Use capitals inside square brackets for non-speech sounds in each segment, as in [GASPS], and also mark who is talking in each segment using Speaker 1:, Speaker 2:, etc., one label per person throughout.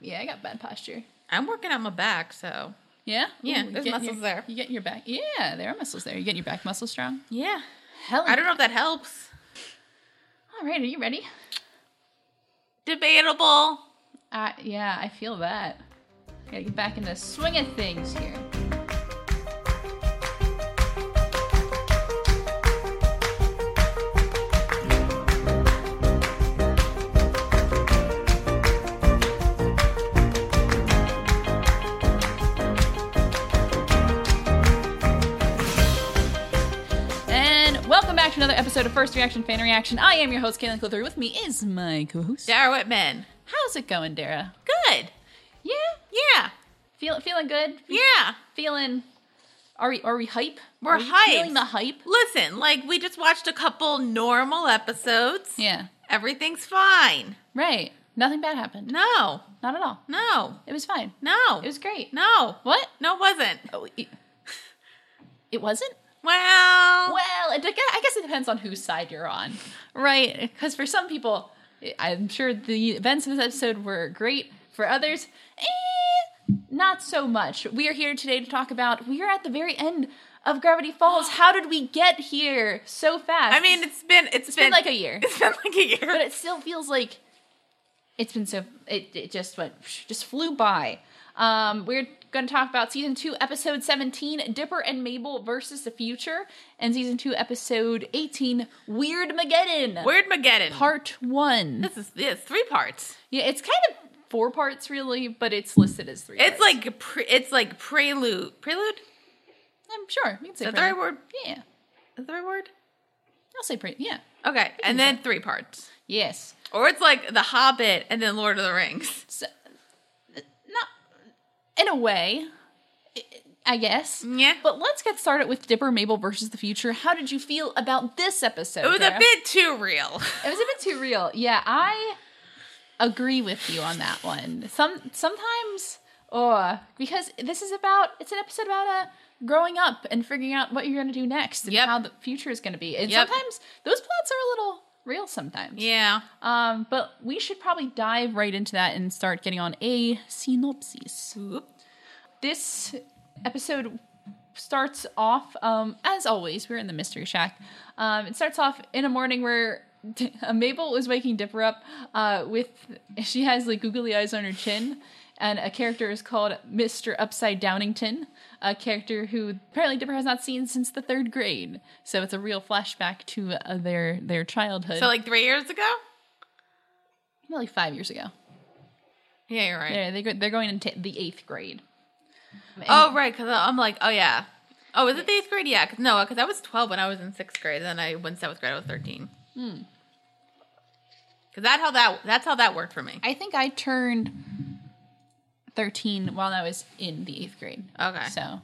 Speaker 1: Yeah, I got bad posture.
Speaker 2: I'm working on my back, so
Speaker 1: Yeah?
Speaker 2: Yeah,
Speaker 1: you
Speaker 2: there's
Speaker 1: getting
Speaker 2: muscles
Speaker 1: your-
Speaker 2: there.
Speaker 1: You getting your back. Yeah, there are muscles there. You getting your back muscle strong?
Speaker 2: yeah.
Speaker 1: Hell
Speaker 2: I don't know if that helps.
Speaker 1: All right, are you ready?
Speaker 2: Debatable.
Speaker 1: Uh, yeah, I feel that. Gotta get back in the swing of things here. And welcome back to another episode of First Reaction Fan Reaction. I am your host, Kaylin Clothery. With me is my co-host,
Speaker 2: Dara Whitman.
Speaker 1: How's it going, Dara?
Speaker 2: Good.
Speaker 1: Yeah,
Speaker 2: Yeah.
Speaker 1: feel, feeling good.
Speaker 2: Yeah.
Speaker 1: Feeling. Are we are we hype?
Speaker 2: We're
Speaker 1: Are we
Speaker 2: hyped.
Speaker 1: Feeling the hype.
Speaker 2: Listen, like we just watched a couple normal episodes.
Speaker 1: Yeah.
Speaker 2: Everything's fine.
Speaker 1: Right. Nothing bad happened.
Speaker 2: No.
Speaker 1: Not at all.
Speaker 2: No.
Speaker 1: It was fine.
Speaker 2: No.
Speaker 1: It was great.
Speaker 2: no.
Speaker 1: What?
Speaker 2: No, it wasn't.
Speaker 1: Oh, it, [LAUGHS] it wasn't.
Speaker 2: Well,
Speaker 1: Well, it, dep- I guess it depends on whose side you're on, right? Because for some people, I'm sure the events of this episode were great. For others, eh, not so much. We are here today to talk about. We are at the very end of Gravity [GASPS] Falls. How did we get here so fast?
Speaker 2: I mean, it's been
Speaker 1: it's been like a [LAUGHS] year,
Speaker 2: it's been like a year.
Speaker 1: but it still feels like it's been so. It it just went just flew by. Um, we're going to talk about season two, episode seventeen, Dipper and Mabel versus the future, and season two, episode eighteen, Weird Mageddon,
Speaker 2: Weird Mageddon.
Speaker 1: part one.
Speaker 2: This is this three parts.
Speaker 1: Yeah, it's kind of four parts really, but it's listed as three.
Speaker 2: It's
Speaker 1: parts.
Speaker 2: like pre, it's like prelude. Prelude.
Speaker 1: I'm sure you can say
Speaker 2: Is that the
Speaker 1: pretty-
Speaker 2: right word?
Speaker 1: Yeah,
Speaker 2: Is that the right word?
Speaker 1: I'll say pretty. Yeah,
Speaker 2: Okay, and then three parts.
Speaker 1: yes.
Speaker 2: Or it's like The Hobbit and then Lord of the Rings.
Speaker 1: So, not in a way, I guess.
Speaker 2: Yeah.
Speaker 1: But let's get started with Dipper Mabel versus the future. How did you feel about this episode?
Speaker 2: It was a
Speaker 1: Tara?
Speaker 2: bit too [LAUGHS] real.
Speaker 1: It was a bit too real. Yeah, I agree with you on that one. Some sometimes, or because this is about it's an episode about uh, growing up and figuring out what you're going to do next and
Speaker 2: Yep.
Speaker 1: how the future is going to be. And
Speaker 2: Yep.
Speaker 1: sometimes those plots are a little real. Sometimes.
Speaker 2: Yeah.
Speaker 1: Um, but we should probably dive right into that and start getting on a synopsis
Speaker 2: Oop.
Speaker 1: this episode starts off um, as always we're in the mystery shack um, it starts off in a morning where [LAUGHS] mabel is waking dipper up uh, with she has like googly eyes on her chin and a character is called mr upside downington a character who apparently dipper has not seen since the third grade so it's a real flashback to uh, their their childhood
Speaker 2: So like three years ago.
Speaker 1: like five years ago
Speaker 2: Yeah, you're right.
Speaker 1: they're, they go, they're going into the eighth grade
Speaker 2: Oh right, because I'm like, oh yeah. Oh, is it the eighth grade? Yeah, because no, because I was 12 when I was in sixth grade. Then I when seventh grade, I was 13. Because that how that that's how that worked for me.
Speaker 1: I think I turned 13 while I was in the eighth grade.
Speaker 2: Okay.
Speaker 1: So,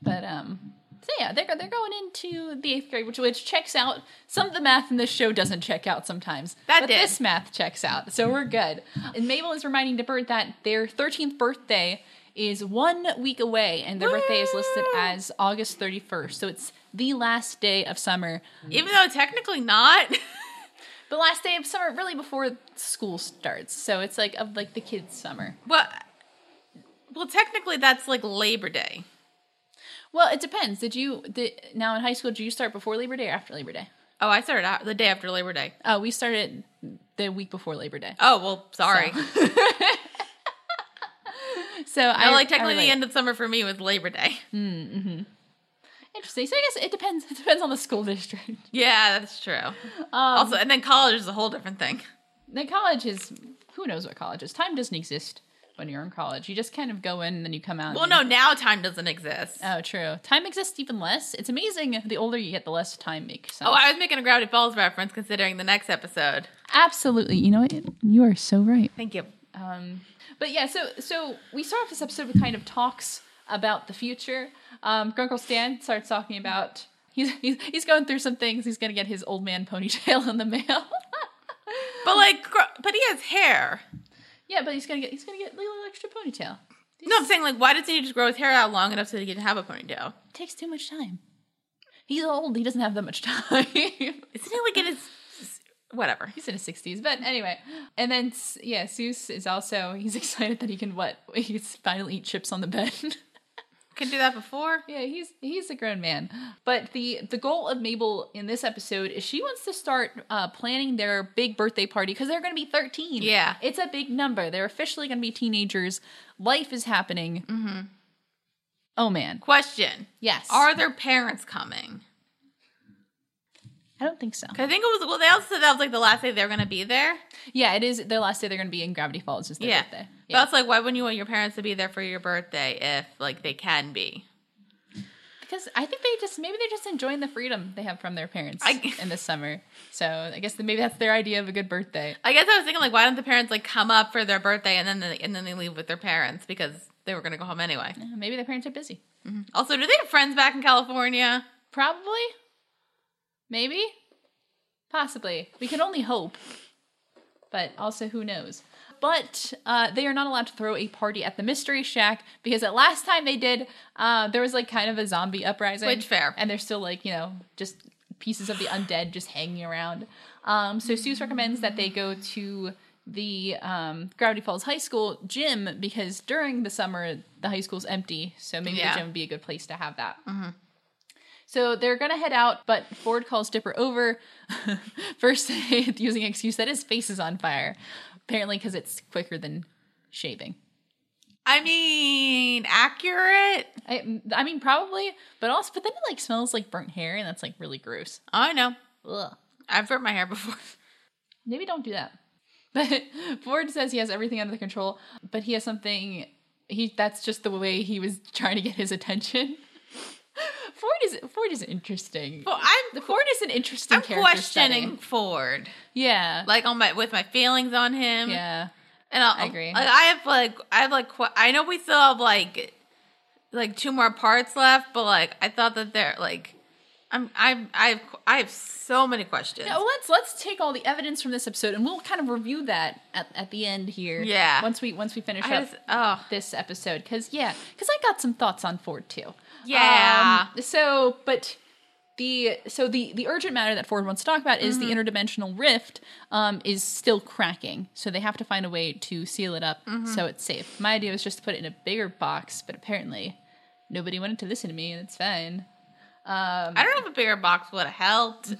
Speaker 1: but, um, so yeah, they're, go- they're going into the eighth grade, which, which checks out. Some of the math in this show doesn't check out sometimes.
Speaker 2: That
Speaker 1: but
Speaker 2: did.
Speaker 1: this math checks out. So we're good. And Mabel is reminding Dipper that their 13th birthday is one week away, and their birthday is listed
Speaker 2: Woo!
Speaker 1: as August 31st. So it's the last day of summer.
Speaker 2: Even though technically not. [LAUGHS]
Speaker 1: The last day of summer, really before school starts. So it's like of like the kids' summer.
Speaker 2: well, well, technically that's like Labor Day.
Speaker 1: Well, it depends. Did you did, now in high school? Did you start before Labor Day or after Labor Day?
Speaker 2: Oh, I started out the day after Labor Day.
Speaker 1: Uh, we started the week before Labor Day.
Speaker 2: Oh well, sorry.
Speaker 1: So, so I
Speaker 2: No, like technically
Speaker 1: I
Speaker 2: the
Speaker 1: relate.
Speaker 2: end of summer for me was Labor Day. [LAUGHS]
Speaker 1: Interesting. So I guess it depends. [LAUGHS] It depends on the school district.
Speaker 2: Yeah, that's true. also, and then college is a whole different thing.
Speaker 1: The college is who knows what college is. Time doesn't exist when you're in college. You just kind of go in and then you come out.
Speaker 2: Well,
Speaker 1: and you-
Speaker 2: no, now time doesn't exist.
Speaker 1: Oh, true. Time exists even less. It's amazing. The older you get, the less time makes sense.
Speaker 2: Oh, I was making a Gravity Falls reference considering the next episode.
Speaker 1: absolutely. You know what? You are so right.
Speaker 2: Thank you.
Speaker 1: Um, but yeah, so so we start off this episode with kind of talks about the future. Um, Grunkle Stan starts talking about he's, he's he's going through some things. He's gonna get his old man ponytail in the mail. [LAUGHS]
Speaker 2: But like, gr- but he has hair.
Speaker 1: yeah, but he's gonna get he's gonna get a little extra ponytail.
Speaker 2: No, I'm saying like, why doesn't he just grow his hair out long enough so that he can have a ponytail?
Speaker 1: takes too much time. [LAUGHS] He's old. He doesn't have that much time.
Speaker 2: Isn't he like in his whatever.
Speaker 1: He's in his sixties, but anyway. And then S- yeah, Seuss is also he's [LAUGHS] excited that he can what he can finally eat chips on the bed. [LAUGHS]
Speaker 2: Can do that before.
Speaker 1: yeah, he's he's a grown man. But the the goal of Mabel in this episode is she wants to start uh, planning their big birthday party because they're going to be thirteen.
Speaker 2: Yeah.
Speaker 1: it's a big number. They're officially going to be teenagers. Life is happening. Mm-hmm. Oh man,
Speaker 2: Question:
Speaker 1: yes.
Speaker 2: Are their parents coming?
Speaker 1: I don't think so.
Speaker 2: 'Cause I think it was. Well, they also said that was like the last day they were going to be there.
Speaker 1: Yeah, it is their last day. They're going to be in Gravity Falls. Is their
Speaker 2: yeah.
Speaker 1: birthday?
Speaker 2: But That's like, why wouldn't you want your parents to be there for your birthday if like they can be?
Speaker 1: Because I think they just maybe they're just enjoying the freedom they have from their parents
Speaker 2: I-
Speaker 1: in the summer. So I guess that maybe that's their idea of a good birthday.
Speaker 2: I guess I was thinking like, why don't the parents like come up for their birthday and then they, and then they leave with their parents because they were going to go home anyway.
Speaker 1: Uh, Maybe their parents are busy.
Speaker 2: Also, do they have friends back in California?
Speaker 1: Probably, maybe, possibly. We can only hope, but also who knows. But uh, they are not allowed to throw a party at the Mystery Shack because at last time they did, uh, there was like kind of a zombie uprising.
Speaker 2: Which fair.
Speaker 1: and they're still like you know just pieces of the undead just hanging around um, so Seuss recommends that they go to the um, gravity falls high school gym because during the summer the high school's empty so maybe
Speaker 2: Yeah.
Speaker 1: the gym would be a good place to have that so they're gonna head out but ford calls dipper over [LAUGHS] first [LAUGHS] using an excuse that his face is on fire apparently because it's quicker than shaving
Speaker 2: I mean, accurate.
Speaker 1: I, I mean probably but also but then it like smells like burnt hair and that's like really gross
Speaker 2: Oh, I know.
Speaker 1: Ugh.
Speaker 2: I've burnt my hair before. [LAUGHS]
Speaker 1: Maybe don't do that. [LAUGHS] But Ford says he has everything under control, but he has something he that's just the way he was trying to get his attention. [LAUGHS] Ford is Ford is interesting.
Speaker 2: Well, I'm
Speaker 1: The Ford is an interesting
Speaker 2: I'm
Speaker 1: character.
Speaker 2: questioning
Speaker 1: setting.
Speaker 2: Ford,
Speaker 1: Yeah.
Speaker 2: like on my with my feelings on him.
Speaker 1: yeah.
Speaker 2: and I'll,
Speaker 1: I agree.
Speaker 2: Like I have like I have like qu- I know we still have like like two more parts left, but like I thought that they're like I'm I I have qu- I have so many questions.
Speaker 1: Now, let's let's take all the evidence from this episode and we'll kind of review that at, at the end here.
Speaker 2: Yeah.
Speaker 1: Once we once we finish
Speaker 2: I
Speaker 1: up
Speaker 2: just oh
Speaker 1: this episode because yeah because i got some thoughts on ford too
Speaker 2: Yeah.
Speaker 1: Um, so but the so the the urgent matter that ford wants to talk about is the interdimensional rift um, is still cracking so they have to find a way to seal it up so it's safe my idea was just to put it in a bigger box but apparently nobody wanted to listen to me and it's fine
Speaker 2: I don't know if a bigger box would have helped.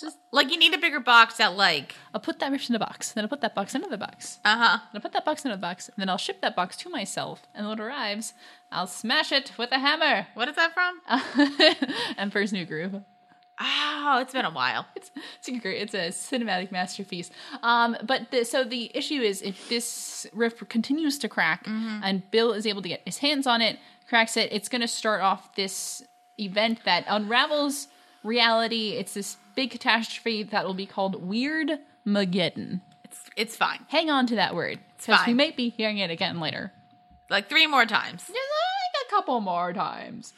Speaker 1: just
Speaker 2: Like you need a bigger box that like
Speaker 1: i'll put that rift in a box then i'll put that box into the box
Speaker 2: uh huh
Speaker 1: and I'll put that box in the box, and then I'll ship that box to myself. And when it arrives, I'll smash it with a hammer. [LAUGHS]
Speaker 2: what is that from?
Speaker 1: Uh. Emperor's New Groove.
Speaker 2: Oh, it's been a while.
Speaker 1: It's, it's a great. It's a cinematic masterpiece. Um, but the, so the issue is if this rift continues to crack and Bill is able to get his hands on it, cracks it, it's going to start off this event that unravels reality. It's this big catastrophe that will be called Weird Mageddon.
Speaker 2: It's it's fine.
Speaker 1: Hang on to that word because we
Speaker 2: fine.
Speaker 1: might be hearing it again later.
Speaker 2: Like three more times.
Speaker 1: Just uh, like a couple more times.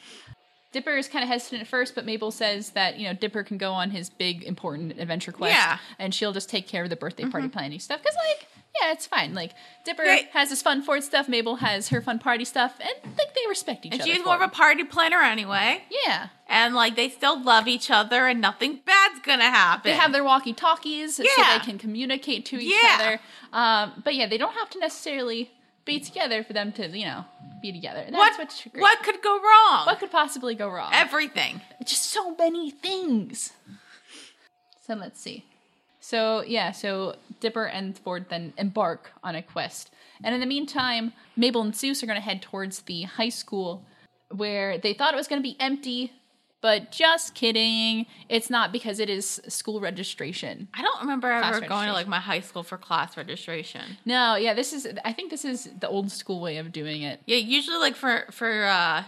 Speaker 1: Dipper is kind of hesitant at first, but Mabel says that, you know, Dipper can go on his big, important adventure quest.
Speaker 2: Yeah. Mm-hmm.
Speaker 1: And she'll just take care of the birthday party planning stuff. Because, like, yeah, it's fine. Like, Dipper
Speaker 2: Right.
Speaker 1: has his fun Ford stuff, Mabel has her fun party stuff, and, like, they respect each
Speaker 2: And
Speaker 1: other.
Speaker 2: she's
Speaker 1: for
Speaker 2: more of a
Speaker 1: it.
Speaker 2: party planner anyway.
Speaker 1: Yeah.
Speaker 2: And like they still love each other and nothing bad's gonna happen.
Speaker 1: They have their walkie talkies so
Speaker 2: Yeah.
Speaker 1: they can communicate to each
Speaker 2: Yeah.
Speaker 1: other. Um, but, yeah, they don't have to necessarily be together for them to, you know, be together. And That's
Speaker 2: what
Speaker 1: what's great.
Speaker 2: what could go wrong?
Speaker 1: what could possibly go wrong?
Speaker 2: Everything.
Speaker 1: just so many things. So let's see. So yeah, so Dipper and Ford then embark on a quest, and in the meantime, Mabel and Seuss are going to head towards the high school where they thought it was going to be empty, but just kidding, it's not because it is school registration.
Speaker 2: I don't remember ever going to
Speaker 1: registration.
Speaker 2: like my high school for class registration.
Speaker 1: No, yeah, this is. I think this is the old school way of doing it.
Speaker 2: Yeah, usually like for for uh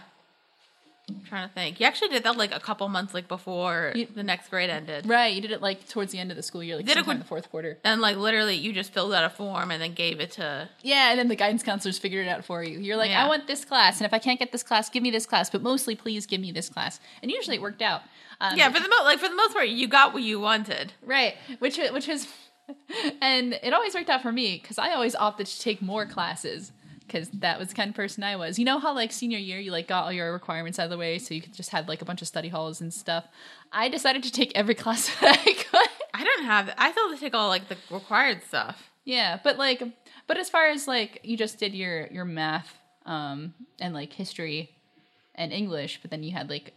Speaker 2: I'm trying to think. You actually did that like a couple months like before
Speaker 1: You-
Speaker 2: the next grade ended.
Speaker 1: Right, you did it like towards the end of the school year, like
Speaker 2: Did it
Speaker 1: sometime
Speaker 2: when-
Speaker 1: in the fourth quarter.
Speaker 2: And like literally you just filled out a form and then gave it to
Speaker 1: Yeah, and then the guidance counselors figured it out for you. You're like,
Speaker 2: Yeah.
Speaker 1: I want this class, and if I can't get this class, give me this class, but mostly please give me this class. And usually it worked out. Um,
Speaker 2: Yeah, for the most like for the most part you got what you wanted.
Speaker 1: right, which wa- which was, [LAUGHS] and it always worked out for me because I always opted to take more classes because that was the kind of person I was. You know how like senior year you like got all your requirements out of the way, so you could just had like a bunch of study halls and stuff. I decided to take every [LAUGHS] class that I could.
Speaker 2: I don't have. I thought they take all like the required stuff.
Speaker 1: Yeah, but like, but as far as like you just did your your math um and like history and English, but then you had like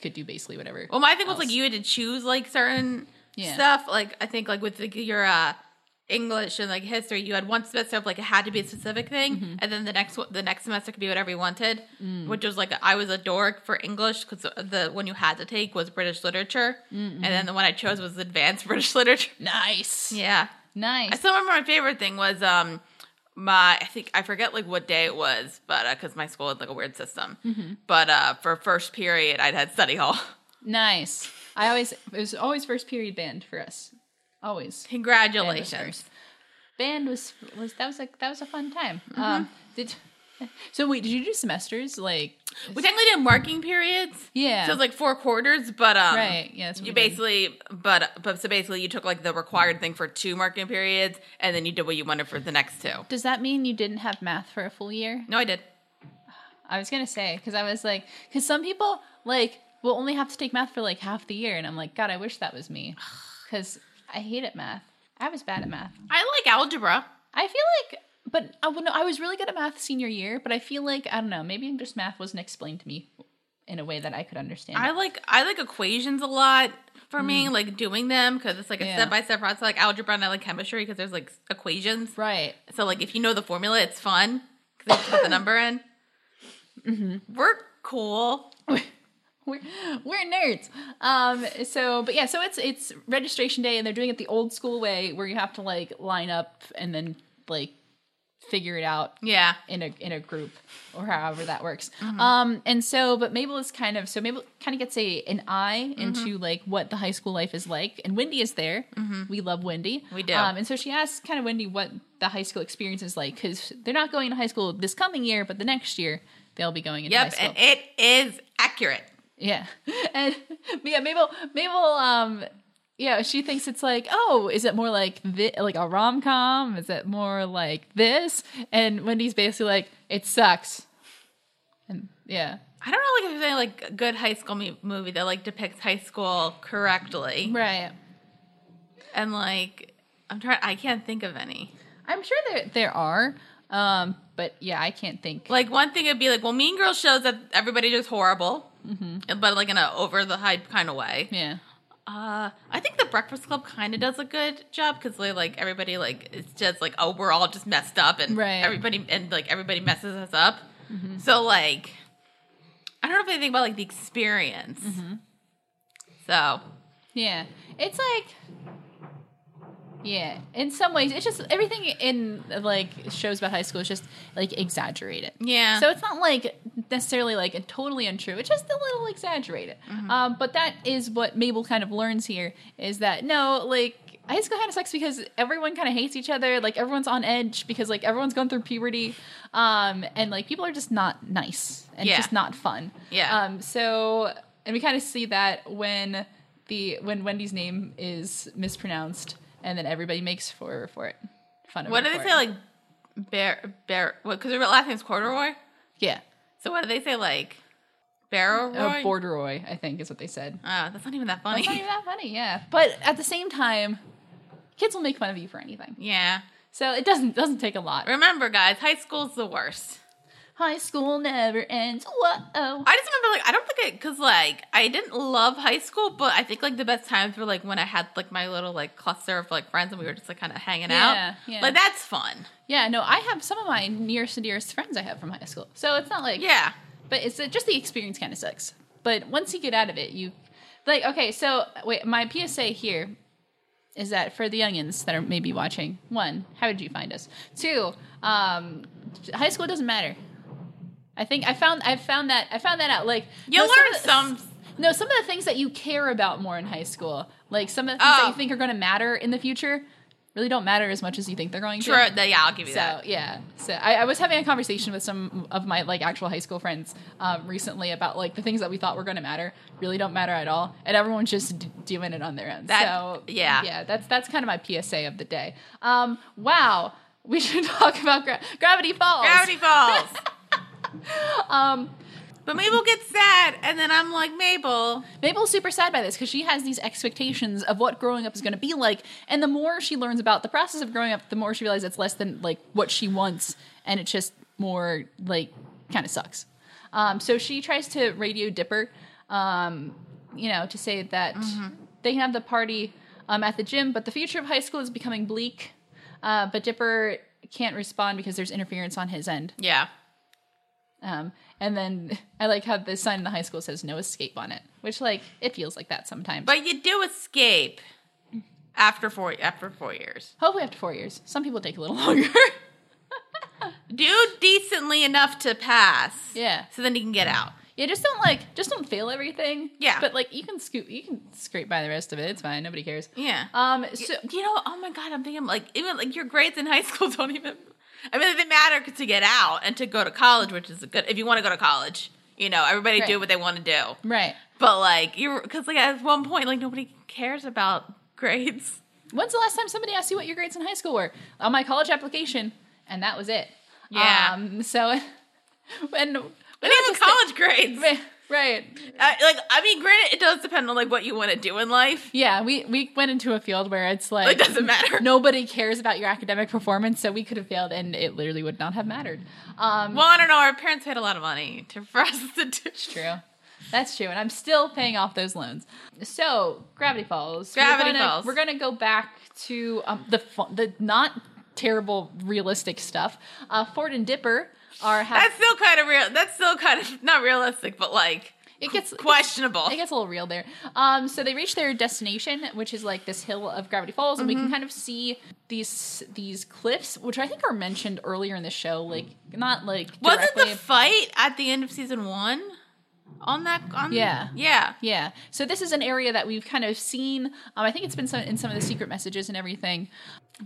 Speaker 1: could do basically whatever. Oh
Speaker 2: Well, my thing was
Speaker 1: else.
Speaker 2: like you had to choose like certain
Speaker 1: Yeah.
Speaker 2: stuff. Like I think like with like, your uh, English and like history, you had one semester of like it had to be a specific thing,
Speaker 1: Mm-hmm.
Speaker 2: and then the next one- the next semester could be whatever you wanted.
Speaker 1: Mm.
Speaker 2: Which was like I was a dork for English because the one you had to take was British literature,
Speaker 1: Mm-hmm.
Speaker 2: and then the one I chose was advanced [LAUGHS] British literature.
Speaker 1: nice,
Speaker 2: Yeah. I
Speaker 1: nice.
Speaker 2: still remember my favorite thing was um my I think I forget like what day it was, but because my school had like a weird system.
Speaker 1: Mm-hmm.
Speaker 2: But uh for first period, I'd had study hall. [LAUGHS]
Speaker 1: Nice. I always it was always first period band for us. Always. Band was
Speaker 2: Congratulations.
Speaker 1: first. Band was was that was a that was a fun time.
Speaker 2: Mm-hmm.
Speaker 1: Um did [LAUGHS] so wait, did you do semesters? Like
Speaker 2: We technically did marking periods.
Speaker 1: Yeah.
Speaker 2: So it's like four quarters, but um
Speaker 1: Right, yeah, that's what
Speaker 2: you
Speaker 1: we did.
Speaker 2: basically but but so basically you took like the required thing for two marking periods and then you did what you wanted for the next two.
Speaker 1: does that mean you didn't have math for a full year?
Speaker 2: No, I did.
Speaker 1: I was gonna say because I was like, because some people like will only have to take math for like half the year, and I'm like, God, I wish that was me, because I hate at math. I was bad at math.
Speaker 2: I like algebra.
Speaker 1: I feel like, but I would I was really good at math senior year, but I feel like I don't know. Maybe just math wasn't explained to me in a way that I could understand.
Speaker 2: I
Speaker 1: it.
Speaker 2: like I like equations a lot for me, like doing them because it's like a
Speaker 1: Mm. Yeah.
Speaker 2: step by step process. I like algebra and I like chemistry because there's like s- equations.
Speaker 1: right.
Speaker 2: So like if you know the formula, it's fun because you
Speaker 1: [LAUGHS]
Speaker 2: just put the number in.
Speaker 1: Mm-hmm.
Speaker 2: We're cool.
Speaker 1: We're, we're nerds. Um, so, but yeah, so it's it's registration day, and they're doing it the old school way, where you have to like line up and then like figure it out
Speaker 2: Yeah,
Speaker 1: in a in a group or however that works.
Speaker 2: Mm-hmm.
Speaker 1: Um and so but Mabel is kind of so Mabel kind of gets a an
Speaker 2: Mm-hmm.
Speaker 1: eye into like what the high school life is like and Wendy is there. We love Wendy.
Speaker 2: Mm-hmm. We do.
Speaker 1: Um and so she asks kind of Wendy what the high school experience is like cuz they're not going to high school this coming year but the next year they'll be going into high
Speaker 2: yep,
Speaker 1: school.
Speaker 2: and it is accurate.
Speaker 1: Yeah. [LAUGHS] And yeah, Mabel Mabel um yeah, she thinks it's like, oh, is it more like thi- like a rom com? Is it more like this? And Wendy's basically like, it sucks. And yeah,
Speaker 2: I don't know like if there's any like a good high school me- movie that like depicts high school correctly,
Speaker 1: right.
Speaker 2: and like I'm trying, I can't think of any.
Speaker 1: I'm sure there there are, um, but yeah, I can't think.
Speaker 2: Like one thing would be like, well, Mean Girls shows that everybody's just horrible,
Speaker 1: Mm-hmm.
Speaker 2: but like in a over the hype kind of way.
Speaker 1: yeah,
Speaker 2: Uh, I think the Breakfast Club kind of does a good job because they like everybody like it's just like oh we're all just messed up and
Speaker 1: Right. Mm-hmm.
Speaker 2: everybody and like everybody messes us up. So like I don't know if anything about like the experience.
Speaker 1: Mm-hmm.
Speaker 2: So
Speaker 1: yeah. It's like, yeah. In some ways, it's just everything in like shows about high school is just like exaggerated.
Speaker 2: yeah,
Speaker 1: So it's not like necessarily like totally untrue. It's just a little exaggerated.
Speaker 2: Mm-hmm.
Speaker 1: Um, but that is what Mabel kind of learns here is that no, like high school kind of sucks because everyone kind of hates each other. Like everyone's on edge because like everyone's going through puberty, um, and like people are just not nice and
Speaker 2: Yeah.
Speaker 1: just not fun.
Speaker 2: Yeah.
Speaker 1: Um, so and we kind of see that when the when Wendy's name is mispronounced and then everybody makes for for it fun. of
Speaker 2: what
Speaker 1: her
Speaker 2: do they
Speaker 1: for
Speaker 2: say
Speaker 1: it.
Speaker 2: like bear bear? What because their last name's Corduroy.
Speaker 1: Yeah.
Speaker 2: So what do they say like Barrow?
Speaker 1: Oh,
Speaker 2: Roy?
Speaker 1: Borderoy, I think is what they said.
Speaker 2: Uh, [LAUGHS] that's not even that funny.
Speaker 1: It's not even that funny, yeah. But at the same time, kids will make fun of you for anything.
Speaker 2: [LAUGHS] yeah,
Speaker 1: So it doesn't doesn't take a lot.
Speaker 2: remember guys, high school's the worst.
Speaker 1: High school never ends. Whoa.
Speaker 2: I just remember like I don't think I because like I didn't love high school, but I think like the best times were like when I had like my little like cluster of like friends and we were just like kind of hanging
Speaker 1: Yeah,
Speaker 2: out.
Speaker 1: yeah.
Speaker 2: Like that's fun.
Speaker 1: Yeah, no, I have some of my nearest and dearest friends I have from high school. So it's not like
Speaker 2: Yeah,
Speaker 1: but it's uh, just the experience kind of sucks. But once you get out of it, you like okay. So wait, my PSA here is that for the youngins that are maybe watching, one, how did you find us? Two, um, high school doesn't matter. I think I found I found that I found that out. Like
Speaker 2: You'll
Speaker 1: some
Speaker 2: learn
Speaker 1: of the-
Speaker 2: some-
Speaker 1: No, some of the things that you care about more in high school, like some of the things that
Speaker 2: Oh.
Speaker 1: you think are going to matter in the future, really don't matter as much as you think they're going
Speaker 2: sure.
Speaker 1: to.
Speaker 2: th- yeah, I'll give you
Speaker 1: So
Speaker 2: that.
Speaker 1: yeah, so I, I was having a conversation with some of my like actual high school friends um, recently about like the things that we thought were going to matter really don't matter at all, and everyone's just d- doing it on their own.
Speaker 2: That-
Speaker 1: so
Speaker 2: yeah.
Speaker 1: yeah, that's that's kind of my PSA of the day. Um, wow, [LAUGHS] we should talk about gra- Gravity Falls.
Speaker 2: Gravity Falls.
Speaker 1: [LAUGHS] Um,
Speaker 2: But Mabel gets sad, and then I'm like, Mabel,
Speaker 1: Mabel's super sad by this because she has these expectations of what growing up is going to be like, and the more she learns about the process of growing up, the more she realizes it's less than like what she wants, and it's just more like kind of sucks. Um, so she tries to radio Dipper, um, you know, to say that they can have the party um, at the gym, but the future of high school is becoming bleak. Uh, but Dipper can't respond because there's interference on his end.
Speaker 2: yeah,
Speaker 1: Um, and then [LAUGHS] I like how the sign in the high school says no escape on it, which like it feels like that sometimes.
Speaker 2: but you do escape after four after four years.
Speaker 1: Hopefully after four years. Some people take a little [LAUGHS] longer.
Speaker 2: Do decently enough to pass,
Speaker 1: yeah.
Speaker 2: so then you can get out.
Speaker 1: Yeah, just don't like just don't fail everything.
Speaker 2: Yeah.
Speaker 1: But like you can scoot you can scrape by the rest of it. It's fine. Nobody cares.
Speaker 2: Yeah.
Speaker 1: Um so
Speaker 2: you know, oh my god, I'm thinking like even like your grades in high [LAUGHS] school don't even. I mean, they matter to get out and to go to college, which is a good. If you want to go to college, you know, everybody
Speaker 1: Right.
Speaker 2: do what they want to do.
Speaker 1: Right.
Speaker 2: But like you're, because like at one point, like nobody cares about
Speaker 1: [LAUGHS]
Speaker 2: grades.
Speaker 1: When's the last time somebody asked you what your grades in high school were? On my college application, and that was it.
Speaker 2: Yeah.
Speaker 1: Um so [LAUGHS] when
Speaker 2: But even college grades,
Speaker 1: [LAUGHS] Right.
Speaker 2: I, like I mean, granted, it does depend on like what you want to do in life.
Speaker 1: Yeah, we we went into a field where it's
Speaker 2: It
Speaker 1: like
Speaker 2: doesn't matter.
Speaker 1: nobody cares about your academic performance, so we could have failed and it literally would not have mattered. Um
Speaker 2: Well, I don't know. Our parents paid a lot of money to for us to do.
Speaker 1: true. That's true, and I'm still paying off those loans. So, Gravity Falls.
Speaker 2: Gravity
Speaker 1: we're gonna,
Speaker 2: Falls.
Speaker 1: We're gonna go back to um, the fun, the not terrible realistic stuff. Uh, Ford and Dipper are ha-
Speaker 2: That's still kind of real. That's still kind of not realistic, but like
Speaker 1: it gets
Speaker 2: questionable.
Speaker 1: It gets a little real there. Um, so they reach their destination, which is like this hill of Gravity Falls, and we
Speaker 2: Mm-hmm.
Speaker 1: can kind of see these these cliffs, which I think are mentioned earlier in the show. Like not like
Speaker 2: Wasn't
Speaker 1: directly,
Speaker 2: the fight at the end of season one on that? On,
Speaker 1: Yeah.
Speaker 2: yeah.
Speaker 1: Yeah. So this is an area that we've kind of seen. Um, I think it's been some, in some of the secret messages and everything,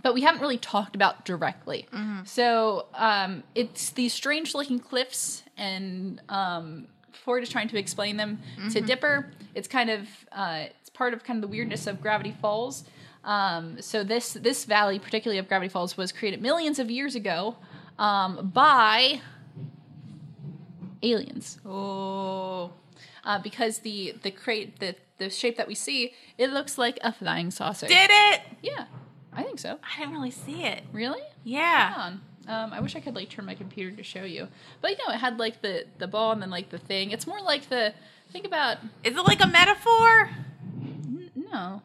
Speaker 1: but we haven't really talked about directly. So um, it's these strange looking cliffs, and um, Ford is trying to explain them to Dipper. It's kind of uh, it's part of kind of the weirdness of Gravity Falls. Um, so this this valley, particularly of Gravity Falls, was created millions of years ago um, by aliens
Speaker 2: Oh,
Speaker 1: uh, because the the crate the the shape that we see it looks like a flying saucer.
Speaker 2: did it?
Speaker 1: yeah, I think so.
Speaker 2: I didn't really see it.
Speaker 1: Really? Hold
Speaker 2: Yeah.
Speaker 1: on. Um, I wish I could like turn my computer to show you, but you know it had like the the ball and then like the thing. It's more like the think about
Speaker 2: Is it like a metaphor?
Speaker 1: n- no,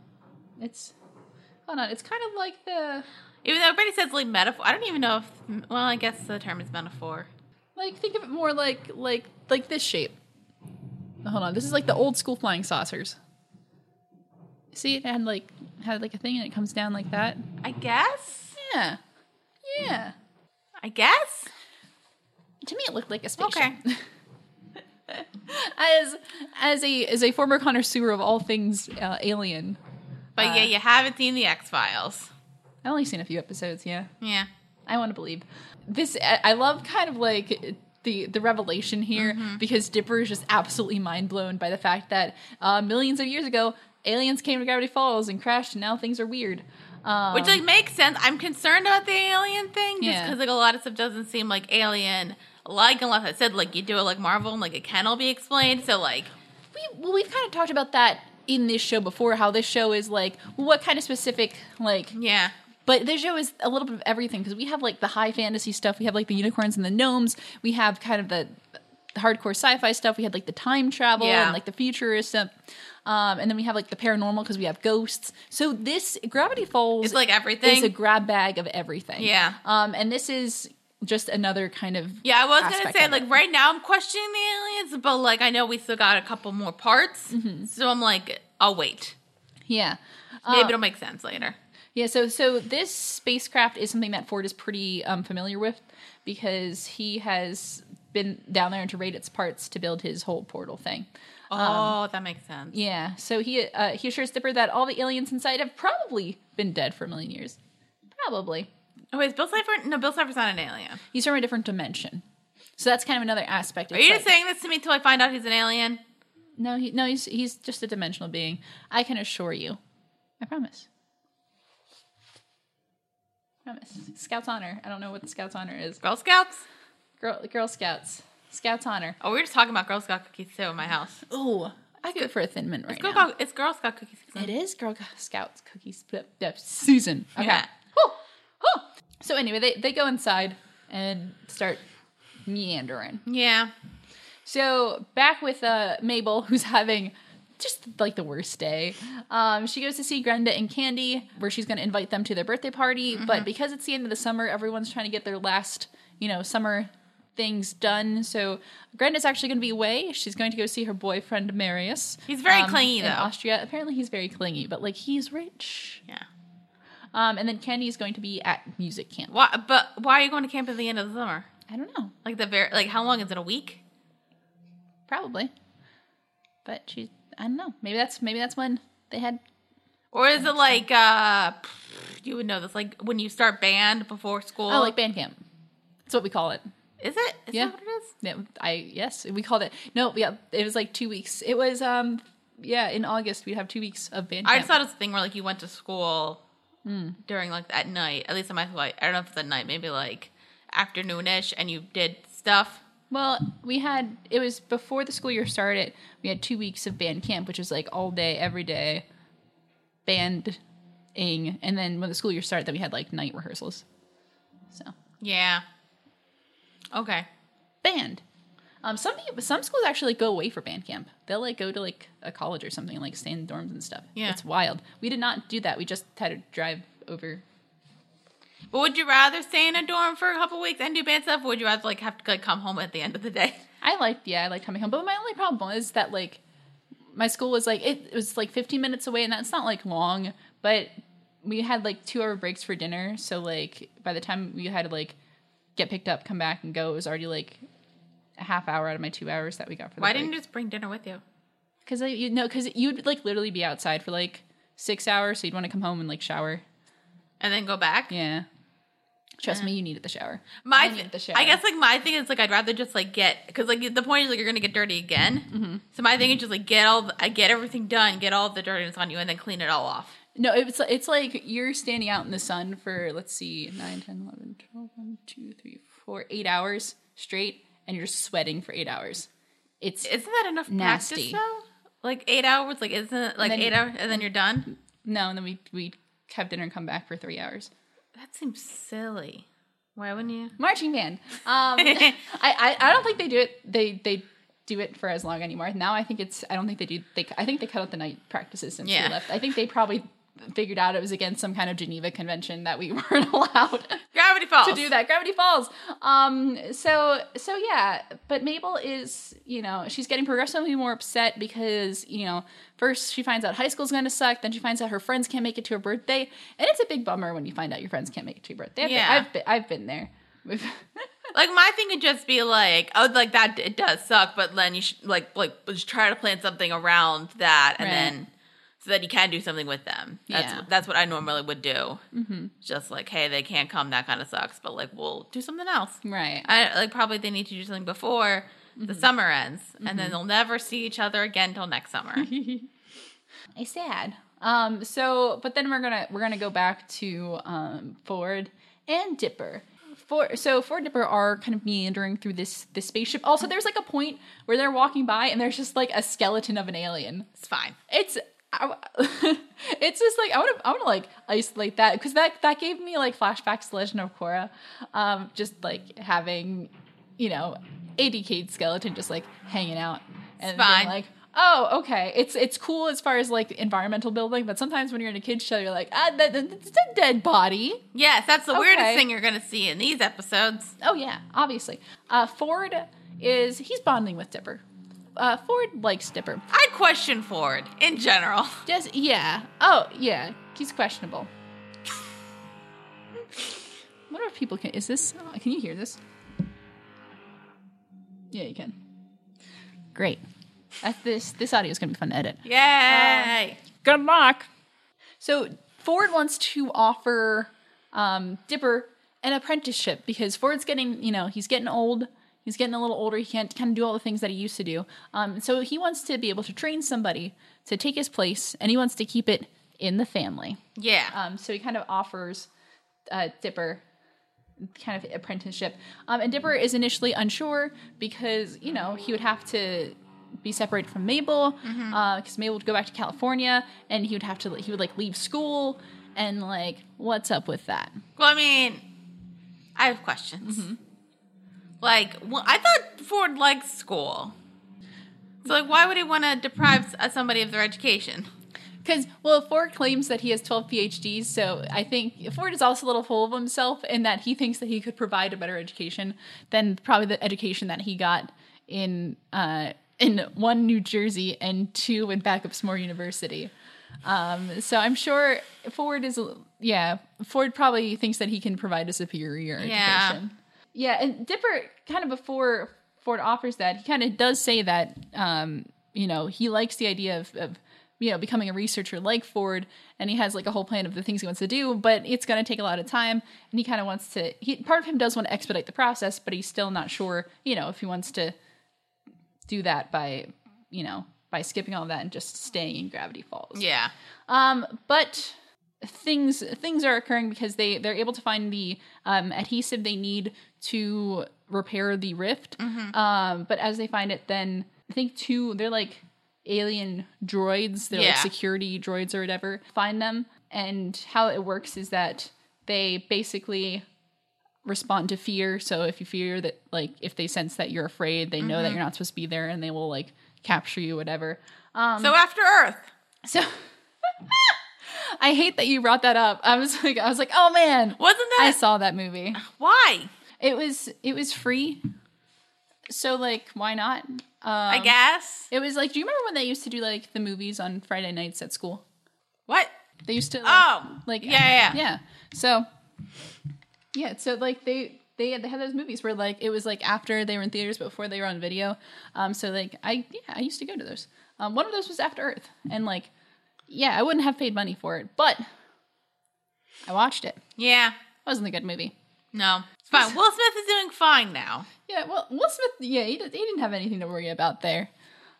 Speaker 1: it's hold on. It's kind of like the
Speaker 2: Even though everybody says like metaphor, I don't even know if. Well, I guess the term is metaphor.
Speaker 1: like think of it more like like like this shape. Hold on, this is like the old school flying saucers. See, it had like had like a thing and it comes down like that.
Speaker 2: I guess.
Speaker 1: Yeah, yeah.
Speaker 2: Mm. I guess.
Speaker 1: To me, it looked like a spaceship. [LAUGHS]
Speaker 2: Okay.
Speaker 1: as as a as a former connoisseur of all things uh, alien,
Speaker 2: But
Speaker 1: Uh,
Speaker 2: yeah, you haven't seen the X Files.
Speaker 1: I've only seen a few episodes. Yeah,
Speaker 2: Yeah.
Speaker 1: I want to believe this. I I love kind of like the the revelation here
Speaker 2: Mm-hmm.
Speaker 1: because Dipper is just absolutely mind blown by the fact that uh, millions of years ago aliens came to Gravity Falls and crashed, and now things are weird. Um,
Speaker 2: Which like makes sense. I'm concerned about the alien thing just
Speaker 1: Yeah.
Speaker 2: because like a lot of stuff doesn't seem like alien like unless I said like you do it like Marvel and like it can all be explained. So like
Speaker 1: we well, we've kind of talked about that in this show before. How this show is like what kind of specific like
Speaker 2: yeah,
Speaker 1: But the show is a little bit of everything because we have like the high fantasy stuff, we have like the unicorns and the gnomes, we have kind of the the hardcore sci-fi stuff, we had like the time travel
Speaker 2: Yeah.
Speaker 1: and like the futurist stuff. Um, and then we have like the paranormal because we have ghosts. So this Gravity Falls
Speaker 2: it's like everything.
Speaker 1: is a grab bag of everything.
Speaker 2: Yeah.
Speaker 1: Um, and this is just another kind of
Speaker 2: yeah, I was gonna
Speaker 1: aspect
Speaker 2: say
Speaker 1: of it.
Speaker 2: like right now I'm questioning the aliens, but like I know we still got a couple more parts,
Speaker 1: Mm-hmm.
Speaker 2: so I'm like I'll wait.
Speaker 1: yeah. Uh,
Speaker 2: Maybe it'll make sense later.
Speaker 1: Yeah, so so this spacecraft is something that Ford is pretty um, familiar with because he has been down there to raid its parts to build his whole portal thing.
Speaker 2: Oh, that makes sense.
Speaker 1: um, Yeah, so he uh, he assures Dipper that all the aliens inside have probably been dead for a million years. Probably.
Speaker 2: Oh, wait, is Bill Cipher? No, Bill Cipher's not an alien.
Speaker 1: He's from a different dimension. So that's kind of another aspect.
Speaker 2: Are you just saying this to me till I find out he's an alien?
Speaker 1: No, he, no, he's he's just a dimensional being. I can assure you. I promise. Promise. Scout's honor. I don't know what the Scout's honor is.
Speaker 2: Girl Scouts?
Speaker 1: Girl, Girl Scouts. Scout's honor.
Speaker 2: Oh, we were just talking about Girl Scout cookies too in my house.
Speaker 1: Oh, I go for a thin mint right
Speaker 2: Girl
Speaker 1: now.
Speaker 2: Scout- it's Girl Scout cookies.
Speaker 1: It is Girl Scouts cookies. Blip, blip. Susan. Okay.
Speaker 2: Yeah.
Speaker 1: Whew. Whew. So anyway, they, they go inside and start meandering.
Speaker 2: Yeah.
Speaker 1: So back with uh, Mabel, who's having just like the worst day. Um, she goes to see Grenda and Candy, where she's going to invite them to their birthday party.
Speaker 2: Mm-hmm.
Speaker 1: But because it's the end of the summer, everyone's trying to get their last, you know, summer things done. So Grenda's actually going to be away. She's going to go see her boyfriend Marius. Um,
Speaker 2: He's very clingy,
Speaker 1: in
Speaker 2: though.
Speaker 1: Austria. Apparently, he's very clingy, but like he's rich.
Speaker 2: Yeah.
Speaker 1: Um, and then Candy is going to be at music camp.
Speaker 2: Why? But why are you going to camp at the end of the summer?
Speaker 1: I don't know,
Speaker 2: Like the very like how long is it? A week?
Speaker 1: probably. But she, I don't know. Maybe that's maybe that's when they had
Speaker 2: Or is it like uh you would know this like when you start band before school?
Speaker 1: Oh, like Bandcamp. That's what we call it.
Speaker 2: is it? Is
Speaker 1: Yeah.
Speaker 2: that what it is?
Speaker 1: Yeah, I yes, we called it. No, yeah, it was like two weeks. It was um, yeah, in August we'd have two weeks of Bandcamp.
Speaker 2: I just thought it was a thing where like you went to school
Speaker 1: Hmm.
Speaker 2: during like at night. At least in my school, I I don't know if it's at night, maybe like afternoonish, and you did stuff.
Speaker 1: well, we had it was before the school year started. We had two weeks of Bandcamp, which was like all day, every day, banding, and then when the school year started, then we had like night rehearsals. So
Speaker 2: Yeah. Okay.
Speaker 1: band. Um, some people, some schools actually like, go away for band camp. They'll like go to like a college or something, and, like stay in dorms and stuff.
Speaker 2: Yeah.
Speaker 1: it's wild. We did not do that. We just had to drive over.
Speaker 2: But would you rather stay in a dorm for a couple weeks and do band stuff, or would you rather like have to like come home at the end of the day?
Speaker 1: I liked, yeah, I liked coming home. But my only problem was that like my school was like it, it was like 15 minutes away, and that's not like long. But we had like two hour breaks for dinner, so like by the time we had to like get picked up, come back, and go, it was already like a half hour out of my two hours that we got for. The
Speaker 2: Why
Speaker 1: break.
Speaker 2: didn't you just bring dinner with you?
Speaker 1: Because you know, because you'd like literally be outside for like six hours, so you'd want to come home and like shower.
Speaker 2: And then go back.
Speaker 1: Yeah. Trust me, you needed the shower.
Speaker 2: My,
Speaker 1: I
Speaker 2: th-
Speaker 1: needed the shower.
Speaker 2: I guess like my thing is like I'd rather just like get because like the point is like you're gonna get dirty again. So my thing is just like get all the, I get everything done, get all the dirtiness on you, and then clean it all off.
Speaker 1: No, it's it's like you're standing out in the sun for let's see, 9, 10, 11, 12, 1, 2, 3, 4, 8 hours straight, and you're sweating for eight hours. It's
Speaker 2: Isn't that enough
Speaker 1: Nasty.
Speaker 2: practice though? Like eight hours, like isn't it like
Speaker 1: then Mm.
Speaker 2: eight
Speaker 1: you-
Speaker 2: hours, and then you're done?
Speaker 1: no, and then we we have dinner and come back for three hours.
Speaker 2: That seems silly. Why wouldn't you?
Speaker 1: Marching band. Um, I, I I don't think they do it. They they do it for as long anymore. Now I think it's. I don't think they do. They I think they cut out the night practices since
Speaker 2: Yeah.
Speaker 1: we left. I think they probably figured out it was against some kind of Geneva convention that we [LAUGHS] weren't allowed
Speaker 2: [LAUGHS] Gravity falls.
Speaker 1: to do that. Gravity Falls. Um. So so yeah. But Mabel is you know she's getting progressively more upset because you know first she finds out high school's going to suck, then she finds out her friends can't make it to her birthday, and it's a big bummer when you find out your friends can't make it to your birthday. I've been-
Speaker 2: Yeah.
Speaker 1: I've been, I've been there. [LAUGHS]
Speaker 2: Like my thing would just be like, oh, like that it does suck, but then you should like like just try to plan something around that, and
Speaker 1: Right.
Speaker 2: then so that you can do something with them. That's
Speaker 1: Yeah.
Speaker 2: that's what I normally would do. Mm-hmm. Just like, hey, they can't come, that kind of sucks, but like we'll do something else.
Speaker 1: Right.
Speaker 2: I like probably they need to do something before the
Speaker 1: Mm-hmm.
Speaker 2: summer ends, and then they'll never see each other again till
Speaker 1: [LAUGHS]
Speaker 2: next summer.
Speaker 1: It's sad. Um, so but then we're gonna we're gonna go back to um Ford and Dipper. For, so Ford and Dipper are kind of meandering through this this spaceship. Also, there's like a point where they're walking by and there's just like a skeleton of an alien.
Speaker 2: it's fine.
Speaker 1: It's I, [LAUGHS] it's just like I want to I want to like isolate that because that that gave me like flashbacks to Legend of Korra, um, just like having you know a decayed skeleton just like hanging out and being
Speaker 2: fine.
Speaker 1: like oh okay it's it's cool as far as like environmental building but sometimes when you're in a kids show you're like ah that, that, that's a dead body
Speaker 2: Yes, that's the weirdest
Speaker 1: Okay.
Speaker 2: thing you're gonna see in these episodes.
Speaker 1: Oh yeah, obviously. Uh, Ford is he's bonding with Dipper. Uh, Ford likes Dipper.
Speaker 2: I question Ford
Speaker 1: [LAUGHS]
Speaker 2: in general.
Speaker 1: Just yeah. Oh yeah, he's questionable. Wonder if people can. Is this? Can you hear this? Yeah, you can. Great. That's this this audio is gonna be fun to edit.
Speaker 2: Yay!
Speaker 1: Good luck. So Ford wants to offer um, Dipper an apprenticeship because Ford's getting, you know, he's getting old. He's getting a little older. He can't kind of do all the things that he used to do. Um, so he wants to be able to train somebody to take his place, and he wants to keep it in the family.
Speaker 2: yeah.
Speaker 1: Um, so he kind of offers uh, Dipper kind of apprenticeship. Um, and Dipper is initially unsure because you know he would have to be separated from Mabel because Mabel would go back to California, and he would have to he would like leave school, and like what's up with that?
Speaker 2: Well, I mean, I have questions.
Speaker 1: Mm-hmm.
Speaker 2: Like, well, I thought Ford liked school. So, like, why would he want to deprive s- somebody of their education?
Speaker 1: Because well, Ford claims that he has twelve PhDs, so I think Ford is also a little full of himself in that he thinks that he could provide a better education than probably the education that he got in uh, in one New Jersey and two in Backup-Smore University. Um, so I'm sure Ford is yeah Ford probably thinks that he can provide a superior
Speaker 2: Yeah.
Speaker 1: education. Yeah, and Dipper kind of before Ford offers that, he kind of does say that um, you know, he likes the idea of, of you know, becoming a researcher like Ford and he has like a whole plan of the things he wants to do, but it's going to take a lot of time and he kind of wants to he part of him does want to expedite the process, but he's still not sure, you know, if he wants to do that by, you know, by skipping all that and just staying in Gravity Falls.
Speaker 2: Yeah.
Speaker 1: Um, but things things are occurring because they they're able to find the um, adhesive they need to repair the rift. Um, but as they find it, then I think two they're like alien droids, they're like
Speaker 2: Yeah.
Speaker 1: security droids or whatever. Find them, and how it works is that they basically respond to fear. So if you fear that, like, if they sense that you're afraid, they know that you're not supposed to be there, and they will like capture you, whatever.
Speaker 2: Um, so, after Earth.
Speaker 1: So [LAUGHS] I hate that you brought that up. I was like I was like, "Oh man,
Speaker 2: Wasn't
Speaker 1: I
Speaker 2: that?
Speaker 1: saw that movie.
Speaker 2: why?
Speaker 1: It was it was free. So like, why not? Um,
Speaker 2: I guess.
Speaker 1: it was like, do you remember when they used to do like the movies on Friday nights at school?
Speaker 2: What?
Speaker 1: They used to like,
Speaker 2: Oh.
Speaker 1: like
Speaker 2: Yeah, yeah, yeah.
Speaker 1: yeah. So yeah, so like they they they had those movies where like it was like after they were in theaters but before they were on video. Um, so like I yeah I used to go to those. Um, one of those was After Earth, and like yeah I wouldn't have paid money for it, but I watched it. It
Speaker 2: Yeah.
Speaker 1: wasn't a good movie.
Speaker 2: No.
Speaker 1: [LAUGHS]
Speaker 2: It's fine. Will Smith is doing fine now.
Speaker 1: Yeah, well Will Smith yeah he, did, he didn't have anything to worry about there.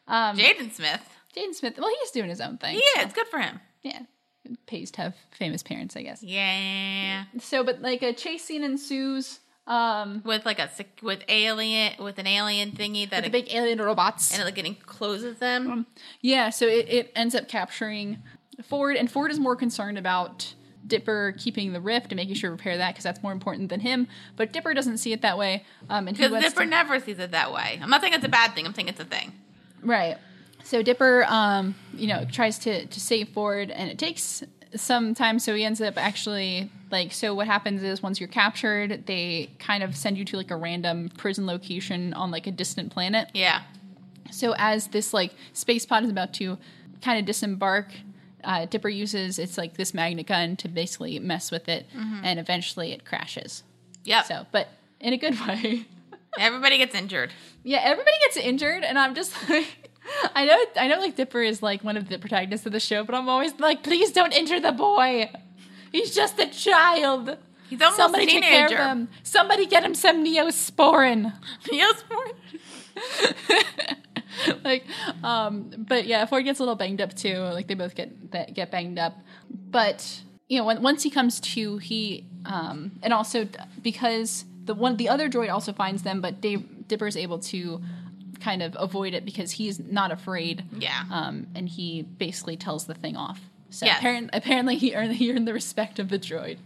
Speaker 2: Jaden Smith.
Speaker 1: Jaden Smith well he's doing his own thing.
Speaker 2: Yeah, it's good for him.
Speaker 1: Yeah, it pays to have famous parents I guess.
Speaker 2: Yeah.
Speaker 1: So but like a chase scene ensues. Um,
Speaker 2: With like a sec- with alien with an alien thingy that
Speaker 1: the
Speaker 2: it,
Speaker 1: big alien robots.
Speaker 2: and it like it encloses them.
Speaker 1: Yeah, so it, it ends up capturing Ford, and Ford is more concerned about Dipper keeping the rift and making sure to repair that because that's more important than him. But Dipper doesn't see it that way, um, and he
Speaker 2: Because
Speaker 1: wants
Speaker 2: Dipper
Speaker 1: to-
Speaker 2: never sees it that way. I'm not saying it's a bad thing. I'm saying it's a thing.
Speaker 1: right. So Dipper, um, you know, tries to to save Ford, and it takes some time. So he ends up actually like. So what happens is once you're captured, they kind of send you to like a random prison location on like a distant planet.
Speaker 2: Yeah.
Speaker 1: So as this like space pod is about to kind of disembark, uh, Dipper uses it's like this magnet gun to basically mess with it,
Speaker 2: Mm-hmm.
Speaker 1: and eventually it crashes.
Speaker 2: Yep.
Speaker 1: So, but in a good [LAUGHS] way.
Speaker 2: Everybody gets injured.
Speaker 1: yeah, everybody gets injured, and I'm just [LAUGHS] like. I know, I know. Like Dipper is like one of the protagonists of the show, but I'm always like, please don't injure the boy. He's just a child.
Speaker 2: He's almost
Speaker 1: Somebody
Speaker 2: a
Speaker 1: take care of
Speaker 2: teenager.
Speaker 1: him. Somebody get him some neosporin.
Speaker 2: [LAUGHS] yes, Ford.
Speaker 1: [LAUGHS] like um but yeah ford gets a little banged up too like they both get that get banged up but you know when, once he comes to he um and also d- because the one the other droid also finds them but Dave, dipper's able to kind of avoid it because he's not afraid
Speaker 2: Yeah.
Speaker 1: um and he basically tells the thing off so
Speaker 2: Yes.
Speaker 1: apparent, apparently he earned, he earned the respect of the droid.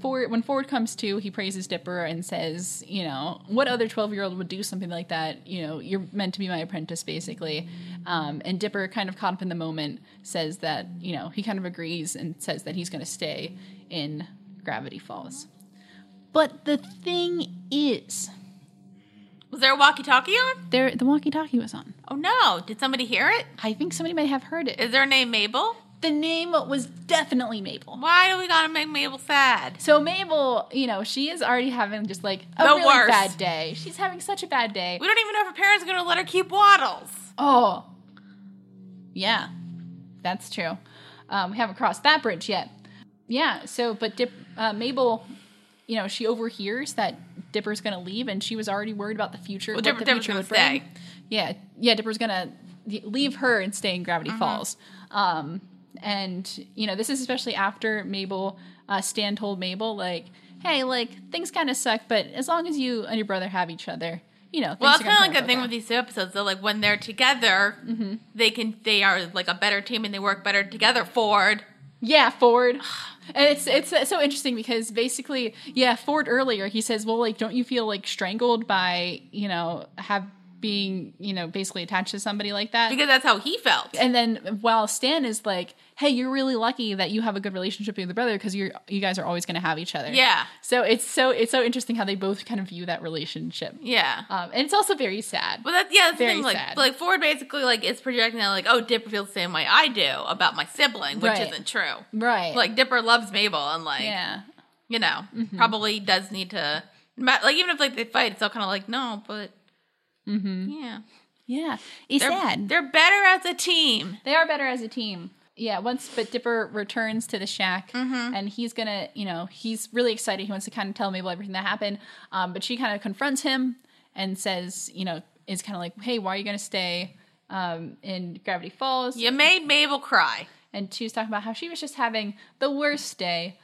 Speaker 1: Ford, when Ford comes to, he praises Dipper and says, you know, what other 12 year old would do something like that? You know, you're meant to be my apprentice, basically. Um, and Dipper, kind of caught up in the moment, says that, you know, he kind of agrees and says that he's going to stay in Gravity Falls. But the thing is,
Speaker 2: Was there a walkie-talkie on?
Speaker 1: there the walkie talkie was on.
Speaker 2: Oh no! Did somebody hear it?
Speaker 1: I think somebody might have heard it.
Speaker 2: Is their name Mabel?
Speaker 1: The name was definitely Mabel.
Speaker 2: Why do we gotta make Mabel sad?
Speaker 1: So Mabel, you know, she is already having just like a
Speaker 2: The
Speaker 1: really
Speaker 2: worst.
Speaker 1: bad day. She's having such a bad day.
Speaker 2: We don't even know if her parents are gonna let her keep waddles.
Speaker 1: Oh, yeah, that's true. Um, we haven't crossed that bridge yet. Yeah. So, but Dip, uh, Mabel, you know, she overhears that Dipper's going to leave, and she was already worried about the future.
Speaker 2: Well,
Speaker 1: what
Speaker 2: Dipper-
Speaker 1: the
Speaker 2: Dipper's
Speaker 1: future
Speaker 2: gonna
Speaker 1: would bring.
Speaker 2: stay.
Speaker 1: Yeah, yeah. Dipper's going to leave her and stay in Gravity
Speaker 2: Mm-hmm.
Speaker 1: Falls. Um, and you know, this is especially after Mabel. Uh, Stan told Mabel like, hey, like things kind of suck, but as long as you and your brother have each other, you know.
Speaker 2: Well,
Speaker 1: things
Speaker 2: it's
Speaker 1: are
Speaker 2: kind
Speaker 1: gonna
Speaker 2: of like
Speaker 1: turn
Speaker 2: the
Speaker 1: out
Speaker 2: thing
Speaker 1: okay.
Speaker 2: with these two episodes. Though, like when they're together,
Speaker 1: Mm-hmm.
Speaker 2: they can they are like a better team and they work better together. Forward.
Speaker 1: Yeah, Ford. And it's it's so interesting because basically, yeah, Ford earlier he says, "Well, like, don't you feel like strangled by you know have being you know basically attached to somebody like that?"
Speaker 2: because that's how he felt.
Speaker 1: and then while Stan is like, "Hey, you're really lucky that you have a good relationship with your brother because you're you guys are always going to have each other."
Speaker 2: Yeah,
Speaker 1: So it's so it's so interesting how they both kind of view that relationship,
Speaker 2: yeah.
Speaker 1: um, and it's also very sad.
Speaker 2: But that's yeah, that's the
Speaker 1: Very
Speaker 2: thing. Like,
Speaker 1: sad.
Speaker 2: like Ford basically like is projecting that like, oh, Dipper feels the same way I do about my sibling, which
Speaker 1: Right.
Speaker 2: isn't true.
Speaker 1: Right.
Speaker 2: Like Dipper loves Mabel, and like
Speaker 1: yeah. Mm-hmm.
Speaker 2: you know, probably does need to. ma- Like even if like they fight, it's all kind of like no, but yeah,
Speaker 1: Yeah. It's
Speaker 2: they're
Speaker 1: Mm-hmm. sad.
Speaker 2: they're better as a team.
Speaker 1: They are better as a team. Yeah, once but Dipper returns to the shack and he's gonna, you know, he's really excited. He wants to kind of tell Mabel everything that happened. Um, but she kind of confronts him and says, you know, is kind of like, hey, why are you gonna stay um, in Gravity Falls?
Speaker 2: You made Mabel cry,
Speaker 1: And she was talking about how she was just having the worst day.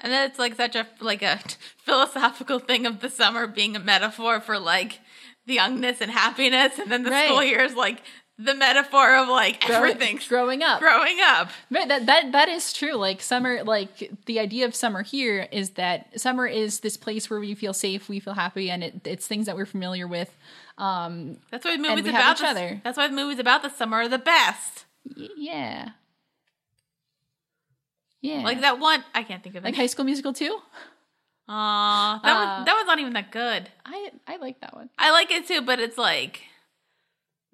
Speaker 2: and then it's like such a like a [LAUGHS] philosophical thing of the summer being a metaphor for like the youngness and happiness, and then the
Speaker 1: Right.
Speaker 2: school year is like the metaphor of like
Speaker 1: grow-
Speaker 2: everything
Speaker 1: growing up.
Speaker 2: growing up.
Speaker 1: Right, that that that is true. Like summer, like the idea of summer here is that summer is this place where we feel safe, we feel happy, and it, it's things that we're familiar with. Um,
Speaker 2: That's why the movies
Speaker 1: we have
Speaker 2: about
Speaker 1: each
Speaker 2: the,
Speaker 1: other.
Speaker 2: That's why the movies about the summer are the best.
Speaker 1: y- yeah, yeah,
Speaker 2: Like that one, I can't think of
Speaker 1: like
Speaker 2: it.
Speaker 1: High School Musical too.
Speaker 2: Aw, that
Speaker 1: Uh,
Speaker 2: one, that one's not even that good.
Speaker 1: I I like that one.
Speaker 2: I like it too, but it's like,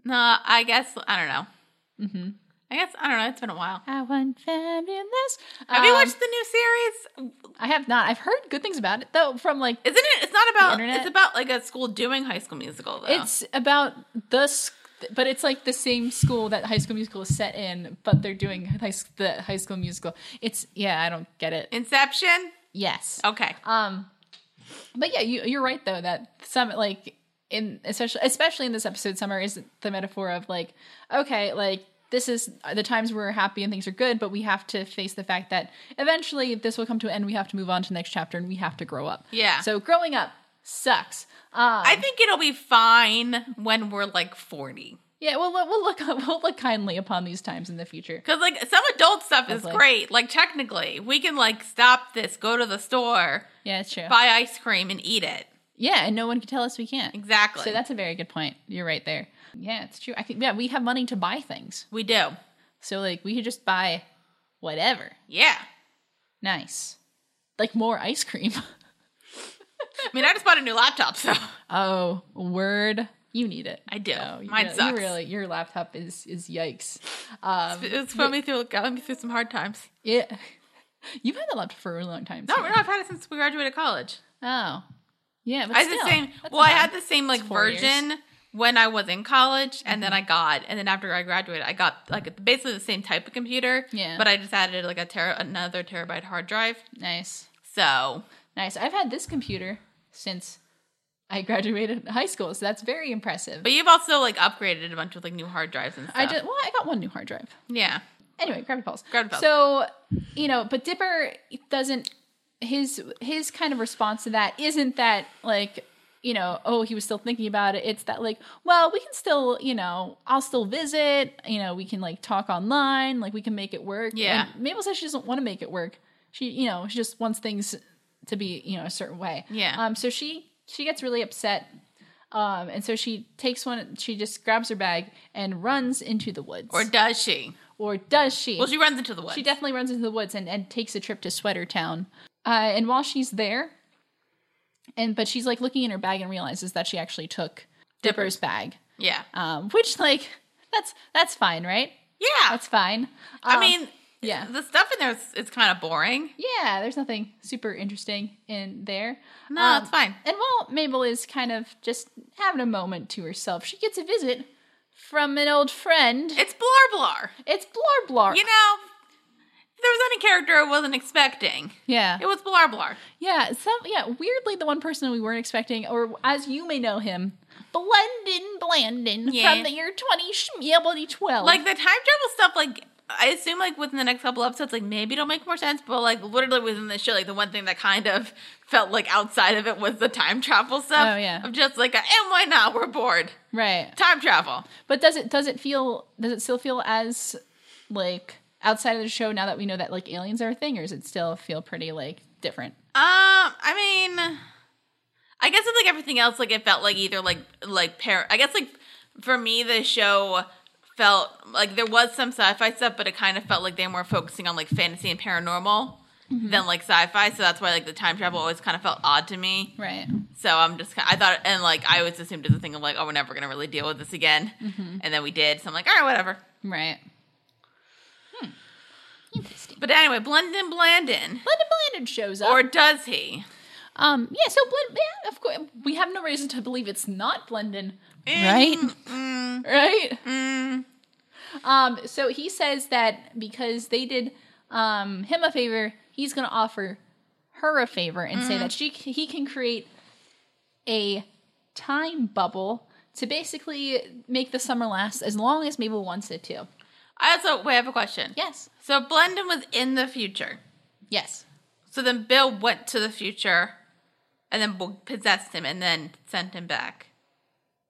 Speaker 2: nah. I guess I don't know.
Speaker 1: Mm-hmm.
Speaker 2: I guess I don't know. It's been a while.
Speaker 1: I want fabulous.
Speaker 2: Have you
Speaker 1: Um,
Speaker 2: watched the new series?
Speaker 1: I have not. I've heard good things about it though. From like
Speaker 2: Isn't it? It's not about.
Speaker 1: internet?
Speaker 2: It's about like a school doing High School Musical. Though.
Speaker 1: It's about the, s- but it's like the same school that High School Musical is set in, but they're doing high, s- the High School Musical. It's yeah, I don't get it.
Speaker 2: Inception.
Speaker 1: Yes.
Speaker 2: Okay.
Speaker 1: Um, but yeah, you, you're right though that some like in especially especially in this episode, summer is the metaphor of like okay, like this is the times we're happy and things are good, but we have to face the fact that eventually this will come to an end. We have to move on to the next chapter and we have to grow up.
Speaker 2: Yeah.
Speaker 1: So growing up sucks. Um,
Speaker 2: I think it'll be fine when we're like forty.
Speaker 1: Yeah, we'll look- we'll look [LAUGHS] we'll look kindly upon these times in the future.
Speaker 2: Because like some adult stuff is
Speaker 1: Lovely.
Speaker 2: great. Like technically, we can like stop this, go to the store,
Speaker 1: Yeah, it's true.
Speaker 2: buy ice cream, and eat it.
Speaker 1: Yeah, and no one can tell us we can't.
Speaker 2: Exactly.
Speaker 1: So that's a very good point. You're right there. Yeah, it's true. I can, yeah, we have money to buy things,
Speaker 2: we do.
Speaker 1: so like we could just buy whatever.
Speaker 2: Yeah.
Speaker 1: Nice, like more ice cream. [LAUGHS]
Speaker 2: I mean, I just bought a new laptop, so [LAUGHS]
Speaker 1: oh, word. You need it.
Speaker 2: I do.
Speaker 1: Oh, you
Speaker 2: Mine
Speaker 1: really,
Speaker 2: sucks.
Speaker 1: You really, your laptop is is yikes. Um, [LAUGHS]
Speaker 2: it's put me through got me through some hard times.
Speaker 1: yeah, [LAUGHS] you've had a laptop for a really long time.
Speaker 2: No,
Speaker 1: so-
Speaker 2: no, I've had it since we graduated college.
Speaker 1: Oh, yeah. But
Speaker 2: I had
Speaker 1: still,
Speaker 2: the same.
Speaker 1: that's
Speaker 2: Well, I
Speaker 1: not
Speaker 2: had
Speaker 1: bad.
Speaker 2: the same like
Speaker 1: four years. Mm-hmm.
Speaker 2: version when I was in college, and then I got, and then after I graduated, I got like basically the same type of computer.
Speaker 1: Yeah.
Speaker 2: But I just added like a ter- another terabyte hard drive.
Speaker 1: nice.
Speaker 2: So
Speaker 1: Nice. I've had this computer since I [LAUGHS] graduated high school, so that's very impressive.
Speaker 2: But you've also like upgraded a bunch of like new hard drives and stuff.
Speaker 1: I did well. I got one new hard drive.
Speaker 2: Yeah.
Speaker 1: Anyway, Gravity Falls.
Speaker 2: Gravity Falls.
Speaker 1: So you know, but Dipper doesn't. His his kind of response to that isn't that like you know oh he was still thinking about it. It's that like well we can still you know I'll still visit. You know we can like talk online. Like we can make it work.
Speaker 2: Yeah.
Speaker 1: And Mabel says she doesn't want to make it work. She you know she just wants things to be you know a certain way.
Speaker 2: Yeah.
Speaker 1: Um. So she she gets really upset. Um, and so she takes one, she just grabs her bag and runs into the woods.
Speaker 2: Or does she?
Speaker 1: or does she?
Speaker 2: Well, she runs into the woods.
Speaker 1: she definitely runs into the woods and, and takes a trip to Sweater Town. Uh, and while she's there, and but she's like looking in her bag and realizes that she actually took Dipper's bag,
Speaker 2: Yeah.
Speaker 1: um, which like that's that's fine, right?
Speaker 2: Yeah.
Speaker 1: That's fine.
Speaker 2: I
Speaker 1: Um,
Speaker 2: mean,
Speaker 1: yeah.
Speaker 2: the stuff in there is it's kind of boring.
Speaker 1: yeah, there's nothing super interesting in there.
Speaker 2: No,
Speaker 1: Um,
Speaker 2: it's fine.
Speaker 1: And while Mabel is kind of just having a moment to herself, she gets a visit from an old friend.
Speaker 2: It's blar blar.
Speaker 1: It's Blar Blar.
Speaker 2: You know, if there was any character I wasn't expecting,
Speaker 1: yeah.
Speaker 2: it was blar blar.
Speaker 1: Yeah, some yeah, weirdly the one person we weren't expecting, or as you may know him, Blendon Blandon
Speaker 2: Yeah.
Speaker 1: from the year twenty schmeebly twelve.
Speaker 2: Like the time travel stuff, like I assume like within the next couple episodes, like maybe it'll make more sense. But like literally within the show, like the one thing that kind of [LAUGHS] felt like outside of it was the time travel stuff.
Speaker 1: Oh, yeah.
Speaker 2: of just like, a, and why not? We're bored.
Speaker 1: Right.
Speaker 2: Time travel.
Speaker 1: But does it does it feel does it still feel as like outside of the show now that we know that like aliens are a thing, or does it still feel pretty like different?
Speaker 2: Um, I mean, I guess with like everything else, like it felt like either like like par. I guess like for me, the show felt like there was some sci-fi stuff, but it kind of felt like they were focusing on like fantasy and paranormal than like sci-fi. So that's why like the time travel always kind of felt odd to me.
Speaker 1: Right.
Speaker 2: So I'm just kind I thought and like I always assumed it's a thing of like oh we're never gonna really deal with this again, and then we did. So I'm like all right whatever.
Speaker 1: Right. Hmm. Interesting.
Speaker 2: But anyway, Blendon Blandon,
Speaker 1: Blended Blanded shows up.
Speaker 2: or does he?
Speaker 1: um. Yeah. So blend. Yeah. Of course, we have no reason to believe it's not Blendon. Right.
Speaker 2: Mm,
Speaker 1: Right.
Speaker 2: mm,
Speaker 1: Um. So he says that because they did um him a favor, he's going to offer her a favor and say that she c- he can create a time bubble to basically make the summer last as long as Mabel wants it to.
Speaker 2: I also wait, I have a question.
Speaker 1: Yes.
Speaker 2: So Blendon was in the future.
Speaker 1: Yes.
Speaker 2: So then Bill went to the future, and then b- possessed him, and then sent him back.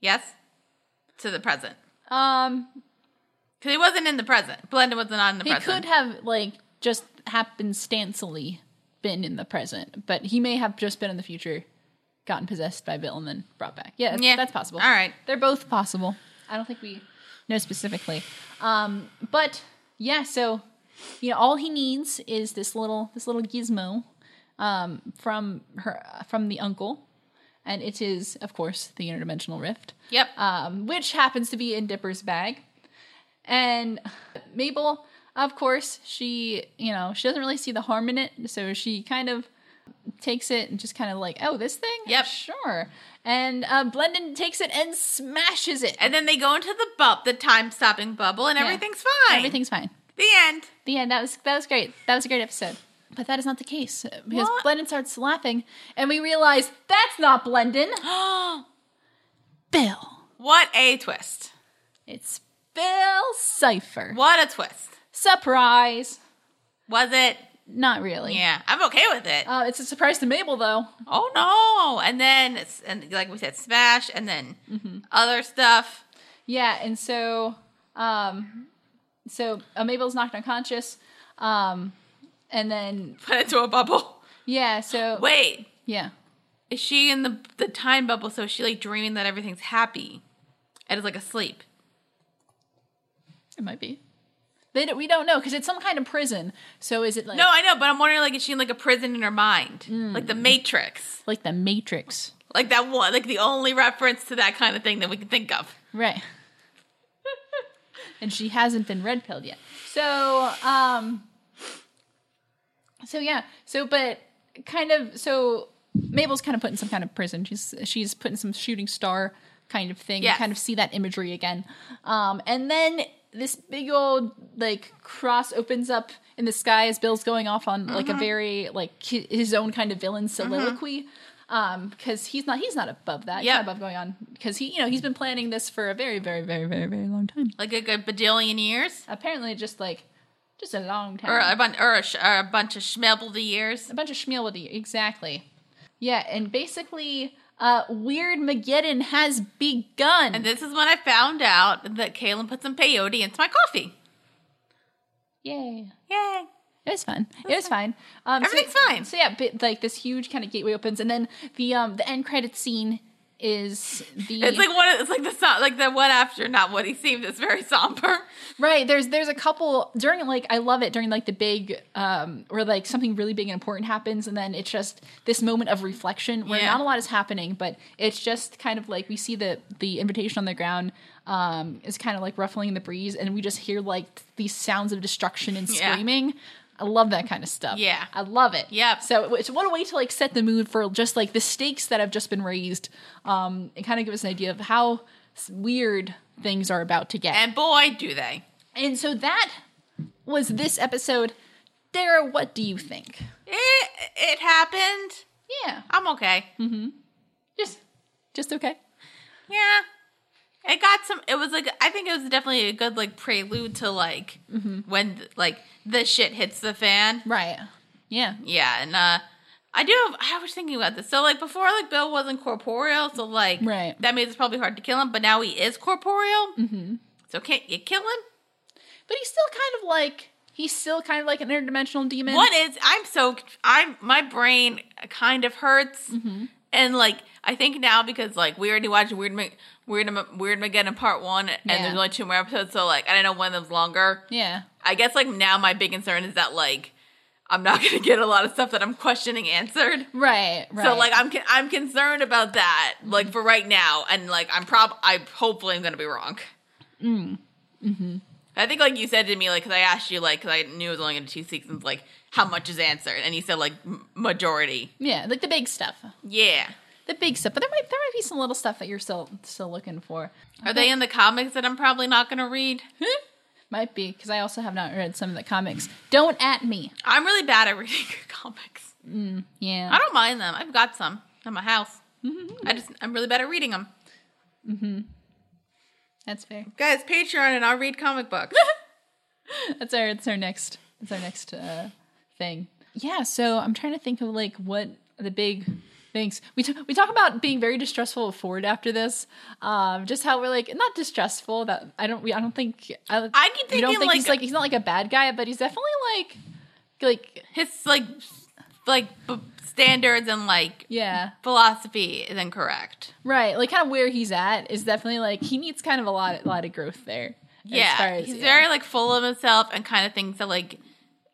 Speaker 2: Yes, to the present
Speaker 1: Um.
Speaker 2: because he wasn't in the present. Blendon was not in the
Speaker 1: He
Speaker 2: present.
Speaker 1: could have like just happenstancely been in the present, but he may have just been in the future, gotten possessed by Bill and then brought back. Yeah, that's,
Speaker 2: Yeah.
Speaker 1: that's possible.
Speaker 2: All right.
Speaker 1: they're both possible. I don't think we know specifically, um, but yeah. So you know, all he needs is this little this little gizmo um, from her from the uncle, and it is of course the interdimensional rift
Speaker 2: Yep.
Speaker 1: um, which happens to be in Dipper's bag. And Mabel, of course, she you know she doesn't really see the harm in it, so she kind of takes it and just kind of like, oh, this thing,
Speaker 2: Yep.
Speaker 1: sure. And uh, Blendon takes it and smashes it.
Speaker 2: and then they go into the bub, the time stopping bubble, and everything's fine.
Speaker 1: Everything's fine.
Speaker 2: The
Speaker 1: [GASPS]
Speaker 2: end.
Speaker 1: The end. That was that was great. That was a great episode. But that is not the case because
Speaker 2: What?
Speaker 1: Blendon starts laughing, and we realize that's not
Speaker 2: [GASPS]
Speaker 1: Blendon. Bill.
Speaker 2: what a twist!
Speaker 1: It's Bill Cipher.
Speaker 2: What a twist!
Speaker 1: Surprise.
Speaker 2: Was it?
Speaker 1: Not really.
Speaker 2: Yeah, I'm okay with it.
Speaker 1: Uh, it's a surprise to Mabel, though.
Speaker 2: oh no! And then it's- and like we said, smash, and then
Speaker 1: Mm-hmm.
Speaker 2: other stuff. [LAUGHS]
Speaker 1: Yeah, and so, um, so uh, Mabel's knocked unconscious, um, and then
Speaker 2: put into a bubble.
Speaker 1: yeah, so
Speaker 2: Wait,
Speaker 1: yeah,
Speaker 2: is she in the the time bubble? So is she like dreaming that everything's happy, and is like asleep?
Speaker 1: it might be. They don't, we don't know because it's some kind of prison. So is it like
Speaker 2: No, I know, but I'm wondering like is she in like a prison in her mind, like the Matrix,
Speaker 1: like the Matrix?
Speaker 2: like that one, like the only reference to that kind of thing that we can think of.
Speaker 1: Right. and she hasn't been red pilled yet. So, um So yeah. So but kind of so Mabel's kind of put in some kind of prison. She's she's put in some shooting star kind of thing. You
Speaker 2: Yes.
Speaker 1: kind of see that imagery again. Um and then this big old like cross opens up in the sky as Bill's going off on like a very like hi- his own kind of villain soliloquy. Um, because he's not he's not above that. He's not
Speaker 2: Yep.
Speaker 1: above going on because he you know he's been planning this for a very very very very very long time
Speaker 2: Like a good bajillion years,
Speaker 1: apparently just like just a long time
Speaker 2: or a bunch, or a, sh- or a bunch of schmelbledy years.
Speaker 1: a bunch of schmeality exactly yeah and basically uh weird mageddon has begun
Speaker 2: And this is when I found out that Kaylin put some peyote into my coffee.
Speaker 1: yay
Speaker 2: Yay!
Speaker 1: it was fun it was fine um so-
Speaker 2: Everything's fine.
Speaker 1: so yeah but, like this huge kind of gateway opens and then the um the end credit scene is the
Speaker 2: It's like one. of- It's like the so- like the one after, not what he seemed. It's very somber.
Speaker 1: Right. There's there's a couple during like I love it during like the big um or like something really big and important happens and then it's just this moment of reflection where
Speaker 2: Yeah.
Speaker 1: not a lot is happening, but it's just kind of like we see the the invitation on the ground um is kind of like ruffling in the breeze and we just hear like these sounds of destruction and
Speaker 2: Yeah.
Speaker 1: screaming. I love that kind of stuff.
Speaker 2: Yeah.
Speaker 1: I love it.
Speaker 2: Yep.
Speaker 1: So it's one way to like set the mood for just like the stakes that have just been raised, um, and kind of give us an idea of how s- weird things are about to get.
Speaker 2: And boy, do they.
Speaker 1: And so that was this episode. Dara, what do you think?
Speaker 2: It it happened.
Speaker 1: Yeah.
Speaker 2: I'm okay.
Speaker 1: Just just okay.
Speaker 2: Yeah. It got some. It was like I think it was definitely a good like prelude to like when like the shit hits the fan.
Speaker 1: Right. Yeah.
Speaker 2: Yeah, and uh I do have I was thinking about this. So like before like Bill wasn't corporeal, so like
Speaker 1: Right.
Speaker 2: that means it's probably hard to kill him, but now he is corporeal. Mm-hmm. So can't you kill him?
Speaker 1: But he's still kind of like he's still kind of like an interdimensional demon.
Speaker 2: What is I'm so I'm my brain kind of hurts. And like I think now because like we already watched Weird Ma- Weird Ma- Weird Mageddon part 1 and
Speaker 1: Yeah.
Speaker 2: there's only two more episodes, so like I don't know one of them's longer.
Speaker 1: Yeah.
Speaker 2: I guess like now my big concern is that like I'm not [LAUGHS] going to get a lot of stuff that I'm questioning answered.
Speaker 1: Right. Right.
Speaker 2: So like I'm con- I'm concerned about that like for right now and like I'm prob I hopefully I'm gonna be wrong. Mm. Mm-hmm. I think like you said to me like because I asked you like because I knew it was only gonna be two seasons like how much is answered and you said like m- majority.
Speaker 1: yeah, like the big stuff,
Speaker 2: Yeah.
Speaker 1: the big stuff. But there might there might be some little stuff that you're still still looking for. Hmm?
Speaker 2: Are they in the comics that I'm probably not gonna read?
Speaker 1: Might be because I also have not read some of the comics. Don't at me.
Speaker 2: I'm really bad at [LAUGHS] reading comics.
Speaker 1: Yeah.
Speaker 2: I don't mind them. I've got some in my house. I just I'm really bad at reading them.
Speaker 1: That's fair.
Speaker 2: Guys, Patreon and I'll read comic books.
Speaker 1: That's our that's our next that's our next uh, thing. Yeah, so I'm trying to think of like what the big things we t- we talk about being very distrustful of Ford after this. Um, just how we're like not distrustful that I don't we I don't think I,
Speaker 2: [LAUGHS] I keep
Speaker 1: we don't
Speaker 2: thinking,
Speaker 1: think he's
Speaker 2: like-
Speaker 1: like he's not like a bad guy, but he's definitely like like
Speaker 2: His like s- like b- standards and like
Speaker 1: yeah
Speaker 2: philosophy is incorrect.
Speaker 1: right like kind of where he's at is definitely like he needs kind of a lot a lot of growth there. as far
Speaker 2: Yeah,
Speaker 1: as-
Speaker 2: he's
Speaker 1: yeah.
Speaker 2: very like full of himself and kind of thinks that like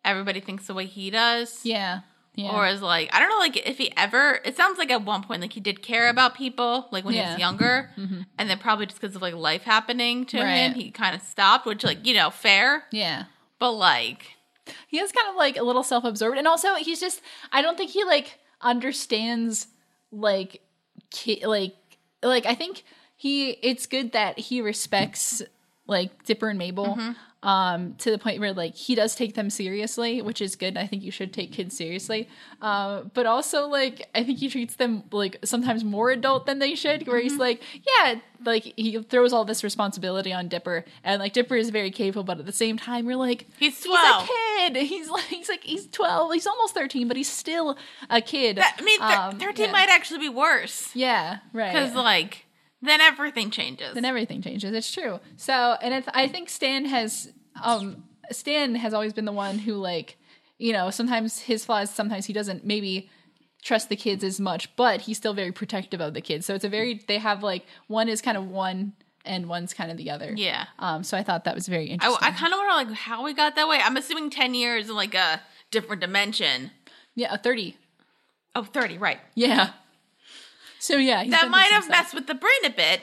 Speaker 2: everybody thinks the way he does.
Speaker 1: yeah yeah
Speaker 2: Or is like I don't know like if he ever it sounds like at one point like he did care about people like when he
Speaker 1: Yeah. Mm-hmm.
Speaker 2: was
Speaker 1: [LAUGHS]
Speaker 2: younger and then probably just because of like life happening to
Speaker 1: Right.
Speaker 2: him he kind of stopped which like you know fair
Speaker 1: yeah.
Speaker 2: but like
Speaker 1: he is kind of like a little self-absorbed and also he's just i don't think he like understands like ki- like like i think he it's good that he respects like dipper and mabel
Speaker 2: Mm-hmm.
Speaker 1: um to the point where like he does take them seriously which is good i think you should take kids seriously uh, but also like i think he treats them like sometimes more adult than they should where
Speaker 2: Mm-hmm.
Speaker 1: he's like yeah like he throws all this responsibility on dipper and like dipper is very capable but at the same time you're like
Speaker 2: he's
Speaker 1: he's
Speaker 2: twelve.
Speaker 1: a kid. [LAUGHS] He's like he's like he's twelve. He's almost thirteen, but he's still a kid.
Speaker 2: That- I mean, thir-
Speaker 1: Um,
Speaker 2: thirteen
Speaker 1: yeah.
Speaker 2: might actually be worse
Speaker 1: Yeah, right.
Speaker 2: because like then everything changes.
Speaker 1: then everything changes. It's true. So, and it's, I think Stan has um Stan has always been the one who like you know sometimes his flaws, sometimes he doesn't maybe trust the kids as much, but he's still very protective of the kids. So it's a very they have like one is kind of one and one's kind of the other.
Speaker 2: yeah.
Speaker 1: Um. So I thought that was very
Speaker 2: I,
Speaker 1: interesting.
Speaker 2: Oh, I kind of wonder like how we got that way. I'm assuming 10 years in like a different dimension.
Speaker 1: yeah. Thirty.
Speaker 2: Oh, 30, right.
Speaker 1: Yeah. So yeah, he's
Speaker 2: That
Speaker 1: done
Speaker 2: might
Speaker 1: some
Speaker 2: have
Speaker 1: stuff.
Speaker 2: messed with the brain a bit.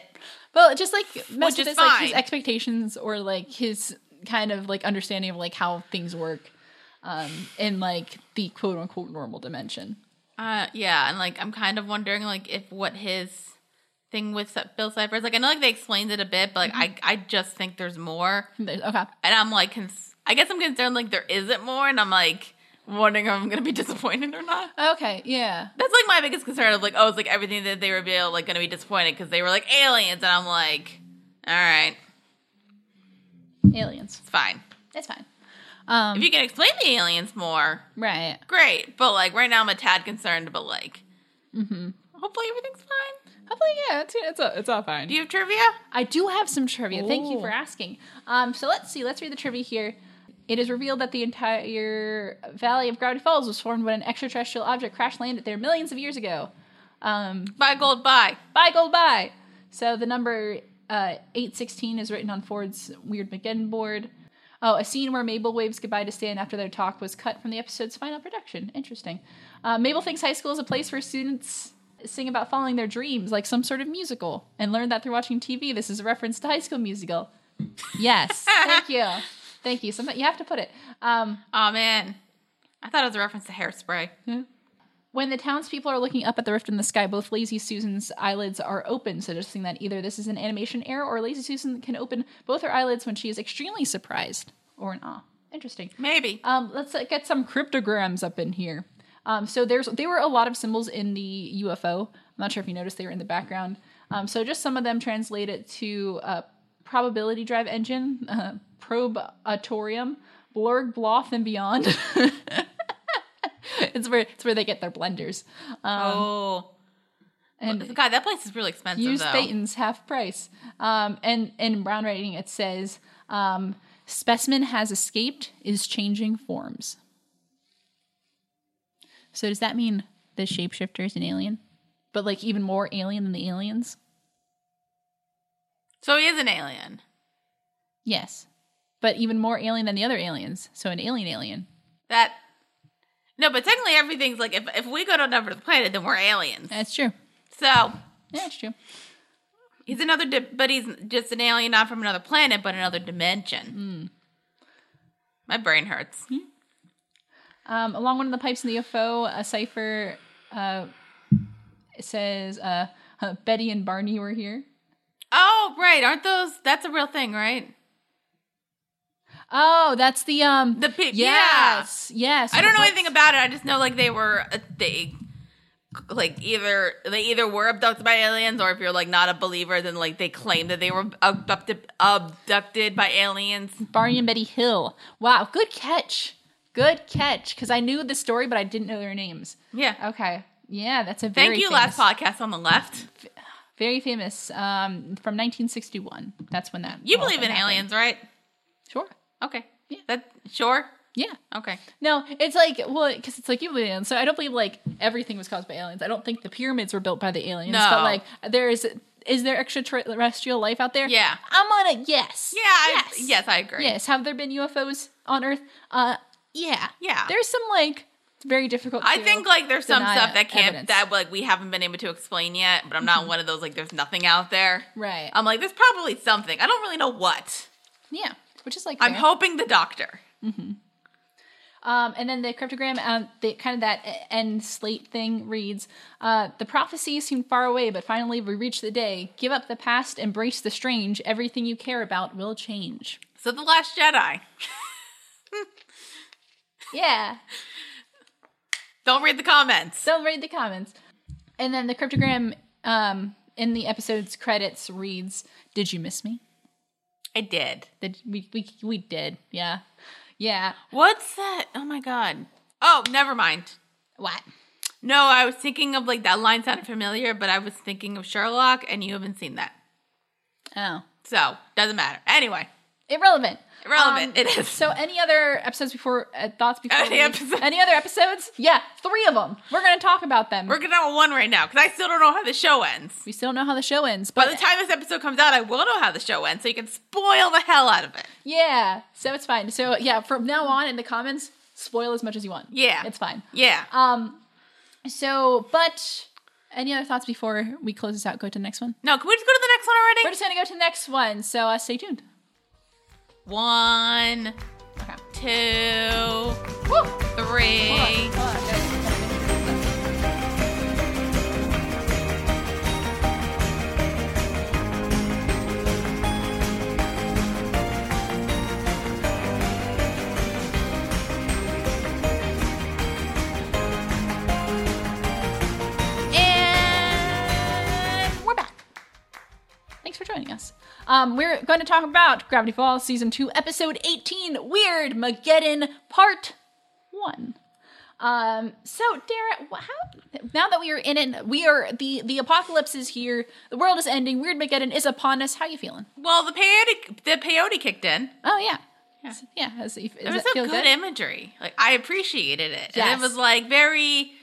Speaker 1: Well, just like mess
Speaker 2: Which
Speaker 1: with
Speaker 2: is
Speaker 1: his, like, his
Speaker 2: fine.
Speaker 1: expectations or like his kind of like understanding of like how things work um in like the quote unquote normal dimension.
Speaker 2: Uh, yeah, and like I'm kind of wondering like if what his thing with Sa- Bill Cipher's like I know like they explained it a bit, but like I I just think there's more,
Speaker 1: There's, okay.
Speaker 2: and I'm like cons- I guess I'm concerned like there isn't more, and I'm like wondering if I'm gonna be [LAUGHS] disappointed or not.
Speaker 1: Okay, yeah.
Speaker 2: That's like my biggest concern of like oh it's like everything that they reveal like gonna be disappointed because they were like aliens, and I'm like all right,
Speaker 1: Aliens.
Speaker 2: it's fine.
Speaker 1: It's fine.
Speaker 2: If
Speaker 1: Um
Speaker 2: you can explain the aliens more,
Speaker 1: right.
Speaker 2: great. But like right now, I'm a tad concerned. But like,
Speaker 1: Mm-hmm.
Speaker 2: hopefully everything's fine.
Speaker 1: Hopefully yeah, it's it's all, it's all fine.
Speaker 2: Do you have trivia?
Speaker 1: I do have some trivia. Thank you
Speaker 2: Ooh.
Speaker 1: for asking. Um, so let's see. Let's read the trivia here. It is revealed that the entire valley of Gravity Falls was formed when an extraterrestrial object crash landed there millions of years ago. Um,
Speaker 2: Buy gold, buy.
Speaker 1: Bye, gold, bye. So the number uh, 816 is written on Ford's Weird McGinn board. Oh, a scene where Mabel waves goodbye to Stan after their talk was cut from the episode's final production. Interesting. Uh, Mabel thinks high school is a place where students sing about following their dreams, like some sort of musical, and learn that through watching TV. This is a reference to High School Musical. Yes, thank you, thank you. Something you have to put it. Um,
Speaker 2: Oh man, I thought it was a reference to hairspray.
Speaker 1: When the townspeople are looking up at the rift in the sky, both Lazy Susan's eyelids are open, suggesting that either this is an animation error or Lazy Susan can open both her eyelids when she is extremely surprised or in awe. Interesting.
Speaker 2: Maybe.
Speaker 1: Um, let's uh, get some cryptograms up in here. Um, so there's there were a lot of symbols in the UFO. I'm not sure if you noticed they were in the background. Um, so just some of them translate it to uh, probability drive engine, uh, probatorium, blurg bloth, and beyond. [LAUGHS] it's where it's where they get their blenders. Um,
Speaker 2: oh,
Speaker 1: and
Speaker 2: God, that place is really expensive.
Speaker 1: Use
Speaker 2: though.
Speaker 1: Thetans half price. Um, and in brown writing, it says um, specimen has escaped, is changing forms. So does that mean the shapeshifter is an alien, but like even more alien than the aliens?
Speaker 2: So he is an alien.
Speaker 1: Yes, but even more alien than the other aliens. So an alien alien.
Speaker 2: That no, but technically everything's like if if we go to another planet, then we're aliens.
Speaker 1: That's true.
Speaker 2: So
Speaker 1: Yeah, that's true.
Speaker 2: he's another, di- but he's just an alien not from another planet, but another
Speaker 1: Hmm.
Speaker 2: dimension. My brain hurts.
Speaker 1: Um, along one of the pipes in the UFO, a cipher uh, says uh, [LAUGHS] Betty and Barney were here.
Speaker 2: Oh, right, aren't those? That's a real thing, right?
Speaker 1: Oh, that's the um
Speaker 2: The pe-
Speaker 1: yes yes.
Speaker 2: I don't know anything about it. I just know like they were uh, they like either they either were abducted by aliens or if you're like not a believer then like they claim that they were abducted abducted by aliens.
Speaker 1: Barney and Betty Hill. Wow, good catch, good catch. Because I knew the story, but I didn't know their names.
Speaker 2: Yeah.
Speaker 1: Okay, yeah, that's a very
Speaker 2: Thank you
Speaker 1: famous,
Speaker 2: last podcast on the left.
Speaker 1: very famous um from 1961. That's when that
Speaker 2: You
Speaker 1: all
Speaker 2: believe
Speaker 1: that
Speaker 2: in
Speaker 1: happened.
Speaker 2: aliens, right?
Speaker 1: Sure.
Speaker 2: Okay. Yeah. That sure?
Speaker 1: Yeah.
Speaker 2: Okay.
Speaker 1: No, it's like well, because it's like you believe in aliens. So I don't believe like everything was caused by aliens. I don't think the pyramids were built by the aliens.
Speaker 2: No.
Speaker 1: But like there is is there extraterrestrial life out there?
Speaker 2: Yeah.
Speaker 1: I'm on a yes.
Speaker 2: Yeah, yes, I, yes, I agree.
Speaker 1: Yes. Have there been UFOs on Earth? Uh, yeah.
Speaker 2: Yeah.
Speaker 1: There's some like it's very difficult.
Speaker 2: I
Speaker 1: to
Speaker 2: think like there's some
Speaker 1: deny
Speaker 2: stuff that can't
Speaker 1: evidence. Mm-hmm.
Speaker 2: that like we haven't been able to explain yet, but I'm not one of those like there's nothing out there.
Speaker 1: right.
Speaker 2: I'm like there's probably something. I don't really know what.
Speaker 1: yeah, which is like
Speaker 2: I'm
Speaker 1: fair.
Speaker 2: hoping the doctor.
Speaker 1: Um, and then the cryptogram, um, the kind of that e- end slate thing reads: uh, the prophecy seemed far away, but finally we reach the day. Give up the past, embrace the strange. Everything you care about will change.
Speaker 2: So the Last Jedi.
Speaker 1: Yeah.
Speaker 2: Don't read the comments.
Speaker 1: Don't read the comments. And then the cryptogram um, in the episode's credits reads: Did you miss me?
Speaker 2: I did.
Speaker 1: That we we we did. Yeah. Yeah.
Speaker 2: What's that? Oh my god. Oh, never mind.
Speaker 1: What?
Speaker 2: No, I was thinking of like that line sounded familiar, but I was thinking of Sherlock, and you haven't seen that,
Speaker 1: Oh.
Speaker 2: so doesn't matter. Anyway,
Speaker 1: Irrelevant. Um,
Speaker 2: Irrelevant, it is.
Speaker 1: So, any other episodes before uh, thoughts before
Speaker 2: Any
Speaker 1: we-
Speaker 2: episodes.
Speaker 1: any other episodes? Yeah, three of them. We're gonna talk about them.
Speaker 2: we're gonna have one right now because I still don't know how the show ends.
Speaker 1: we still don't know how the show ends,
Speaker 2: By
Speaker 1: but
Speaker 2: the time this episode comes out, I will know how the show ends, so you can spoil the hell out of it.
Speaker 1: yeah, so it's fine. So yeah, from now on in the comments, spoil as much as you want.
Speaker 2: Yeah.
Speaker 1: it's fine.
Speaker 2: Yeah.
Speaker 1: Um, so but any other thoughts before we close this out? Go to the next one.
Speaker 2: no, can we just go to the next one already?
Speaker 1: We're just gonna go to the next one. So uh, stay tuned.
Speaker 2: One,
Speaker 1: Okay.
Speaker 2: two,
Speaker 1: Woo!
Speaker 2: three.
Speaker 1: Hold on, hold on.
Speaker 2: And
Speaker 1: We're back. Thanks for joining us. Um, we're going to talk about Gravity Falls Season 2, Episode 18 Weird Mageddon Part 1. Um, so, Dara, wh- how, now that we are in it, we are the the apocalypse is here, the world is ending, Weird Mageddon is upon us. How you feeling?
Speaker 2: well, the peyote the peyote kicked in.
Speaker 1: Oh, yeah. Yeah. yeah. Does, does
Speaker 2: It was
Speaker 1: that
Speaker 2: some
Speaker 1: feel
Speaker 2: good, imagery. Like I appreciated it. And
Speaker 1: Yes.
Speaker 2: it was like very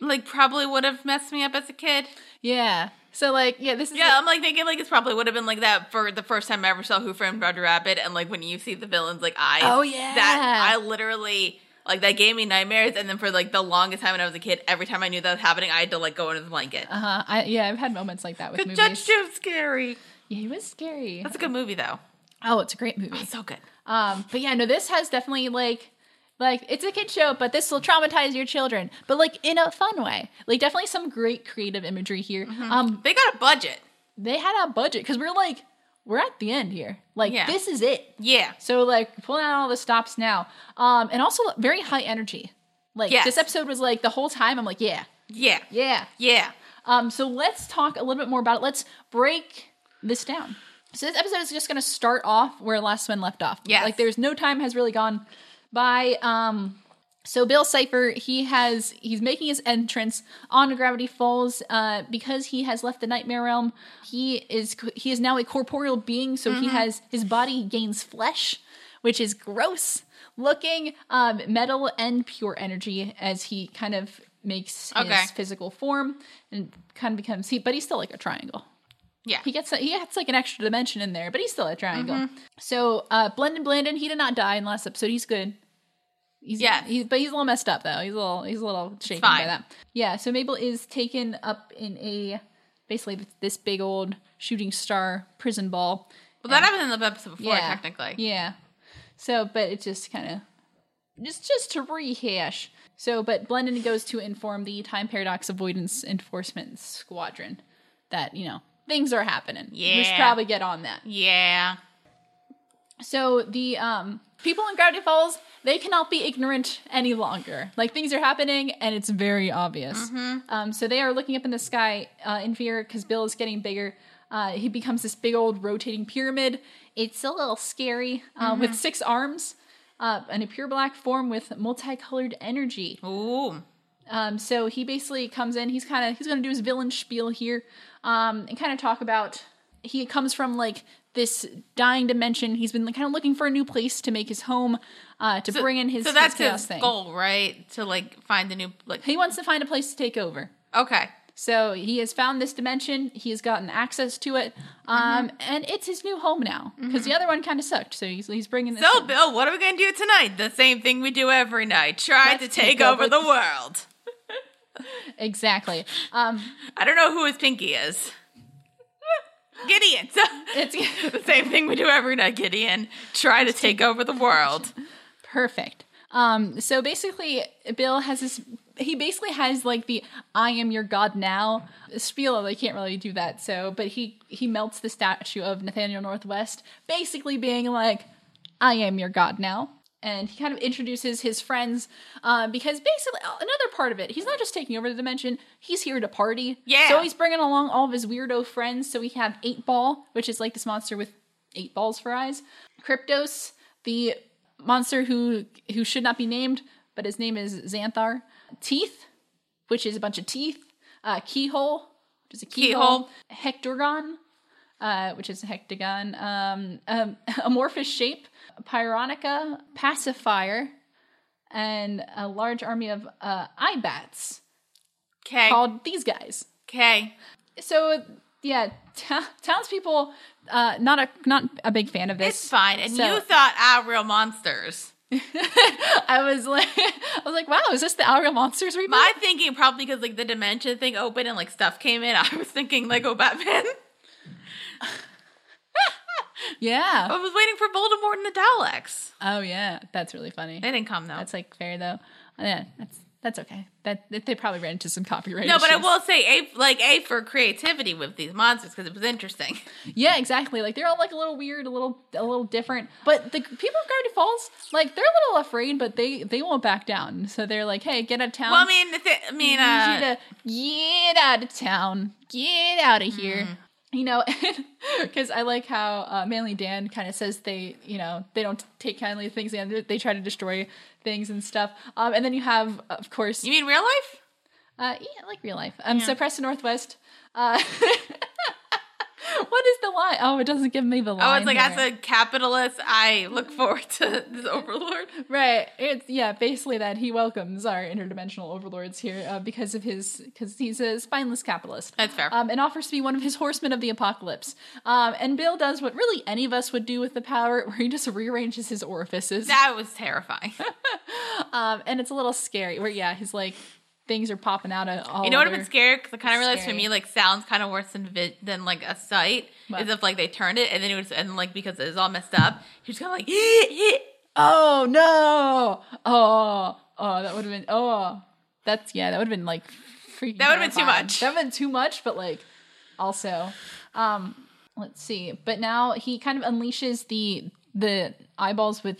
Speaker 2: like probably would have messed me up as a kid.
Speaker 1: yeah. So, like, yeah, this is.
Speaker 2: Yeah, I'm like thinking like it's probably would have been like that for the first time I ever saw Who Framed Roger Rabbit and like when you see the villain's like eyes.
Speaker 1: Oh, yeah.
Speaker 2: That I literally like that gave me nightmares and then for like the longest time when I was a kid, every time I knew that was happening, I had to like go under the blanket.
Speaker 1: Uh huh. I, yeah, I've had moments like that with
Speaker 2: Good
Speaker 1: movies.
Speaker 2: Judge Joe's scary.
Speaker 1: Yeah, it was scary.
Speaker 2: That's a good movie though.
Speaker 1: Oh, it's a great movie.
Speaker 2: So good.
Speaker 1: Um, but yeah, no, this has definitely like like it's a kid show, but this will traumatize your children, but like in a fun way. Like definitely some great creative imagery here.
Speaker 2: Mm-hmm.
Speaker 1: Um,
Speaker 2: They got a budget.
Speaker 1: they had a budget because we're like we're at the end here. Like
Speaker 2: Yeah.
Speaker 1: this is it.
Speaker 2: Yeah.
Speaker 1: So like pulling out all the stops now. Um, and also very high energy. Like
Speaker 2: Yes.
Speaker 1: this episode was like the whole time I'm like yeah,
Speaker 2: Yeah.
Speaker 1: yeah.
Speaker 2: Yeah.
Speaker 1: Um, so let's talk a little bit more about it. Let's break this down. So this episode is just going to start off where last one left off.
Speaker 2: Yes.
Speaker 1: like there's no time has really gone by. Um, so Bill Cipher, he has he's making his entrance on Gravity Falls uh, because he has left the Nightmare Realm. He is he is now a corporeal being, so he has his body gains flesh, which is gross looking um, metal and pure energy as he kind of makes his
Speaker 2: Okay.
Speaker 1: physical form and kind of becomes he, but he's still like a triangle.
Speaker 2: Yeah. Mm-hmm.
Speaker 1: He gets he gets like an extra dimension in there, but he's still a triangle. So uh Blendon Blandon, he did not die in the last episode. He's good. He's,
Speaker 2: Yeah.
Speaker 1: he's, but he's a little messed up though. He's a little he's a little shaken by
Speaker 2: fine.
Speaker 1: that. Yeah, so Mabel is taken up in a basically this big old shooting star prison ball.
Speaker 2: Well, that happened in the episode before,
Speaker 1: yeah,
Speaker 2: technically.
Speaker 1: Yeah. So, but it just kind of just just to rehash. So, but Blendon goes to inform the Time Paradox Avoidance Enforcement Squadron that you know things are happening. we should
Speaker 2: Yeah.
Speaker 1: probably get on that.
Speaker 2: Yeah.
Speaker 1: So the um people in Gravity Falls they cannot be ignorant any longer. Like things are happening and it's very obvious. Um, so they are looking up in the sky uh, in fear because Bill is getting bigger. Uh, he becomes this big old rotating pyramid. It's a little scary uh, with six arms. Uh, and a pure black form with multicolored energy.
Speaker 2: Ooh.
Speaker 1: Um, so he basically comes in. He's kind of he's going to do his villain spiel here, um, and kind of talk about he comes from like this dying dimension. He's been kind of looking for a new place to make his home, uh, to bring in his
Speaker 2: So that's
Speaker 1: his chaos
Speaker 2: his
Speaker 1: thing.
Speaker 2: goal, right? To like find the new like.
Speaker 1: He wants to find a place to take over.
Speaker 2: Okay.
Speaker 1: So he has found this dimension. He has gotten access to it,
Speaker 2: Mm-hmm.
Speaker 1: um, and it's his new home now because the other one kind of sucked. So he's he's bringing this.
Speaker 2: So
Speaker 1: home.
Speaker 2: Bill, what are we gonna do tonight? The same thing we do every night. Try
Speaker 1: Let's
Speaker 2: to take,
Speaker 1: take over
Speaker 2: over, the
Speaker 1: the-
Speaker 2: world. [LAUGHS]
Speaker 1: exactly. Um,
Speaker 2: I don't know who his pinky is. [LAUGHS] Gideon. [LAUGHS]
Speaker 1: it's.
Speaker 2: the same thing we do every night, Gideon. Try to take over the world.
Speaker 1: Perfect. Um, so basically, Bill has this. He basically has like the "I am your god now" spiel. They can't really do that. So, but he he melts the statue of Nathaniel Northwest, basically being like, "I am your god now." And he kind of introduces his friends uh, because basically another part of it, he's not just taking over the dimension; he's here to party.
Speaker 2: Yeah.
Speaker 1: So he's bringing along all of his weirdo friends. So we have Eight Ball, which is like this monster with eight balls for eyes. Kryptos, the monster who who should not be named, but his name is Xanthar. Teeth, which is a bunch of teeth. Uh, keyhole, which is a keyhole.
Speaker 2: Keyhole.
Speaker 1: Hectagon, uh, which is a hectagon. Um, um, [LAUGHS] amorphous shape. Pyronica, pacifier, and a large army of uh, eye bats
Speaker 2: Okay.
Speaker 1: called these guys
Speaker 2: Okay.
Speaker 1: so yeah, ta townspeople uh, not a not a big fan of this.
Speaker 2: It's fine. And
Speaker 1: So-
Speaker 2: you thought ah real monsters.
Speaker 1: [LAUGHS] I was like, [LAUGHS] I was like, wow, is this the Alga Monsters reboot?
Speaker 2: My thinking probably because like the dimension thing opened and like stuff came in. [LAUGHS] I was thinking Lego Batman. [LAUGHS]
Speaker 1: yeah.
Speaker 2: I was waiting for Voldemort and the Daleks.
Speaker 1: Oh yeah, that's really funny.
Speaker 2: They didn't come though.
Speaker 1: That's like fair though. Uh, Yeah, that's that's okay. That, that they probably ran into some copyright.
Speaker 2: no, but I
Speaker 1: issues.
Speaker 2: will say a like a for creativity with these monsters because it was interesting. [LAUGHS]
Speaker 1: Yeah, exactly. Like they're all like a little weird, a little a little different. But the people of Gravity Falls, like they're a little afraid, but they they won't back down. So they're like, hey, get out of town.
Speaker 2: Well, I mean, the thi- I mean,
Speaker 1: need
Speaker 2: uh,
Speaker 1: you to get out of town, get out of here.
Speaker 2: Mm-hmm.
Speaker 1: You know, [LAUGHS] because I like how uh, Manly Dan kind of says they, you know, they don't take kindly to things and they- they try to destroy things and stuff. Um, and then you have, of course,
Speaker 2: you mean real life?
Speaker 1: uh, yeah, like real life. Um, So Preston Northwest. Uh, [LAUGHS] what is the line? Oh, it doesn't give me the line.
Speaker 2: Oh, it's like
Speaker 1: here.
Speaker 2: as a capitalist, I look forward to [LAUGHS] this overlord.
Speaker 1: Right. It's yeah, basically that he welcomes our interdimensional overlords here uh, because of his because he's a spineless capitalist.
Speaker 2: That's fair.
Speaker 1: Um, and offers to be one of his horsemen of the apocalypse. Um, and Bill does what really any of us would do with the power, [LAUGHS] where he just rearranges his orifices.
Speaker 2: That was
Speaker 1: [LAUGHS]
Speaker 2: terrifying.
Speaker 1: Um, and it's a little scary. Where yeah, he's like things are popping out of all.
Speaker 2: You know what would have
Speaker 1: over-
Speaker 2: been scary? Because I kind of realized
Speaker 1: scary.
Speaker 2: for me, like, sounds kind of worse than vi- than like a sight
Speaker 1: What?
Speaker 2: is if like they turned it and then it was and like because it was all messed up, he was kind of like, yeah,
Speaker 1: Oh no! Oh oh, that would have been oh that's yeah, that would have been like freaking.
Speaker 2: That would've been too
Speaker 1: terrifying.
Speaker 2: much.
Speaker 1: That would have been too much, but like also, um, let's see. But now he kind of unleashes the the eyeballs with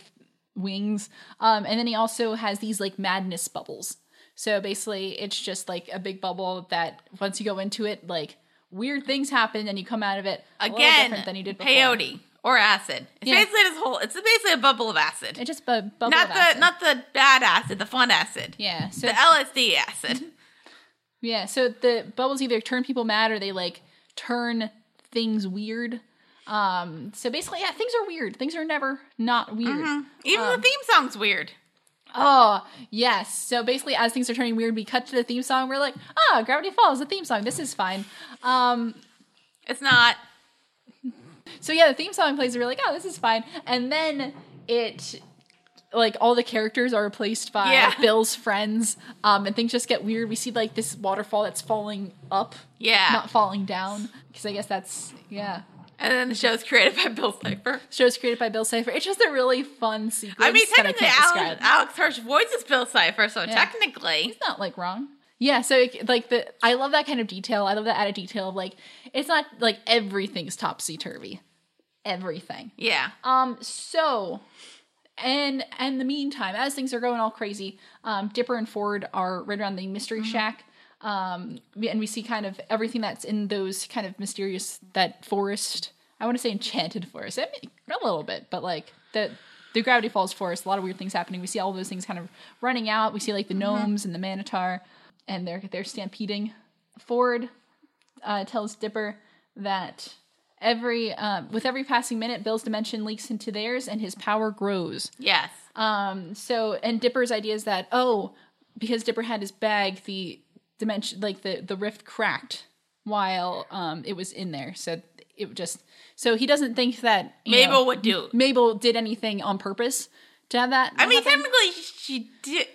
Speaker 1: wings, um, and then he also has these like madness bubbles. So basically, it's just like a big bubble that once you go into it, like weird things happen, and you come out of it a little
Speaker 2: Again,
Speaker 1: different than you did before.
Speaker 2: peyote or acid. It's
Speaker 1: Yeah.
Speaker 2: basically this whole. It's basically a bubble of acid.
Speaker 1: It's just a bubble.
Speaker 2: not
Speaker 1: of
Speaker 2: the
Speaker 1: acid.
Speaker 2: not the bad acid, the fun acid.
Speaker 1: yeah. So
Speaker 2: The LSD acid.
Speaker 1: [LAUGHS] Yeah, so the bubbles either turn people mad or they like turn things weird. Um, so basically, yeah, things are weird. Things are never not weird.
Speaker 2: Even
Speaker 1: Um.
Speaker 2: the theme song's weird.
Speaker 1: Oh, yes. So basically, as things are turning weird, we cut to the theme song. We're like, ah, Gravity Falls, the theme song. This is fine. Um,
Speaker 2: It's not.
Speaker 1: so yeah, the theme song plays. and We're like, oh, this is fine. And then it, like, all the characters are replaced by
Speaker 2: Yeah.
Speaker 1: [LAUGHS] Bill's friends, um, and things just get weird. We see like this waterfall that's falling up,
Speaker 2: Yeah.
Speaker 1: not falling down, because I guess that's yeah.
Speaker 2: and then the show's created by Bill Cipher.
Speaker 1: show's created by Bill Cipher. It's just a really fun sequence.
Speaker 2: I mean,
Speaker 1: that I
Speaker 2: technically,
Speaker 1: can't
Speaker 2: Alan,
Speaker 1: describe.
Speaker 2: Alex Hirsch voices Bill Cipher, so
Speaker 1: Yeah.
Speaker 2: technically,
Speaker 1: It's not like wrong. Yeah, so it, like the I love that kind of detail. I love that added detail of like it's not like everything's topsy turvy, everything.
Speaker 2: yeah.
Speaker 1: Um, so and and the meantime, as things are going all crazy, um, Dipper and Ford are right around the mystery shack. Um, we- and we see kind of everything that's in those kind of mysterious that forest. I want to say enchanted forest, I mean, a little bit, but like the the Gravity Falls forest. A lot of weird things happening. We see all those things kind of running out. We see like the gnomes and the manatar, and they're they're stampeding. Ford uh, tells Dipper that every um, with every passing minute, Bill's dimension leaks into theirs, and his power grows.
Speaker 2: Yes.
Speaker 1: Um, so and Dipper's idea is that oh, because Dipper had his bag, the dimension like the the rift cracked while um it was in there. So it just so he doesn't think that you
Speaker 2: Mabel
Speaker 1: know,
Speaker 2: would do.
Speaker 1: Mabel did anything on purpose to have that.
Speaker 2: I mean,
Speaker 1: happen.
Speaker 2: technically, she did.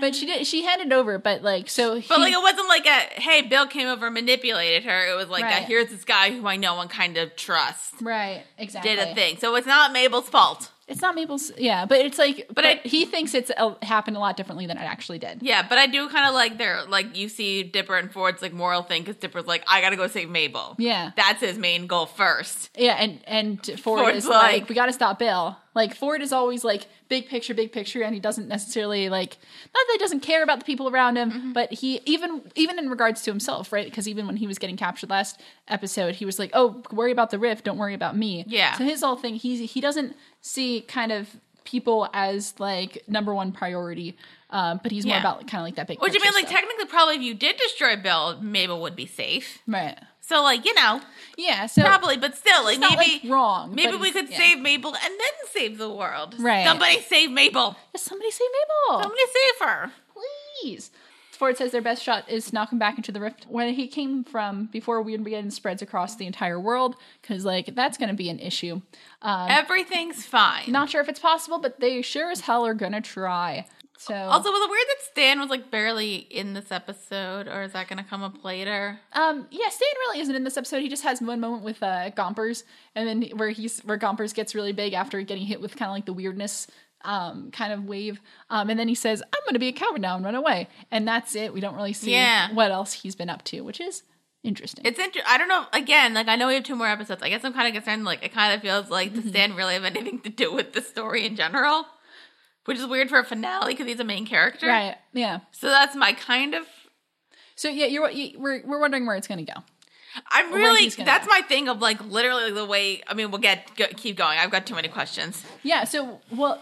Speaker 1: but she did. She handed over, but like so. He,
Speaker 2: But like, it wasn't like a hey, Bill came over and manipulated her. It was like a,
Speaker 1: Right.
Speaker 2: here's this guy who I know and kind of trust
Speaker 1: right, exactly.
Speaker 2: did a thing. So it's not Mabel's fault.
Speaker 1: It's not Mabel's. Yeah, but it's like. But,
Speaker 2: I-
Speaker 1: he thinks it's uh, happened a lot differently than it actually did.
Speaker 2: Yeah, but I do kind of like their like you see Dipper and Ford's like moral thing because Dipper's like I gotta go save Mabel.
Speaker 1: Yeah.
Speaker 2: that's his main goal first.
Speaker 1: Yeah, and and Ford
Speaker 2: Ford's
Speaker 1: is like,
Speaker 2: like-
Speaker 1: we got to stop Bill. Like Ford is always like big picture, big picture, and he doesn't necessarily like not that he doesn't care about the people around him,
Speaker 2: Mm-hmm.
Speaker 1: but he even even in regards to himself, right? Because even when he was getting captured last episode, he was like, oh, worry about the rift, don't worry about me.
Speaker 2: Yeah.
Speaker 1: So his whole thing, he he doesn't see kind of people as like number one priority, um, but he's more
Speaker 2: Yeah.
Speaker 1: about kind of like that big.
Speaker 2: Which I
Speaker 1: picture
Speaker 2: mean, like
Speaker 1: stuff.
Speaker 2: technically, probably if you did destroy Bill, Mabel would be safe.
Speaker 1: right?
Speaker 2: So like you know,
Speaker 1: Yeah. So
Speaker 2: probably, but still, like
Speaker 1: It's not,
Speaker 2: maybe
Speaker 1: like, wrong,
Speaker 2: Maybe
Speaker 1: but
Speaker 2: we
Speaker 1: it's-
Speaker 2: could
Speaker 1: yeah.
Speaker 2: save Mabel and then save the world.
Speaker 1: Right.
Speaker 2: Somebody save Mabel.
Speaker 1: somebody say Mabel.
Speaker 2: Somebody save her.
Speaker 1: please. Ford says their best shot is to knock him back into the rift where he came from before Weird Begin spreads across the entire world, because like that's going to be an issue. Um,
Speaker 2: Everything's fine.
Speaker 1: not sure if it's possible, but they sure as hell are going to try. So
Speaker 2: Also, was it weird that Stan was like barely in this episode, or is that going to come up later?
Speaker 1: Um, yeah, Stan really isn't in this episode. He just has one moment with uh, Gompers, and then where he's where Gompers gets really big after getting hit with kind of like the weirdness um, kind of wave, um, and then he says, "I'm going to be a coward now and run away," and that's it. We don't really see
Speaker 2: Yeah.
Speaker 1: what else he's been up to, which is interesting.
Speaker 2: It's interesting. I don't know. Again, like I know we have two more episodes. I guess I'm kind of concerned. Like it kind of feels like
Speaker 1: Mm-hmm.
Speaker 2: does Stan really have anything to do with the story in general? Which is weird for a finale because he's a main character.
Speaker 1: right? Yeah.
Speaker 2: So that's my kind of
Speaker 1: So yeah, you're you, we're we're wondering where it's going to go.
Speaker 2: I'm
Speaker 1: where
Speaker 2: really
Speaker 1: he's gonna
Speaker 2: that's
Speaker 1: go.
Speaker 2: my thing of like literally the way I mean we'll get go, keep going. I've got too many questions.
Speaker 1: Yeah. So well,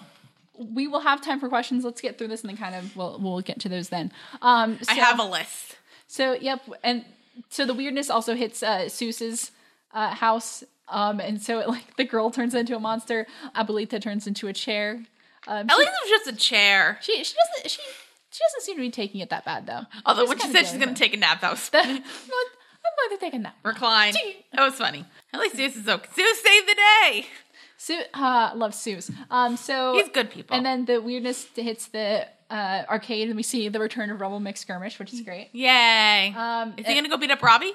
Speaker 1: we will have time for questions. Let's get through this, and then kind of we'll we'll get to those then. Um,
Speaker 2: I
Speaker 1: so-
Speaker 2: have a list.
Speaker 1: So yep, and so the weirdness also hits uh, Seuss's uh, house, um, and so it, like the girl turns into a monster, Abuelita turns into a chair. Um,
Speaker 2: At least it was just a chair.
Speaker 1: she she doesn't she she doesn't seem to be taking it that bad though.
Speaker 2: Although
Speaker 1: She's
Speaker 2: when she
Speaker 1: kinda
Speaker 2: said she's
Speaker 1: dealing
Speaker 2: going to take a nap, that was
Speaker 1: with it. [LAUGHS] I'm going to take a nap.
Speaker 2: recline.
Speaker 1: Gee.
Speaker 2: That was funny. At least Zeus is okay. Zeus saved the day.
Speaker 1: Sue, uh, love Seuss. Um, so
Speaker 2: He's good people.
Speaker 1: And then the weirdness hits the uh, arcade, and we see the return of Rubble McSkirmish, which is great. [LAUGHS]
Speaker 2: Yay.
Speaker 1: Um,
Speaker 2: is he
Speaker 1: it-
Speaker 2: going to go beat up Robbie?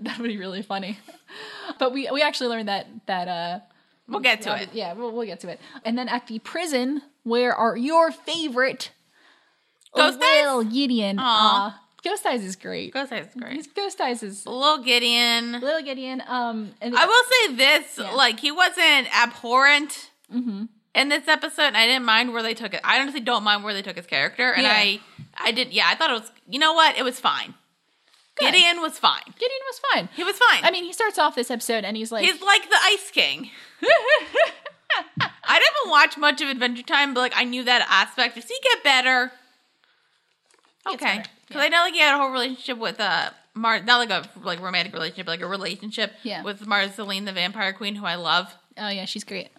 Speaker 1: that would be really funny. But we we actually learned that that uh,
Speaker 2: We'll get to it.
Speaker 1: Yeah, we'll, we'll get to it. And then at the prison, where are your favorite
Speaker 2: Ghost
Speaker 1: Well, Gideon?
Speaker 2: Aw.
Speaker 1: Uh, Ghost Eyes is great.
Speaker 2: Ghost Eyes is
Speaker 1: His
Speaker 2: great.
Speaker 1: Ghost Eyes is
Speaker 2: Little Gideon.
Speaker 1: little Gideon. Um, and
Speaker 2: I will say this:
Speaker 1: Yeah. Mm-hmm.
Speaker 2: like he wasn't abhorrent, in this episode, I didn't mind where they took it. I honestly don't mind where they took his character, and
Speaker 1: Yeah.
Speaker 2: I, I did. Yeah, I thought it was. You know what? It was fine.
Speaker 1: Good.
Speaker 2: Gideon was fine.
Speaker 1: Gideon was fine.
Speaker 2: He was fine.
Speaker 1: I mean, he starts off this episode and he's like,
Speaker 2: he's like the Ice
Speaker 1: [LAUGHS]
Speaker 2: King. I didn't watch much of Adventure Time, but like I knew that aspect. Does he get better?
Speaker 1: Gets
Speaker 2: Okay,
Speaker 1: better,
Speaker 2: because I know like he had a whole relationship with uh Mar, not like a like romantic relationship, but, like a relationship
Speaker 1: Yeah.
Speaker 2: with Marceline, the Vampire Queen, who I love.
Speaker 1: Oh yeah, she's great.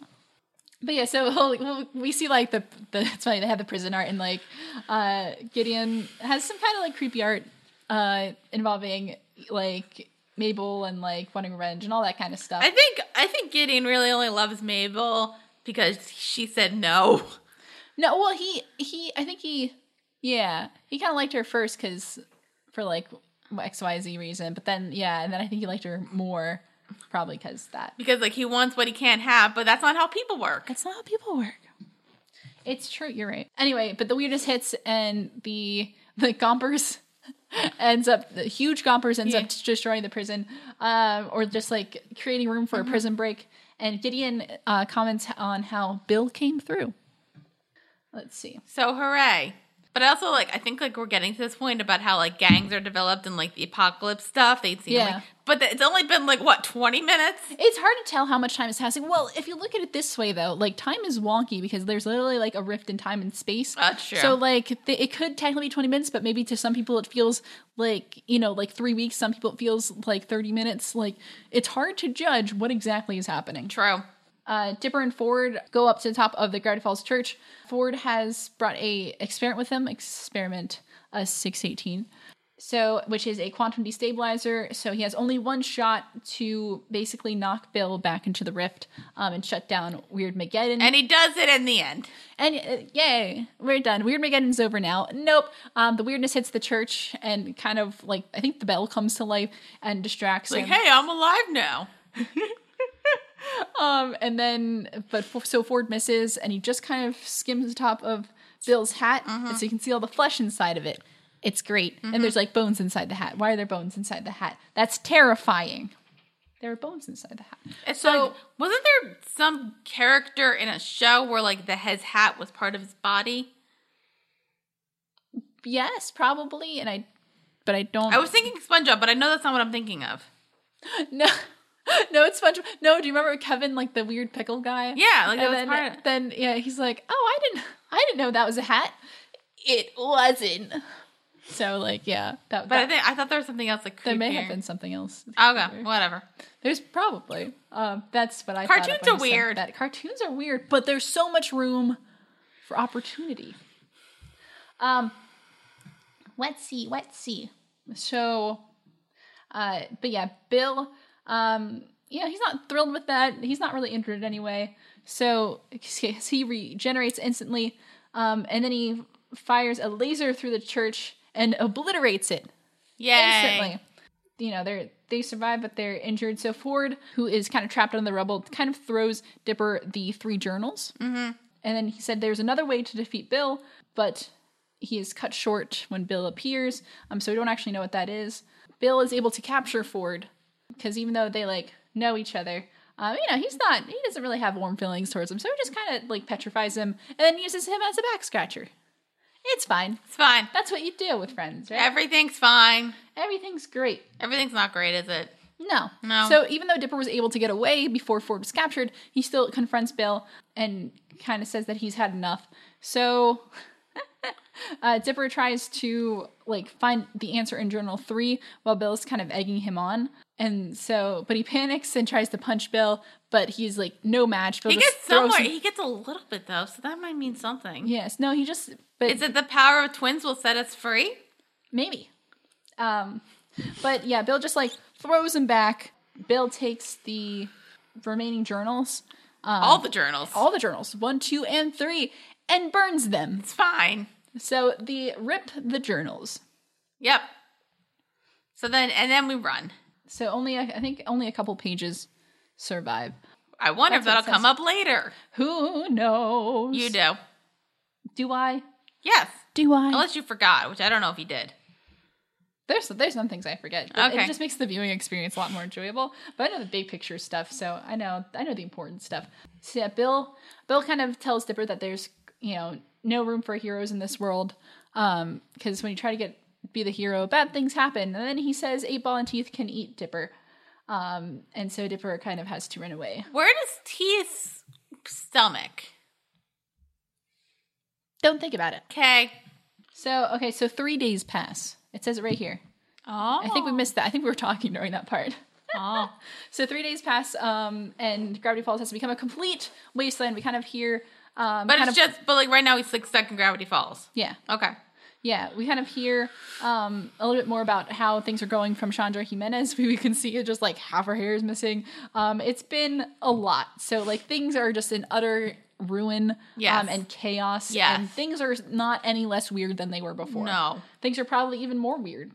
Speaker 1: But yeah, so [LAUGHS] well, well, we see like the, the it's funny they have the prison art and like uh, Gideon has some kind of like creepy art uh, involving like Mabel and like wanting revenge and all that kind of stuff.
Speaker 2: I think I think Gideon really only loves Mabel because she said no. [LAUGHS]
Speaker 1: no, well he he I think he yeah he kind of liked her first because for like X Y Z reason, but then yeah, and then I think he liked her more probably because that.
Speaker 2: Because like he wants what he can't have, but that's not how people work.
Speaker 1: That's not how people work. It's true. You're right. Anyway, but the weirdest hits and the the gompers [LAUGHS] ends up the huge gompers ends
Speaker 2: Yeah.
Speaker 1: up destroying the prison, um, or just like creating room for a prison break. And Gideon uh, comments on how Bill came through. Let's see.
Speaker 2: So hooray. But I also like I think like we're getting to this point about how like gangs are developed and like the apocalypse stuff. They seem
Speaker 1: Yeah.
Speaker 2: like but it's only been like what, twenty minutes?
Speaker 1: It's hard to tell how much time is passing. Well, if you look at it this way, though, like time is wonky because there's literally like a rift in time and space.
Speaker 2: That's true.
Speaker 1: So, like, th- it could technically be 20 minutes, but maybe to some people it feels like, you know, like three weeks. Some people it feels like 30 minutes. Like, it's hard to judge what exactly is happening.
Speaker 2: True.
Speaker 1: Uh, Dipper and Ford go up to the top of the Gravity Falls Church. Ford has brought a experiment with him, experiment uh, 618. So, which is a quantum destabilizer. So he has only one shot to basically knock Bill back into the rift um, and shut down Weird Mageddon.
Speaker 2: And he does it in the end.
Speaker 1: And uh, yay, we're done. Weird Mageddon's over now. Nope. Um, the weirdness hits the church and kind of like I think the bell comes to life and distracts
Speaker 2: Like,
Speaker 1: him.
Speaker 2: hey, I'm alive now.
Speaker 1: Um, and then but f- so Ford misses and he just kind of skims the top of Bill's hat,
Speaker 2: Uh-huh.
Speaker 1: and so you can see all the flesh inside of it. It's great.
Speaker 2: Mm-hmm.
Speaker 1: And there's like bones inside the hat. Why are there bones inside the hat? That's terrifying. There are bones inside the hat.
Speaker 2: It's
Speaker 1: So-
Speaker 2: like wasn't there some character in a show where like the his hat was part of his body?
Speaker 1: Yes, probably. And I, but I don't.
Speaker 2: I was
Speaker 1: [LAUGHS]
Speaker 2: thinking SpongeBob, but I know that's not what I'm thinking of.
Speaker 1: No, no, it's SpongeBob. No, do you remember Kevin, like the weird pickle guy?
Speaker 2: Yeah, like that
Speaker 1: and
Speaker 2: was
Speaker 1: then,
Speaker 2: part.
Speaker 1: then yeah, he's like, oh, I didn't, I didn't know that was a hat. It wasn't. So like, yeah, that.
Speaker 2: But I
Speaker 1: that-
Speaker 2: think I thought there was something else like
Speaker 1: there may have
Speaker 2: creepier.
Speaker 1: been something else.
Speaker 2: Oh, Okay, whatever.
Speaker 1: There's probably. Um, that's what I.
Speaker 2: Cartoons
Speaker 1: thought of when you
Speaker 2: are
Speaker 1: said
Speaker 2: weird.
Speaker 1: That cartoons are weird, but there's so much room for opportunity. Um, let's see. Let's see. So, uh, but yeah, Bill. Um, yeah, he's not thrilled with that. He's not really injured anyway. So [LAUGHS] 'cause he regenerates instantly, um, and then he fires a laser through the church and obliterates it
Speaker 2: Yay.
Speaker 1: instantly. You know, they're they survive, but they're injured. So Ford, who is kind of trapped under the rubble, kind of throws Dipper the three journals. Mm-hmm. And then he said there's another way to defeat Bill, but he is cut short when Bill appears. Um, so we don't actually know what that is. Bill is able to capture Ford because even though they like know each other, um, you know he's not he doesn't really have warm feelings towards him. So he just kind of like petrifies him and then uses him as a back scratcher. It's fine.
Speaker 2: It's fine.
Speaker 1: That's what you do with friends, right?
Speaker 2: Everything's fine.
Speaker 1: Everything's great.
Speaker 2: Everything's not great, is it?
Speaker 1: No.
Speaker 2: No.
Speaker 1: So even though Dipper was able to get away before Ford was captured, he still confronts Bill and kind of says that he's had enough. So [LAUGHS] uh, Dipper tries to like find the answer in Journal 3 while Bill's kind of egging him on. And so, but he panics and tries to punch Bill, but he's like no match. Bill
Speaker 2: He
Speaker 1: just
Speaker 2: gets somewhere.
Speaker 1: throws him-
Speaker 2: He gets a little bit though, so that might mean something.
Speaker 1: Yes. No, he just. But
Speaker 2: Is it the power of twins will set us free?
Speaker 1: Maybe. Um, but yeah, Bill just like throws him back. Bill takes the remaining journals,
Speaker 2: All the journals.
Speaker 1: Uh, all the journals, one, two, and three, and burns them.
Speaker 2: it's fine.
Speaker 1: So the rip the journals.
Speaker 2: Yep. So then, and then we run.
Speaker 1: So only a, I think only a couple pages survive.
Speaker 2: I wonder
Speaker 1: That's what
Speaker 2: if
Speaker 1: it
Speaker 2: that'll come
Speaker 1: says.
Speaker 2: up later.
Speaker 1: Who knows?
Speaker 2: You do.
Speaker 1: Do I?
Speaker 2: Yes.
Speaker 1: Do I?
Speaker 2: Unless you forgot, which I don't know if you did.
Speaker 1: There's there's some things I forget. But It
Speaker 2: Okay.
Speaker 1: just makes the viewing experience a lot more enjoyable. But I know the big picture stuff, so I know I know the important stuff. So yeah, Bill Bill kind of tells Dipper that there's you know no room for heroes in this world, because when you try to get be the hero, bad things happen. And then he says Eight Ball and Teeth can eat Dipper, um, and so Dipper kind of has to run away.
Speaker 2: Where does Teeth's stomach?
Speaker 1: Don't think about it.
Speaker 2: Okay.
Speaker 1: So okay, so three days pass. It says it right here.
Speaker 2: Oh,
Speaker 1: I think we missed that. I think we were talking during that part.
Speaker 2: Oh,
Speaker 1: [LAUGHS] So three days pass, um, and Gravity Falls has become a complete wasteland. We kind of hear, um,
Speaker 2: but
Speaker 1: kind
Speaker 2: it's
Speaker 1: of,
Speaker 2: just. But like right now, he's like stuck in Gravity Falls.
Speaker 1: yeah,
Speaker 2: Okay.
Speaker 1: yeah. We kind of hear um, a little bit more about how things are going from Chandra Jimenez. [LAUGHS] We, we can see it just like half her hair is missing. Um, it's been a lot. So like things are just in utter ruin
Speaker 2: Yes.
Speaker 1: um, and chaos.
Speaker 2: Yes.
Speaker 1: and things are not any less weird than they were before.
Speaker 2: No.
Speaker 1: things are probably even more weird.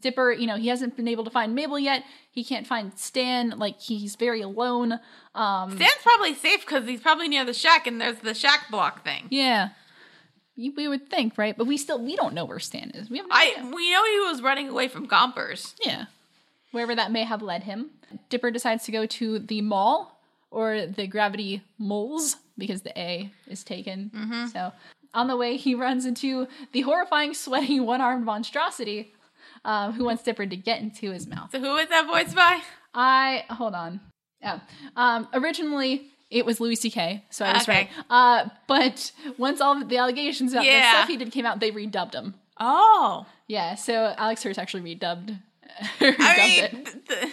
Speaker 1: Dipper, you know, he hasn't been able to find Mabel yet. He can't find Stan. Like he's very alone. Um,
Speaker 2: Stan's probably safe because he's probably near the shack, and there's the shack block thing.
Speaker 1: Yeah. You, we would think, right? But we still we don't know where Stan is. We have no
Speaker 2: I
Speaker 1: idea.
Speaker 2: we know he was running away from Gompers.
Speaker 1: Yeah. Wherever that may have led him. Dipper decides to go to the mall or the gravity moles because the A is taken. So on the way, he runs into the horrifying, sweaty, one armed monstrosity um, who wants Dipper to get into his mouth.
Speaker 2: So who is that voiced by?
Speaker 1: I, hold on. Oh. Um, originally, it was Louis C.K., so I was
Speaker 2: Okay.
Speaker 1: right. Uh, but once all of the allegations about the
Speaker 2: Yeah.
Speaker 1: stuff he did came out, they redubbed him.
Speaker 2: Oh,
Speaker 1: Yeah, so Alex Hirst actually redubbed, [LAUGHS]
Speaker 2: I
Speaker 1: redubbed
Speaker 2: mean,
Speaker 1: it.
Speaker 2: th- th-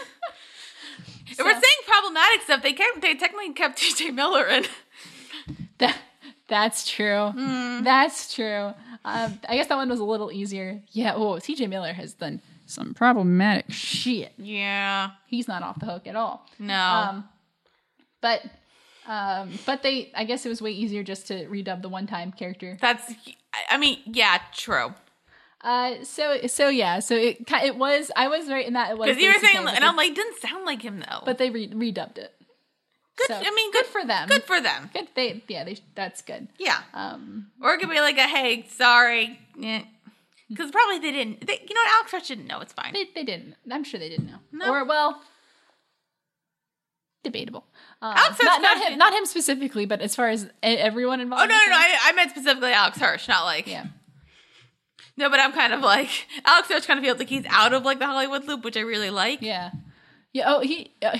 Speaker 1: [LAUGHS]
Speaker 2: if [LAUGHS] we're saying problematic stuff. They kept, they technically kept [LAUGHS] T.J. Miller in.
Speaker 1: That, that's true.
Speaker 2: Hmm.
Speaker 1: That's true. Um, I guess that one was a little easier. Yeah. Oh, T.J. Miller has done some problematic shit.
Speaker 2: Yeah,
Speaker 1: He's not off the hook at all.
Speaker 2: no,
Speaker 1: Um, but um, but they, I guess it was way easier just to redub the one-time character.
Speaker 2: that's. I- I mean, yeah, true.
Speaker 1: Uh, so so yeah, so it ki- it was I was right in that it was
Speaker 2: Because you were
Speaker 1: Louis CK,
Speaker 2: saying,
Speaker 1: but
Speaker 2: and
Speaker 1: they-
Speaker 2: I'm like, didn't sound like him though.
Speaker 1: but they re- redubbed it.
Speaker 2: good.
Speaker 1: so-
Speaker 2: I mean,
Speaker 1: good
Speaker 2: good,
Speaker 1: for them.
Speaker 2: Good for them.
Speaker 1: Good, they yeah, they that's good.
Speaker 2: Yeah.
Speaker 1: Um,
Speaker 2: Or it could be like a hey, sorry, because probably they didn't. They, you know what? Alex Hirsch didn't know. It's fine.
Speaker 1: They, they didn't. I'm sure they didn't know.
Speaker 2: No.
Speaker 1: Or well, debatable. Um,
Speaker 2: Alex Hirsch
Speaker 1: not, not
Speaker 2: does-
Speaker 1: him. Not him specifically, but as far as e- everyone involved.
Speaker 2: Oh no, no,
Speaker 1: was
Speaker 2: no!
Speaker 1: like-
Speaker 2: I, I meant specifically Alex Hirsch, not like
Speaker 1: yeah.
Speaker 2: no. But I'm kind of like [LAUGHS] Alex Hirsch kind of feels like he's out of like the Hollywood loop, which I really like.
Speaker 1: Yeah. Yeah. Oh, he. Uh,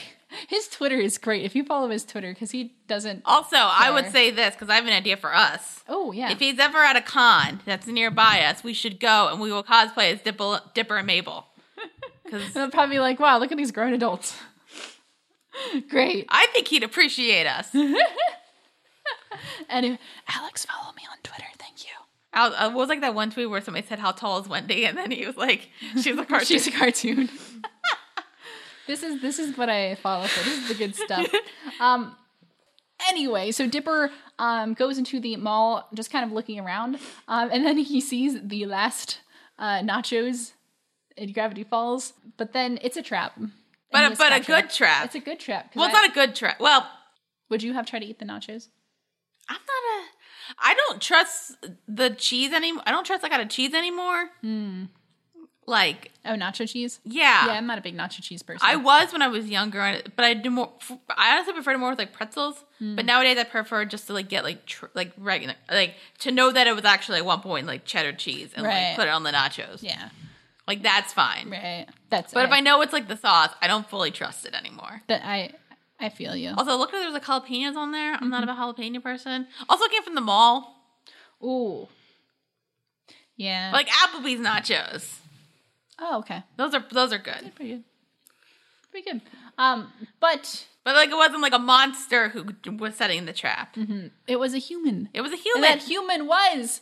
Speaker 1: his Twitter is great. If you follow his Twitter, because he doesn't.
Speaker 2: Also, I would
Speaker 1: Fair.
Speaker 2: say this because I have an idea for us.
Speaker 1: Oh yeah.
Speaker 2: Oh, If he's ever at a con that's nearby us, we should go and we will cosplay as Dipper, Dipper and Mabel.
Speaker 1: [LAUGHS]
Speaker 2: Because
Speaker 1: They'll probably be like, "Wow, look at these grown adults." [LAUGHS] great.
Speaker 2: I think he'd appreciate
Speaker 1: [LAUGHS]
Speaker 2: us.
Speaker 1: Anyway, Alex, follow me on Twitter. Thank you.
Speaker 2: Al- uh, what was like that one tweet where somebody said, "How tall is Wendy?" and then he was like, "She's a
Speaker 1: [LAUGHS]
Speaker 2: cartoon."
Speaker 1: She's a cartoon. this is this is what I follow for. This is the good stuff.
Speaker 2: [LAUGHS]
Speaker 1: Um anyway, so Dipper um goes into the mall just kind of looking around. Um and then he sees the last uh nachos in Gravity Falls, but then it's a trap. And
Speaker 2: But a-
Speaker 1: he is
Speaker 2: but a
Speaker 1: captured.
Speaker 2: good trap.
Speaker 1: It's a good trap. 'cause
Speaker 2: well, it's
Speaker 1: I-
Speaker 2: not a good trap. Well,
Speaker 1: would you have tried to eat the nachos?
Speaker 2: I'm not a. I don't trust the cheese anymore. I don't trust I got a cheese anymore. Like,
Speaker 1: Oh, nacho cheese?
Speaker 2: yeah.
Speaker 1: Hmm. Yeah, I'm not a big nacho cheese person.
Speaker 2: Ah. I was when I was younger, and- but I do more. I honestly prefer it more with like pretzels.
Speaker 1: Hmm.
Speaker 2: But nowadays, I prefer just to like get like tr- like regular like to know that it was actually at one point like cheddar cheese and
Speaker 1: Right.
Speaker 2: like put it on the nachos.
Speaker 1: yeah.
Speaker 2: Like that's fine.
Speaker 1: Right. That's
Speaker 2: But if I know it's like the sauce, I don't fully trust it anymore.
Speaker 1: that I I feel you.
Speaker 2: Also, look, there was like jalapenos on there. I'm not a
Speaker 1: Mm-hmm.
Speaker 2: jalapeno person. Also, it came from the mall,
Speaker 1: Ooh. Yeah.
Speaker 2: like Applebee's nachos.
Speaker 1: Oh, okay.
Speaker 2: Those are those are good.
Speaker 1: Pretty good. Pretty good. Um, but
Speaker 2: But like, it wasn't like a monster who was setting the trap.
Speaker 1: it was a human.
Speaker 2: It was a
Speaker 1: Mm-hmm. And
Speaker 2: human.
Speaker 1: that human was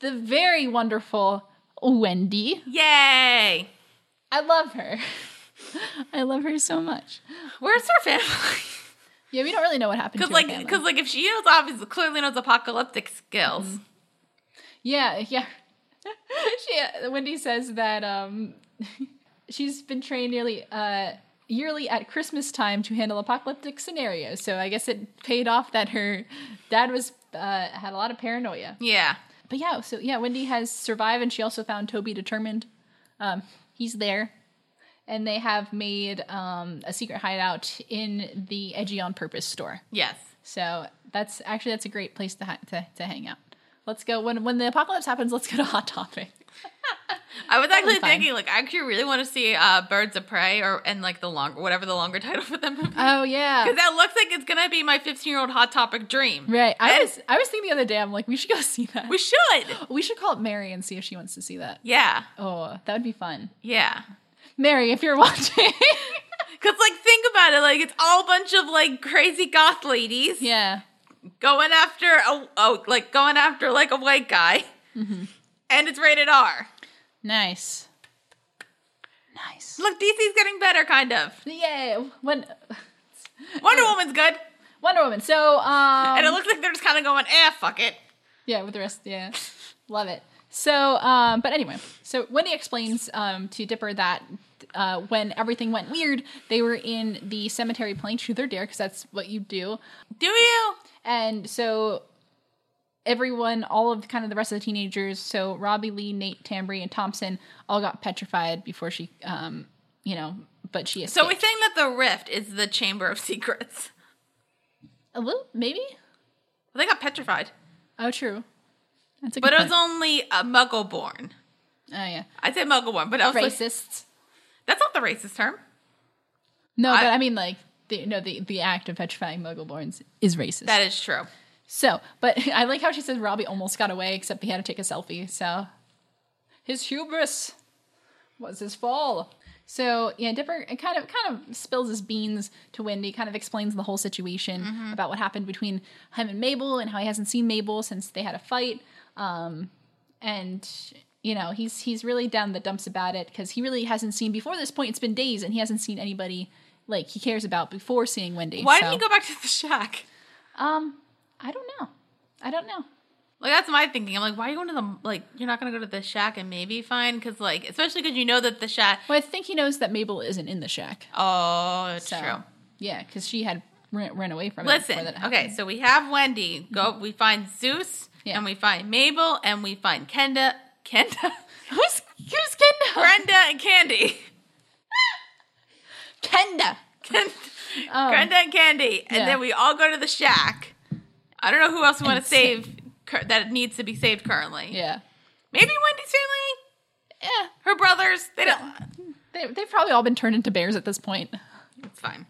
Speaker 1: the very wonderful Wendy.
Speaker 2: Yay!
Speaker 1: I love her. [LAUGHS] I love her so much.
Speaker 2: Where's her [LAUGHS] family?
Speaker 1: Yeah, we don't really know what happened to
Speaker 2: Because
Speaker 1: her
Speaker 2: like,
Speaker 1: family.
Speaker 2: because like, if she knows, obviously, clearly knows apocalyptic skills.
Speaker 1: Mm-hmm. Yeah, yeah. [LAUGHS] she uh, Wendy says that um [LAUGHS] she's been trained nearly uh yearly at Christmas time to handle apocalyptic scenarios. So I guess it paid off that her dad was uh had a lot of paranoia.
Speaker 2: Yeah,
Speaker 1: But yeah, so yeah, Wendy has survived and she also found Toby determined. Um He's there. And they have made um, a secret hideout in the Edgy on Purpose store.
Speaker 2: Yes.
Speaker 1: So that's actually that's a great place to ha- to, to hang out. Let's go when when the apocalypse happens. Let's go to Hot Topic.
Speaker 2: I was actually
Speaker 1: fine.
Speaker 2: thinking, like, I actually really want to see uh, Birds of Prey or and like the long whatever the longer [LAUGHS] title for that movie.
Speaker 1: Oh yeah,
Speaker 2: Because that looks like it's gonna be my 15 year old hot topic dream.
Speaker 1: right. I was I was thinking the other day. I'm like, we should go see that.
Speaker 2: We should.
Speaker 1: We should call up Mary and see if she wants to see that.
Speaker 2: Yeah.
Speaker 1: Oh, that would be fun.
Speaker 2: Yeah.
Speaker 1: Mary, if you're watching.
Speaker 2: Cause like think about it, like it's all a bunch of like crazy goth ladies
Speaker 1: [LAUGHS] yeah.
Speaker 2: going after a oh like going after like a white guy, Mm-hmm. and it's rated R.
Speaker 1: Nice. Nice.
Speaker 2: Look, DC's getting better, kind of.
Speaker 1: Yeah. When
Speaker 2: Wonder Woman's good,
Speaker 1: Wonder Woman. So um
Speaker 2: and it looks like they're just kind of going, eh, fuck it.
Speaker 1: Yeah, with the rest. Yeah, love it. So, um, but anyway, so Wendy explains um, to Dipper that uh, when everything went weird, they were in the cemetery playing truth or dare because that's what you do.
Speaker 2: Do you?
Speaker 1: And so everyone, all of kind of the rest of the teenagers, so Robbie Lee, Nate, Tambry, and Thompson all got petrified before she, um, you know, but she escaped.
Speaker 2: So we think that the Rift is the Chamber of Secrets.
Speaker 1: a little maybe.
Speaker 2: [LAUGHS] They got petrified,
Speaker 1: Oh, true. That's a good
Speaker 2: but it was [LAUGHS]
Speaker 1: point.
Speaker 2: only a Muggle born.
Speaker 1: oh yeah,
Speaker 2: I say Muggle born, but I was like,
Speaker 1: racists.
Speaker 2: that's not the racist term.
Speaker 1: No,
Speaker 2: I-
Speaker 1: but I mean, like, the, no, the, the act of petrifying Muggleborns is racist.
Speaker 2: That is true.
Speaker 1: so, but [LAUGHS] I like how she said Robbie almost got away, except he had to take a selfie. So, his hubris was his fall. So yeah, Dipper it kind of kind of spills his beans to Wendy, kind of explains the whole situation
Speaker 2: Mm-hmm.
Speaker 1: about what happened between him and Mabel and how he hasn't seen Mabel since they had a fight. Um, and you know he's he's really down in the dumps about it because he really hasn't seen before this point. It's been days and he hasn't seen anybody like he cares about before seeing Wendy.
Speaker 2: Why
Speaker 1: so-
Speaker 2: didn't he go back to the shack?
Speaker 1: Um, I don't know. I don't know.
Speaker 2: Like that's my thinking. I'm like, why are you going to the like? You're not going to go to the shack and maybe find because like, especially because you know that the shack.
Speaker 1: Well, I think he knows that Mabel isn't in the shack.
Speaker 2: Oh, it's
Speaker 1: So,
Speaker 2: true.
Speaker 1: Yeah, because she had ran, ran away from it. before
Speaker 2: Listen,
Speaker 1: that happened.
Speaker 2: okay, so we have Wendy. Go. We find Zeus
Speaker 1: Mm-hmm. Yeah.
Speaker 2: and we find Mabel and we find Kenda,
Speaker 1: [LAUGHS]
Speaker 2: Kenda,
Speaker 1: Who's who's Kenda?
Speaker 2: Brenda, and Candy.
Speaker 1: [LAUGHS] Kenda.
Speaker 2: Kend-
Speaker 1: Oh.
Speaker 2: Brenda and Candy, and
Speaker 1: Yeah.
Speaker 2: then we all go to the shack. I don't know who else we want
Speaker 1: And
Speaker 2: to save cur- that needs to be saved currently.
Speaker 1: Yeah.
Speaker 2: Maybe Wendy's family,
Speaker 1: Yeah.
Speaker 2: her brothers. They don't.
Speaker 1: They they've probably all been turned into bears at this point.
Speaker 2: It's fine.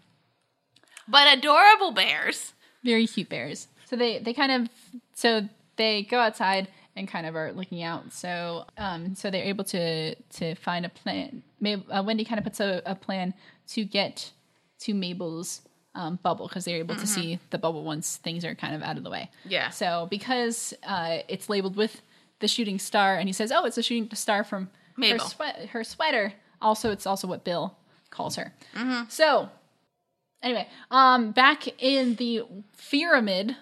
Speaker 2: But adorable bears.
Speaker 1: Very cute bears. So they they kind of so they go outside and kind of are looking out. So um so they're able to to find a plan. Mab- uh, Wendy kind of puts a, a plan to get to Mabel's um, bubble because they're able to see the bubble once things are kind of out of the way.
Speaker 2: Mm-hmm. Yeah.
Speaker 1: So because uh, it's labeled with the shooting star, and he says, "Oh, it's a shooting star from her,
Speaker 2: Mabel.
Speaker 1: sweat- her sweater." Also, it's also what Bill calls her.
Speaker 2: Mm-hmm.
Speaker 1: So anyway, um, back in the pyramid,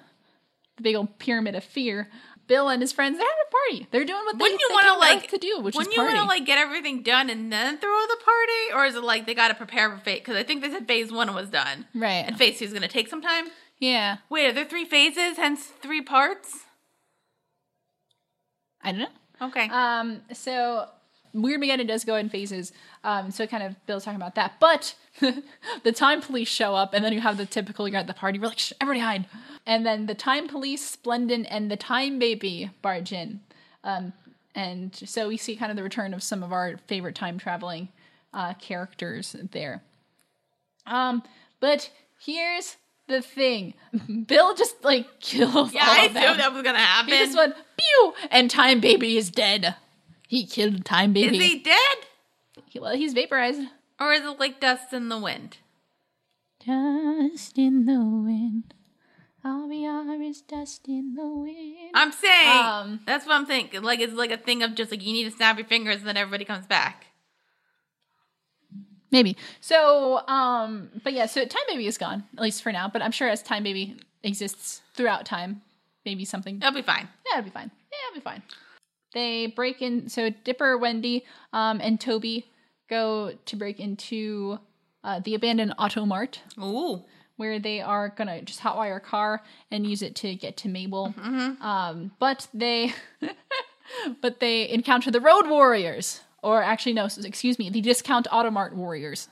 Speaker 1: the big old pyramid of fear, Bill and his friends they're having a party. They're doing what they,
Speaker 2: Wouldn't you
Speaker 1: want to
Speaker 2: like
Speaker 1: to do, which is
Speaker 2: wouldn't
Speaker 1: party.
Speaker 2: you want to like get everything done and then throw the party, or is it like they got to prepare for phase? Because I think they said phase one was done,
Speaker 1: Right.
Speaker 2: And phase two is going to take some time.
Speaker 1: yeah,
Speaker 2: Wait, are there three phases? Hence three parts.
Speaker 1: I don't know.
Speaker 2: Okay.
Speaker 1: Um, so Weird Mageddon does go in phases. Um, so kind of Bill's talking about that, but [LAUGHS] the time police show up, and then you have the typical you're at the party, we're like, Shh, everybody hide, and then the time police, Splendid, and the time baby barge in. Um, and so we see kind of the return of some of our favorite time traveling uh, characters there. Um, but here's the thing: [LAUGHS] Bill just like [LAUGHS] kills.
Speaker 2: yeah,
Speaker 1: all
Speaker 2: I
Speaker 1: of them.
Speaker 2: assumed that was going to happen.
Speaker 1: He just went pew, and Time Baby is dead. He killed Time
Speaker 2: is
Speaker 1: Baby.
Speaker 2: he dead,
Speaker 1: He- well, he's vaporized.
Speaker 2: or is it like dust in the wind?
Speaker 1: Dust in the wind. All we are is dust in the wind.
Speaker 2: I'm saying
Speaker 1: Um,
Speaker 2: that's what I'm thinking. Like it's like a thing of just like you need to snap your fingers and then everybody comes back.
Speaker 1: Maybe. So, um, but yeah, so Time Baby is gone, at least for now. But I'm sure as Time Baby exists throughout time, maybe something
Speaker 2: That'll be fine.
Speaker 1: Yeah, it'll be fine. Yeah, it'll be fine. They break in. So Dipper, Wendy, um, and Toby go to break into uh, the abandoned auto mart
Speaker 2: Ooh,
Speaker 1: where they are gonna just hotwire a car and use it to get to Mabel. [LAUGHS] Um, but they, but they encounter the Road Warriors. or actually no, s- excuse me, the Discount Automart Warriors,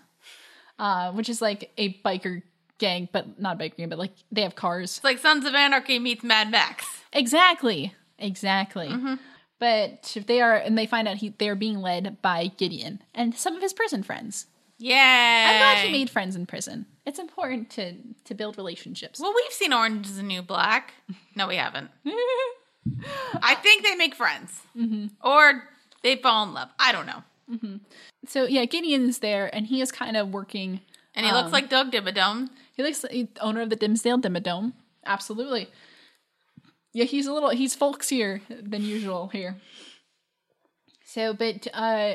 Speaker 1: uh, which is like a biker gang, but not biker gang, but like they have cars.
Speaker 2: It's like Sons of Anarchy meets Mad Max.
Speaker 1: Exactly, exactly. But they are, and they find out he, they are being led by Gideon and some of his prison friends.
Speaker 2: Yay!
Speaker 1: I'm glad you made friends in prison. It's important to to build relationships.
Speaker 2: Well, we've seen Orange is the New Black. No,
Speaker 1: [LAUGHS]
Speaker 2: we haven't. I think they make friends,
Speaker 1: Mm-hmm.
Speaker 2: or they fall in love. I don't know.
Speaker 1: So yeah, Gideon's there, and he is kind of working.
Speaker 2: And he
Speaker 1: Um.
Speaker 2: looks like Doug Dimmadome.
Speaker 1: He looks like the owner of the Dimsdale Dimmadome. Absolutely. Yeah, he's a little he's folksier than usual here. So, but uh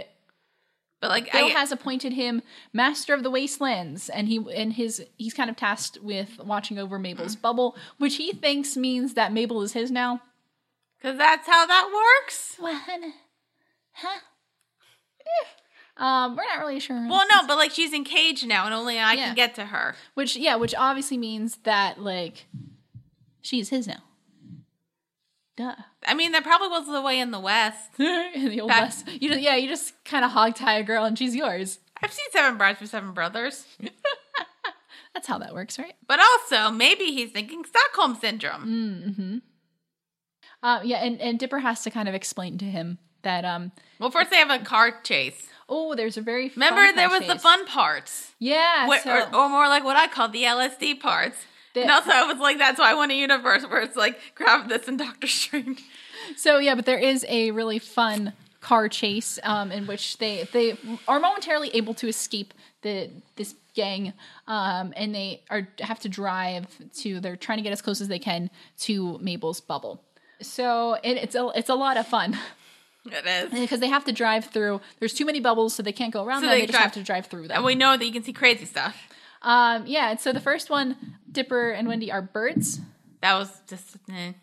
Speaker 2: But like,
Speaker 1: Bill
Speaker 2: I,
Speaker 1: has appointed him master of the wastelands, and he and his he's kind of tasked with watching over Mabel's
Speaker 2: Mm-hmm.
Speaker 1: bubble, which he thinks means that Mabel is his now.
Speaker 2: because that's how that works.
Speaker 1: Well, huh? Eh. Um, we're not really sure.
Speaker 2: Well, no, but like she's in cage now, and only I
Speaker 1: Yeah.
Speaker 2: can get to her.
Speaker 1: Which yeah, which obviously means that like she's his now. Duh. [LAUGHS]
Speaker 2: I mean, that probably was the way in the West.
Speaker 1: in the old
Speaker 2: Back-
Speaker 1: west. You just, yeah, you just kind of hog tie a girl and she's yours.
Speaker 2: I've seen Seven Brides for Seven Brothers,
Speaker 1: That's how that works, right?
Speaker 2: but also maybe he's thinking Stockholm
Speaker 1: Mm.
Speaker 2: syndrome.
Speaker 1: Uh, yeah, and, and Dipper has to kind of explain to him that um
Speaker 2: Well, first they have a car chase.
Speaker 1: oh, there's a very fun
Speaker 2: Remember, there
Speaker 1: car
Speaker 2: was the
Speaker 1: chase.
Speaker 2: fun parts.
Speaker 1: yeah.
Speaker 2: Wh-
Speaker 1: so-
Speaker 2: or, or more like what I call the LSD parts.
Speaker 1: The-
Speaker 2: and also, I was like, that's why I want a universe where it's like, grab this and Doctor Strange. [LAUGHS]
Speaker 1: So yeah, but there is a really fun car chase um, in which they they are momentarily able to escape the this gang, um, and they are have to drive to. They're trying to get as close as they can to Mabel's bubble. So it, it's a it's a lot of fun [LAUGHS]
Speaker 2: It is.
Speaker 1: because they have to drive through. There's too many bubbles, so they can't go around
Speaker 2: So
Speaker 1: them. They,
Speaker 2: they
Speaker 1: just
Speaker 2: drive-
Speaker 1: have to drive through
Speaker 2: And
Speaker 1: them.
Speaker 2: we know that you can see crazy stuff.
Speaker 1: Um, yeah. and So the first one, Dipper and Wendy are birds,
Speaker 2: That was just. eh.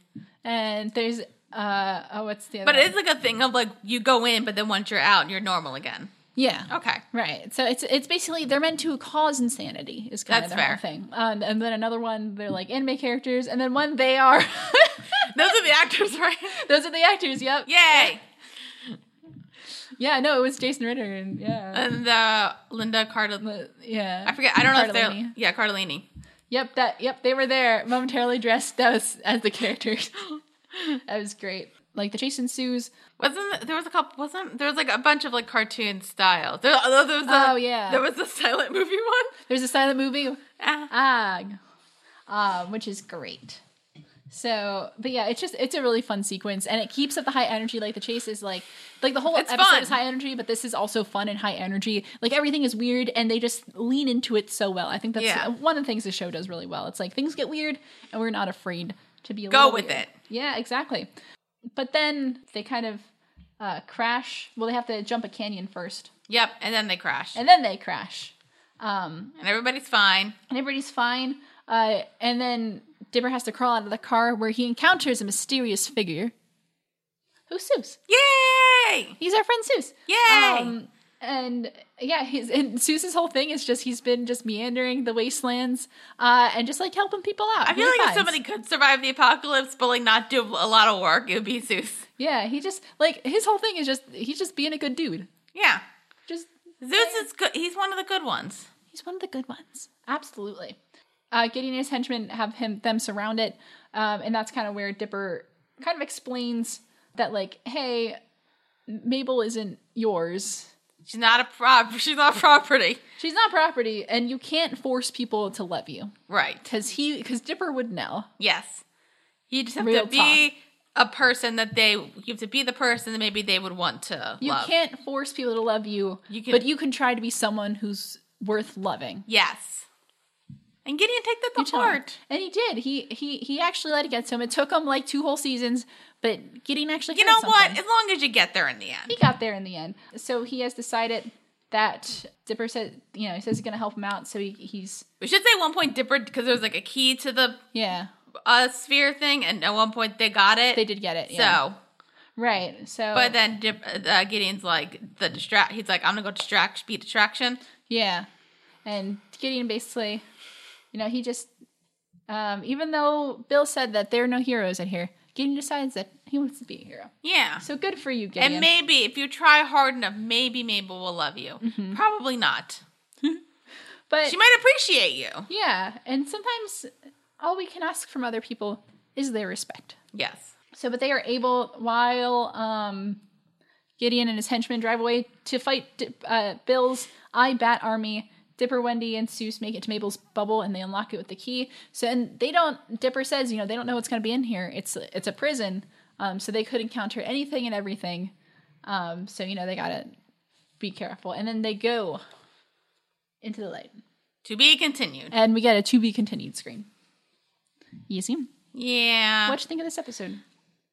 Speaker 1: and there's uh oh, what's the other?
Speaker 2: But
Speaker 1: one?
Speaker 2: it is like a thing of like, you go in, but then once you're out, you're normal again.
Speaker 1: yeah.
Speaker 2: Okay.
Speaker 1: Right. So it's it's basically they're meant to cause insanity is kind
Speaker 2: That's
Speaker 1: of their whole
Speaker 2: fair.
Speaker 1: thing. Um, and then another one they're like anime characters, and then one they are. [LAUGHS]
Speaker 2: Those are the actors, [LAUGHS] right?
Speaker 1: Those are the actors. Yep.
Speaker 2: Yay!
Speaker 1: Yeah. No, it was Jason Ritter and yeah.
Speaker 2: And uh, Linda Cardellini.
Speaker 1: yeah.
Speaker 2: I forget. I don't know if they're.
Speaker 1: Cardellini.
Speaker 2: Yeah, Cardellini.
Speaker 1: Yep. That. Yep. They were there momentarily dressed as as the characters. [LAUGHS] that was great. Like the chase ensues.
Speaker 2: Wasn't there was a couple? Wasn't there was like a bunch of like cartoon styles? There, oh, there was a,
Speaker 1: Oh, yeah.
Speaker 2: there was the silent movie [LAUGHS] one.
Speaker 1: There's a silent movie.
Speaker 2: Ah.
Speaker 1: Ah, um, which is great. So, but yeah, it's just it's a really fun sequence, and it keeps up the high energy. Like the chase is like like the whole
Speaker 2: It's
Speaker 1: episode
Speaker 2: fun.
Speaker 1: is high energy, but this is also fun and high energy. Like everything is weird, and they just lean into it so well. I think that's
Speaker 2: Yeah.
Speaker 1: one of the things the show does really well. It's like things get weird, and we're not afraid to be a
Speaker 2: Go
Speaker 1: little
Speaker 2: with
Speaker 1: weird.
Speaker 2: it.
Speaker 1: Yeah, exactly. But then they kind of uh, crash. Well, they have to jump a canyon first,
Speaker 2: Yep, and then they crash,
Speaker 1: and
Speaker 2: and,
Speaker 1: then they crash. Um,
Speaker 2: everybody's fine.
Speaker 1: and everybody's fine. Uh, and then Dipper has to crawl out of the car where he encounters a mysterious figure. Who's Seuss?
Speaker 2: Yay!
Speaker 1: He's our friend Seuss.
Speaker 2: Yay!
Speaker 1: Um, and yeah, his and Seuss's whole thing is just he's been just meandering the wastelands uh, and just like helping people out.
Speaker 2: I feel like if somebody could survive the apocalypse, but like not do a lot of work, it would be Zeus.
Speaker 1: Yeah, he just like his whole thing is just he's just being a good dude.
Speaker 2: Yeah,
Speaker 1: Just
Speaker 2: Zeus is good. He's one of the good ones.
Speaker 1: He's one of the good ones. Absolutely. Uh, Gideon and his henchmen have him them surround it, um, and that's kind of where Dipper kind of explains that like, hey, Mabel isn't yours.
Speaker 2: She's not a prop. [LAUGHS] She's not property.
Speaker 1: She's not property, and you can't force people to love you
Speaker 2: Right.
Speaker 1: because he because Dipper would know.
Speaker 2: Yes. You just have
Speaker 1: Real
Speaker 2: to be a person that they. You have to be the person that maybe they would want to
Speaker 1: You
Speaker 2: love.
Speaker 1: can't force people to love you,
Speaker 2: You can-
Speaker 1: but you can try to be someone who's worth loving.
Speaker 2: Yes. And Gideon, take that to
Speaker 1: Tell him.
Speaker 2: heart.
Speaker 1: and he did. He he he actually let it get to him. It took him like two whole seasons, but Gideon actually
Speaker 2: You
Speaker 1: had
Speaker 2: know
Speaker 1: something.
Speaker 2: what? As long as you get there in the end.
Speaker 1: he got there in the end. So he has decided that Dipper said, you know, he says he's going to help him out. So he, he's,
Speaker 2: We should say at one point Dipper because there was like a key to the
Speaker 1: yeah,
Speaker 2: uh, sphere thing, and at one point they got it.
Speaker 1: they did get it.
Speaker 2: So,
Speaker 1: Yeah. right. So,
Speaker 2: but then Dip, uh, Gideon's like the distract. He's like, I'm gonna go distract, be distraction.
Speaker 1: yeah. And Gideon basically, you know, he just, um, even though Bill said that there are no heroes in here, Gideon decides that he wants to be a hero.
Speaker 2: Yeah.
Speaker 1: So good for you, Gideon.
Speaker 2: And maybe if you try hard enough, maybe Mabel will love you.
Speaker 1: Mm-hmm.
Speaker 2: Probably not.
Speaker 1: but
Speaker 2: She might appreciate you.
Speaker 1: yeah, and sometimes all we can ask from other people is their respect.
Speaker 2: Yes.
Speaker 1: So, but they are able, while um, Gideon and his henchmen drive away to fight Di- uh, Bill's I Bat army, Dipper, Wendy, and Seuss make it to Mabel's bubble, and they unlock it with the key. So, and they don't. Dipper says, you know, they don't know what's going to be in here. It's it's a prison, um, so they could encounter anything and everything. Um, so, you know, they gotta be careful. And then they go into the light,
Speaker 2: To be continued.
Speaker 1: and we get a to be continued screen. Easy.
Speaker 2: Yeah.
Speaker 1: What'd you think of this episode?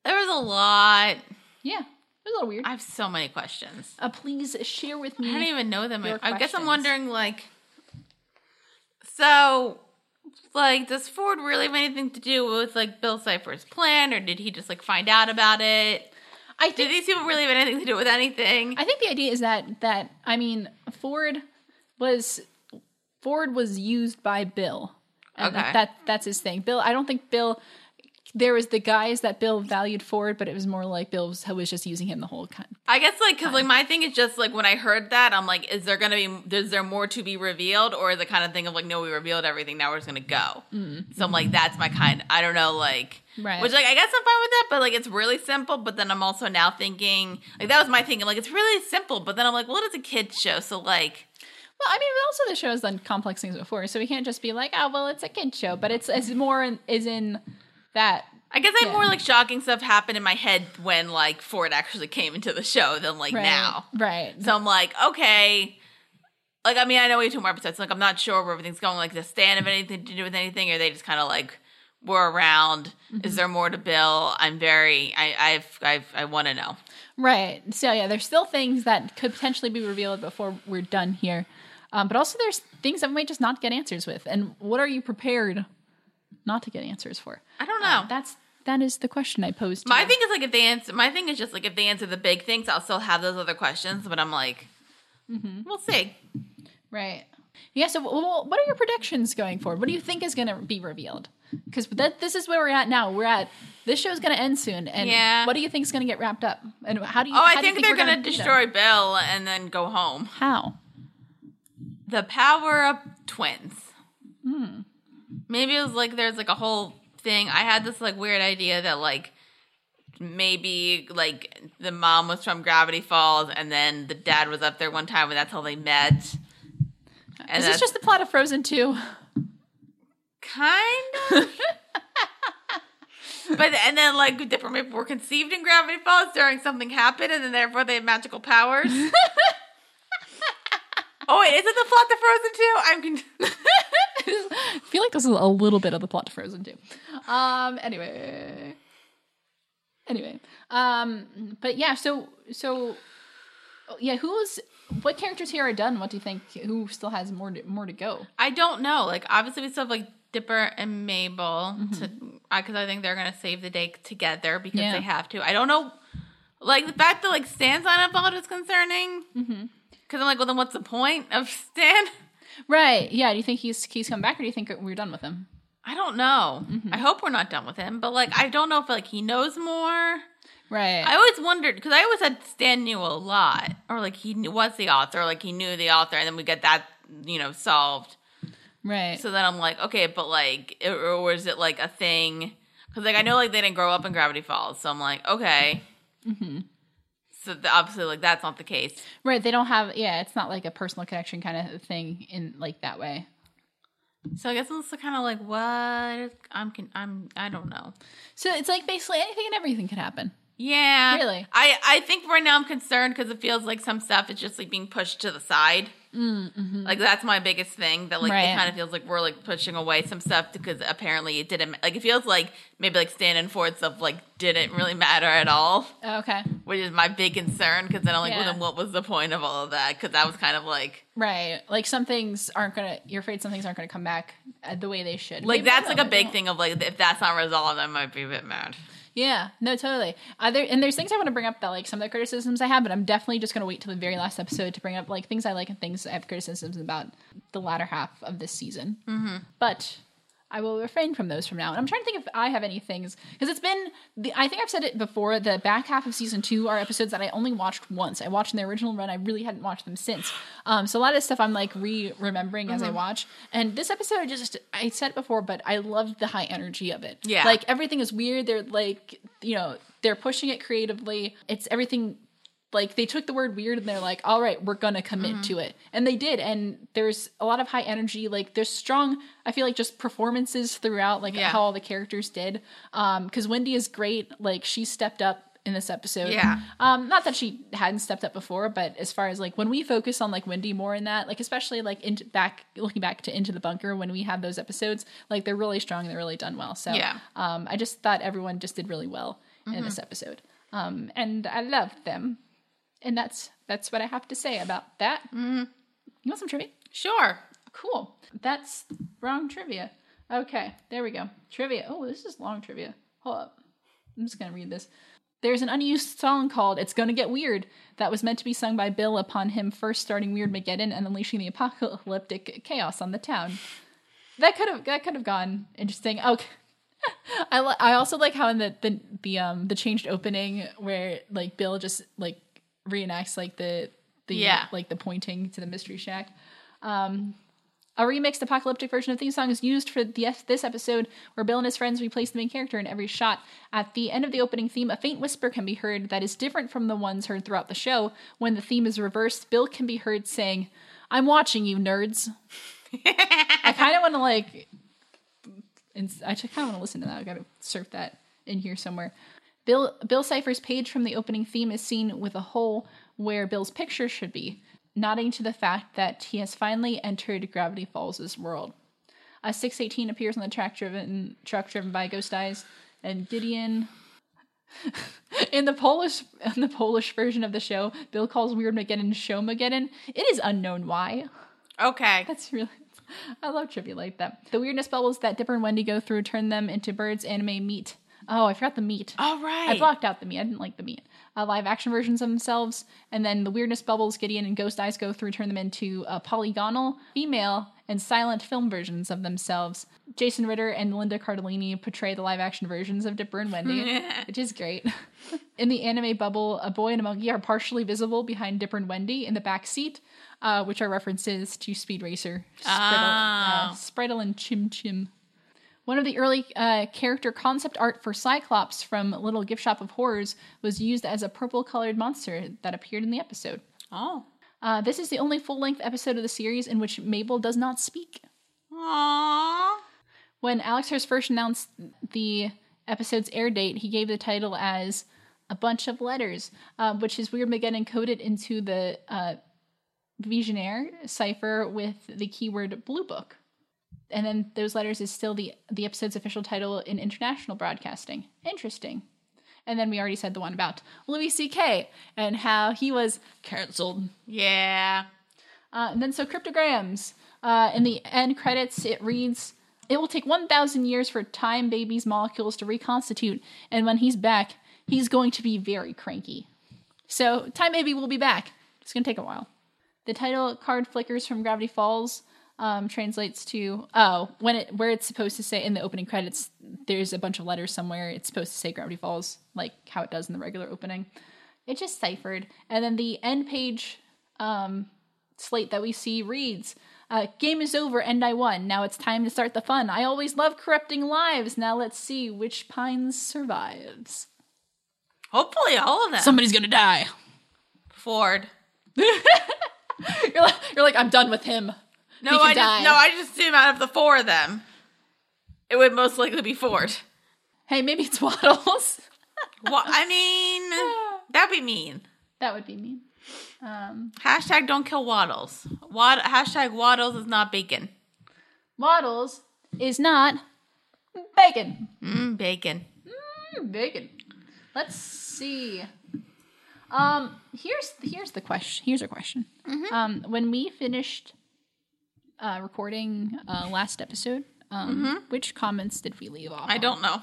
Speaker 2: there was a lot.
Speaker 1: Yeah, it was a little weird.
Speaker 2: I have so many questions.
Speaker 1: uh, please share with me.
Speaker 2: I don't even know them. I
Speaker 1: Mm-hmm. Your
Speaker 2: I guess I'm
Speaker 1: questions.
Speaker 2: wondering, like, so, like, does Ford really have anything to do with like Bill Cipher's plan, or did he just like find out about it?
Speaker 1: I
Speaker 2: Did
Speaker 1: think
Speaker 2: these people really have anything to do with anything?
Speaker 1: I think the idea is that that I mean Ford was Ford was used by Bill. And
Speaker 2: Okay.
Speaker 1: That that's his thing. Bill. I don't think Bill. There was the guys that Bill valued Ford, but it was more like Bill was, was just using him the whole time.
Speaker 2: I guess like because like my thing is just like when I heard that I'm like, is there gonna be is there more to be revealed or the kind of thing of like no we revealed everything now we're just gonna go. So I'm like that's my kind. I don't know like
Speaker 1: Mm-hmm. Right.
Speaker 2: which like I guess I'm fine with that, but like it's really simple. But then I'm also now thinking like that was my thing. I'm like it's really simple, but then I'm like well it's a kids show, so like
Speaker 1: Well, I mean, but also the show has done complex things before, so we can't just be like, oh, well, it's a kid show. But it's it's more in, is in that
Speaker 2: I guess I
Speaker 1: Yeah.
Speaker 2: more like shocking stuff happened in my head when like Ford actually came into the show than like
Speaker 1: right,
Speaker 2: now.
Speaker 1: right.
Speaker 2: So I'm like, okay. Like, I mean, I know we have two more episodes. Like, I'm not sure where everything's going. Like, does Stan have anything to do with anything? Or they just kind of like were around? Is there more to Bill? I'm very, I, I've, I've, I want to know.
Speaker 1: Right. So yeah, there's still things that could potentially be revealed before we're done here, um, but also there's things that we might just not get answers with. And what are you prepared not to get answers for?
Speaker 2: I don't know.
Speaker 1: That's that is the question I posed. To
Speaker 2: Oh. Um, my
Speaker 1: you.
Speaker 2: thing is like if they answer, my thing is just like if they answer the big things, I'll still have those other questions. But I'm like, we'll [LAUGHS] see.
Speaker 1: right? Yeah. So well, what are your predictions going forward? What do you think is going to be revealed? Because that this is where we're at now. We're at this show's going to end soon, and
Speaker 2: Yeah.
Speaker 1: what do you think is going to get wrapped up? And how do you?
Speaker 2: Oh, I
Speaker 1: how do you
Speaker 2: think, they're
Speaker 1: we're
Speaker 2: going to
Speaker 1: beat 'em?
Speaker 2: destroy Bill and then go home.
Speaker 1: How?
Speaker 2: The power up twins.
Speaker 1: Hmm.
Speaker 2: Maybe it was like there's like a whole thing. I had this like weird idea that like maybe like the mom was from Gravity Falls and then the dad was up there one time and that's how they met. And
Speaker 1: Is this
Speaker 2: that's
Speaker 1: just the plot of Frozen Two?
Speaker 2: kind
Speaker 1: [LAUGHS]
Speaker 2: of? but and then like different people were conceived in Gravity Falls during something happened and then therefore they have
Speaker 1: [LAUGHS]
Speaker 2: magical powers. oh wait, is it the plot to Frozen too? I'm
Speaker 1: [LAUGHS]
Speaker 2: con-
Speaker 1: I feel like this is a little bit of the plot to Frozen too. Um. Anyway. Anyway. Um. But yeah. So so. Yeah. Who's what characters here are done? What do you think? Who still has more to, more to go?
Speaker 2: I don't know. Like obviously we still have like Dipper and Mabel to because I think they're gonna save the day together because
Speaker 1: Yeah.
Speaker 2: they have to. I don't know. Like the fact that like Stan's not involved is concerning. Because I'm like, well, then what's the point of Stan?
Speaker 1: Right. Yeah. Do you think he's he's come back, or do you think we're done with him?
Speaker 2: I don't know. I hope we're not done with him, but like I don't know if like he knows more.
Speaker 1: Right.
Speaker 2: I always wondered because I always had Stan knew a lot, or like he knew, was the author, like he knew the author, and then we get that you know solved.
Speaker 1: right.
Speaker 2: So then I'm like, okay, but like, it, or is it like a thing? Because like I know like they didn't grow up in Gravity Falls, so I'm like, okay.
Speaker 1: Mm-hmm.
Speaker 2: So the, obviously, like that's not the case.
Speaker 1: right. They don't have. Yeah. It's not like a personal connection kind of thing in like that way.
Speaker 2: So I guess I'm also kind of like, what? I'm, con- I'm, I don't know.
Speaker 1: So it's like basically anything and everything could happen.
Speaker 2: Yeah,
Speaker 1: Really?
Speaker 2: I, I think right now I'm concerned because it feels like some stuff is just like being pushed to the side. Like that's my biggest thing. That like
Speaker 1: Mm, mm-hmm. Right.
Speaker 2: it kind of feels like we're like pushing away some stuff because apparently it didn't. Like it feels like maybe like Stan and Ford stuff like didn't really matter at all.
Speaker 1: Okay.
Speaker 2: which is my big concern because then I'm like,
Speaker 1: Yeah.
Speaker 2: well, then what was the point of all of that? Because that was kind of like,
Speaker 1: Right. Like some things aren't going to, you're afraid some things aren't going to come back uh, the way they should.
Speaker 2: like
Speaker 1: Maybe
Speaker 2: that's
Speaker 1: they
Speaker 2: like
Speaker 1: will, maybe
Speaker 2: a big
Speaker 1: they won't.
Speaker 2: thing of like if that's not resolved, I might be a bit mad.
Speaker 1: Yeah. No, totally. Uh, there, and there's things I want to bring up that like some of the criticisms I have, but I'm definitely just going to wait till the very last episode to bring up like things I like and things I have criticisms about the latter half of this season. Mm-hmm. But I will refrain from those from now. And I'm trying to think if I have any things because it's been. The, I think I've said it before. The back half of season two are episodes that I only watched once. I watched in the original run. I really hadn't watched them since. Um, so a lot of this stuff I'm like re-remembering as I watch. And this episode, I just I said it before, but I loved the high energy of it.
Speaker 2: Yeah.
Speaker 1: like everything is weird. They're like you know they're pushing it creatively. It's everything like they took the word weird and they're like all right we're gonna commit
Speaker 2: Mm-hmm.
Speaker 1: to it and they did and there's a lot of high energy like there's strong i feel like just performances throughout like
Speaker 2: Yeah.
Speaker 1: how all the characters did um because wendy is great like she stepped up in this episode
Speaker 2: Yeah.
Speaker 1: um not that she hadn't stepped up before but as far as like when we focus on like wendy more in that like especially like into back looking back to into the bunker when we have those episodes like they're really strong and they're really done well so
Speaker 2: Yeah.
Speaker 1: um i just thought everyone just did really well in this episode um and i loved them and that's that's what I have to say about that. You want some trivia?
Speaker 2: Sure.
Speaker 1: Cool. That's wrong trivia. Okay, there we go. Trivia. Oh, this is long trivia. Hold up. I'm just gonna read this. There's an unused song called "It's Gonna Get Weird" that was meant to be sung by Bill upon him first starting Weird Mageddon and unleashing the apocalyptic chaos on the town. That could have that could have gone interesting. Okay. [LAUGHS] I li- I also like how in the, the the um the changed opening where like Bill just like reenacts like the the
Speaker 2: Yeah.
Speaker 1: like the pointing to the mystery shack. Um a remixed apocalyptic version of theme song is used for the, this episode, where Bill and his friends replace the main character in every shot. At the end of the opening theme, a faint whisper can be heard that is different from the ones heard throughout the show. When the theme is reversed, Bill can be heard saying, "I'm watching you, nerds." I kind of want to like. ins- I just kind of want to listen to that. I got to surf that in here somewhere. Bill Bill Cipher's page from the opening theme is seen with a hole where Bill's picture should be, nodding to the fact that he has finally entered Gravity Falls' world. A six eighteen appears on the track driven truck driven by Ghost Eyes and Gideon. [LAUGHS] in the Polish in the Polish version of the show, Bill calls Weird Mageddon Show Mageddon. It is unknown why.
Speaker 2: Okay.
Speaker 1: That's really. [LAUGHS] I love trivia like that. The weirdness bubbles that Dipper and Wendy go through turn them into birds, anime, meat. Oh, I forgot the meat.
Speaker 2: All right.
Speaker 1: I blocked out the meat. I didn't like the meat. Uh, live action versions of themselves, and then the weirdness bubbles Gideon and Ghost Eyes go through turn them into uh, polygonal, female, and silent film versions of themselves. Jason Ritter and Linda Cardellini portray the live action versions of Dipper and Wendy, which is great. [LAUGHS] in the anime bubble, a boy and a monkey are partially visible behind Dipper and Wendy in the back seat, uh, which are references to Speed Racer, Spriddle, uh, Spriddle and Chim Chim. One of the early uh, character concept art for Cyclops from Little Gift Shop of Horrors was used as a purple colored monster that appeared in the episode.
Speaker 2: Oh.
Speaker 1: Uh, this is the only full length episode of the series in which Mabel does not speak.
Speaker 2: Aww.
Speaker 1: When Alex Hirst first announced the episode's air date, he gave the title as A Bunch of Letters, uh, which is Weird McGinn encoded into the uh, Visionaire cipher with the keyword Blue Book. And then those letters is still the, the episode's official title in international broadcasting. Interesting. And then we already said the one about Louis C.K. and how he was canceled.
Speaker 2: Yeah.
Speaker 1: Uh, and then so cryptograms. Uh, in the end credits, it reads, "It will take 1,000 years for time baby's molecules to reconstitute, and when he's back, he's going to be very cranky." So time baby will be back. It's gonna take a while. The title card flickers from Gravity Falls um, translates to oh when it where it's supposed to say in the opening credits there's a bunch of letters somewhere it's supposed to say Gravity Falls like how it does in the regular opening. It just ciphered and then the end page um, slate that we see reads uh, game is over and i won now it's time to start the fun i always love corrupting lives now let's see which pines survives
Speaker 2: Hopefully, all of them.
Speaker 1: somebody's gonna die
Speaker 2: Ford.
Speaker 1: [LAUGHS] you're like, you're like i'm done with him
Speaker 2: No,
Speaker 1: He can
Speaker 2: I
Speaker 1: die.
Speaker 2: just no, I just assume out of the four of them, it would most likely be Ford.
Speaker 1: hey maybe it's [LAUGHS] waddles
Speaker 2: Well, I mean, that'd be mean.
Speaker 1: that would be mean um,
Speaker 2: Hashtag don't kill Waddles. Wad- hashtag Waddles is not bacon.
Speaker 1: waddles is not bacon
Speaker 2: Mm, bacon.
Speaker 1: bacon Hmm, let's see um here's here's the question here's a question um when we finished uh recording uh last episode um which comments did we leave off
Speaker 2: I don't know.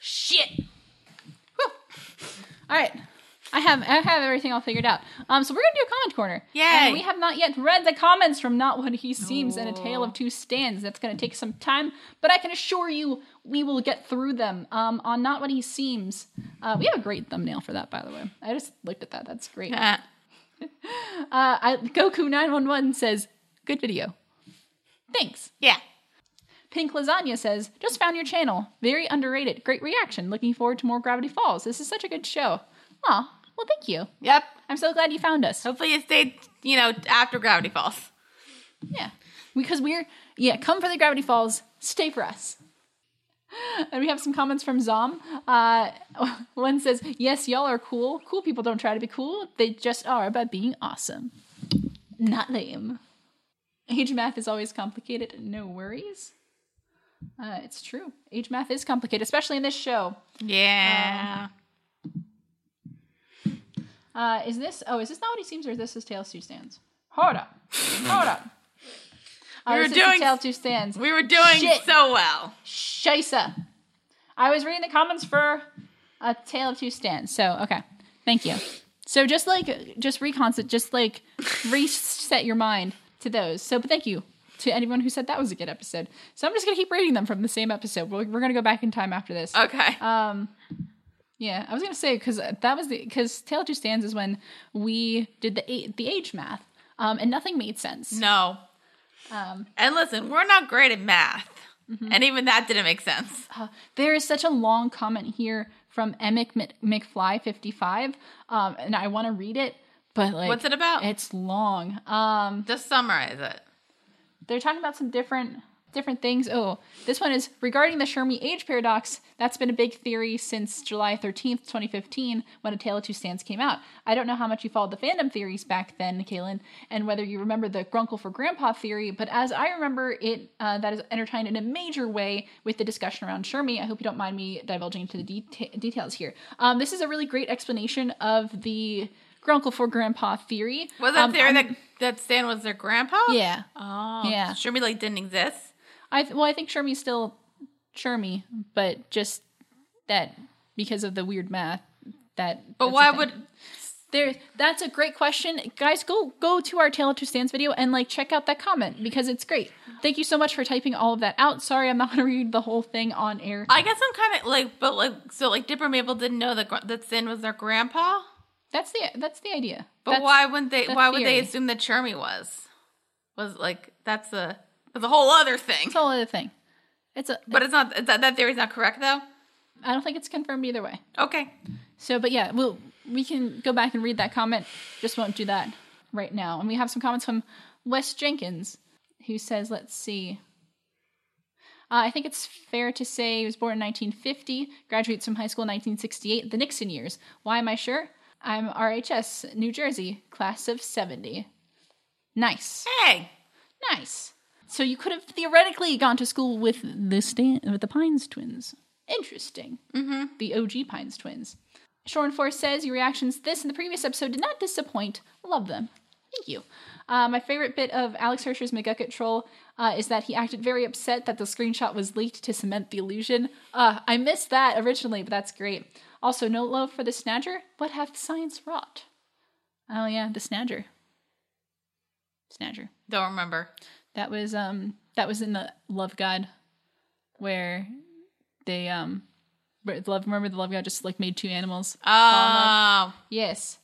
Speaker 1: shit Whew. all right I have I have everything all figured out. Um, so we're gonna do a comment corner.
Speaker 2: Yay.
Speaker 1: And we have not yet read the comments from Not What He Seems and A Tale
Speaker 2: No.
Speaker 1: of Two Stands. That's gonna take some time, but I can assure you we will get through them. Um, on Not What He Seems, uh, we have a great thumbnail for that, by the way. I just looked at that. That's great. Uh,
Speaker 2: Uh,
Speaker 1: I, Goku nine one one says, "Good video." Thanks.
Speaker 2: yeah.
Speaker 1: Pink Lasagna says, just found your channel. Very underrated. Great reaction. Looking forward to more Gravity Falls. This is such a good show. Aw, well, thank you.
Speaker 2: Yep.
Speaker 1: I'm so glad you found us.
Speaker 2: Hopefully you stayed, you know, after Gravity Falls.
Speaker 1: Yeah. Because we're, yeah, come for the Gravity Falls, stay for us. And we have some comments from Zom. Uh, [LAUGHS] one says, yes, y'all are cool. Cool people don't try to be cool, they just are by being awesome. Not lame. Age math is always complicated, no worries. Uh, it's true. Age math is complicated, especially in this show.
Speaker 2: Yeah.
Speaker 1: Uh, is this? Oh, is this not what he seems, or is this his tail two stands? Hold up, hold
Speaker 2: [LAUGHS]
Speaker 1: up. Uh,
Speaker 2: We were
Speaker 1: this is his
Speaker 2: doing-
Speaker 1: tail two stands.
Speaker 2: we were doing
Speaker 1: Shit.
Speaker 2: so well.
Speaker 1: Shisa. I was reading the comments for a tale of two stands. So okay, thank you. So just like just reconcent, just like reset your mind to those. So but thank you to anyone who said that was a good episode. So I'm just gonna keep reading them from the same episode. We're, we're gonna go back in time after this.
Speaker 2: Okay.
Speaker 1: Um, yeah, I was gonna say because that was the because Tale of Two Stands is when we did the a- the age math, um, and nothing made sense.
Speaker 2: no.
Speaker 1: Um,
Speaker 2: And listen, we're not great at math. And even that didn't make sense.
Speaker 1: uh, there is such a long comment here from Emic Mc- McFly fifty five, um, and I want to read it, but like,
Speaker 2: What's it about?
Speaker 1: It's long. Um,
Speaker 2: Just summarize it.
Speaker 1: they're talking about some different different things. Oh, this one is regarding the Fermi age paradox. That's been a big theory since July 13th, 2015, when A Tale of Two Stands came out. I don't know how much you followed the fandom theories back then, Kaylin, and whether you remember the Grunkle for Grandpa theory, but as I remember it, uh, that is entertained in a major way with the discussion around Shermie. I hope you don't mind me divulging into the deta- details here. Um, this is a really great explanation of the Grunkle for Grandpa theory.
Speaker 2: Was that
Speaker 1: Um,
Speaker 2: theory
Speaker 1: I'm-
Speaker 2: that that Stan was their grandpa?
Speaker 1: Yeah.
Speaker 2: Oh.
Speaker 1: Yeah.
Speaker 2: Shermie like didn't exist.
Speaker 1: I th- well, I think Shermie's still Shermie, but just that because of the weird math. That
Speaker 2: But
Speaker 1: that's
Speaker 2: why
Speaker 1: the thing.
Speaker 2: would
Speaker 1: there? That's a great question, guys. Go go to our Taylor Two Stands video and like check out that comment because it's great. Thank you so much for typing all of that out. Sorry, I'm not [LAUGHS] going to read the whole thing on air.
Speaker 2: I guess I'm kind of like, but like, so like Dipper Mabel didn't know that gr- that Sin was their grandpa.
Speaker 1: that's the that's the idea.
Speaker 2: But
Speaker 1: That's-
Speaker 2: why wouldn't they?
Speaker 1: the
Speaker 2: Why would they
Speaker 1: theory.
Speaker 2: assume that Chermy was? Was like that's a that's a whole other thing.
Speaker 1: It's a whole other thing. It's a.
Speaker 2: But it's not it's- that that theory's not correct though.
Speaker 1: I don't think it's confirmed either way.
Speaker 2: Okay.
Speaker 1: So, but yeah, we'll, we can go back and read that comment. Just won't do that right now. And we have some comments from Wes Jenkins, who says, let's see. Uh, I think it's fair to say he was born in 1950, graduates from high school in 1968, the Nixon years. Why am I sure? I'm RHS, New Jersey, class of 70. Nice.
Speaker 2: Hey.
Speaker 1: Nice. So you could have theoretically gone to school with the Stan- with the Pines twins. Interesting. Mm-hmm. The OG Pines twins. Shorn Force says your reactions to this and the previous episode did not disappoint. Love them. Thank you. Uh, my favorite bit of Alex Hersher's McGucket troll uh, is that he acted very upset that the screenshot was leaked to cement the illusion. Uh, I missed that originally, but that's great. Also, no love for the Snadger. What hath science wrought? Oh yeah, the Snadger. Snadger
Speaker 2: Don't remember.
Speaker 1: that was um that was in the love god where they um where the love remember the love god just like made two animals
Speaker 2: Oh.
Speaker 1: yes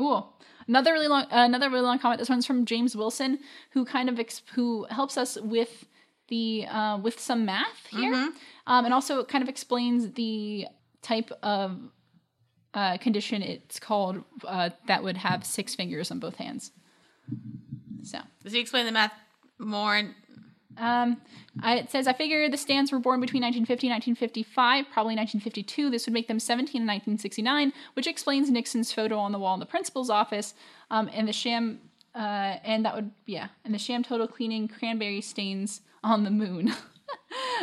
Speaker 1: ooh another really long another really long comment this one's from james wilson who kind of exp- who helps us with the uh, with some math here um, and also kind of explains the type of uh, condition it's called uh, that would have six fingers on both hands so
Speaker 2: Does he explain the math more? in-
Speaker 1: um, I, it says, I figure the stands were born between 1950 and 1955, probably 1952. This would make them 17 in 1969, which explains Nixon's photo on the wall in the principal's office um, and the sham, uh, and that would, yeah, and the sham total cleaning cranberry stains on the moon.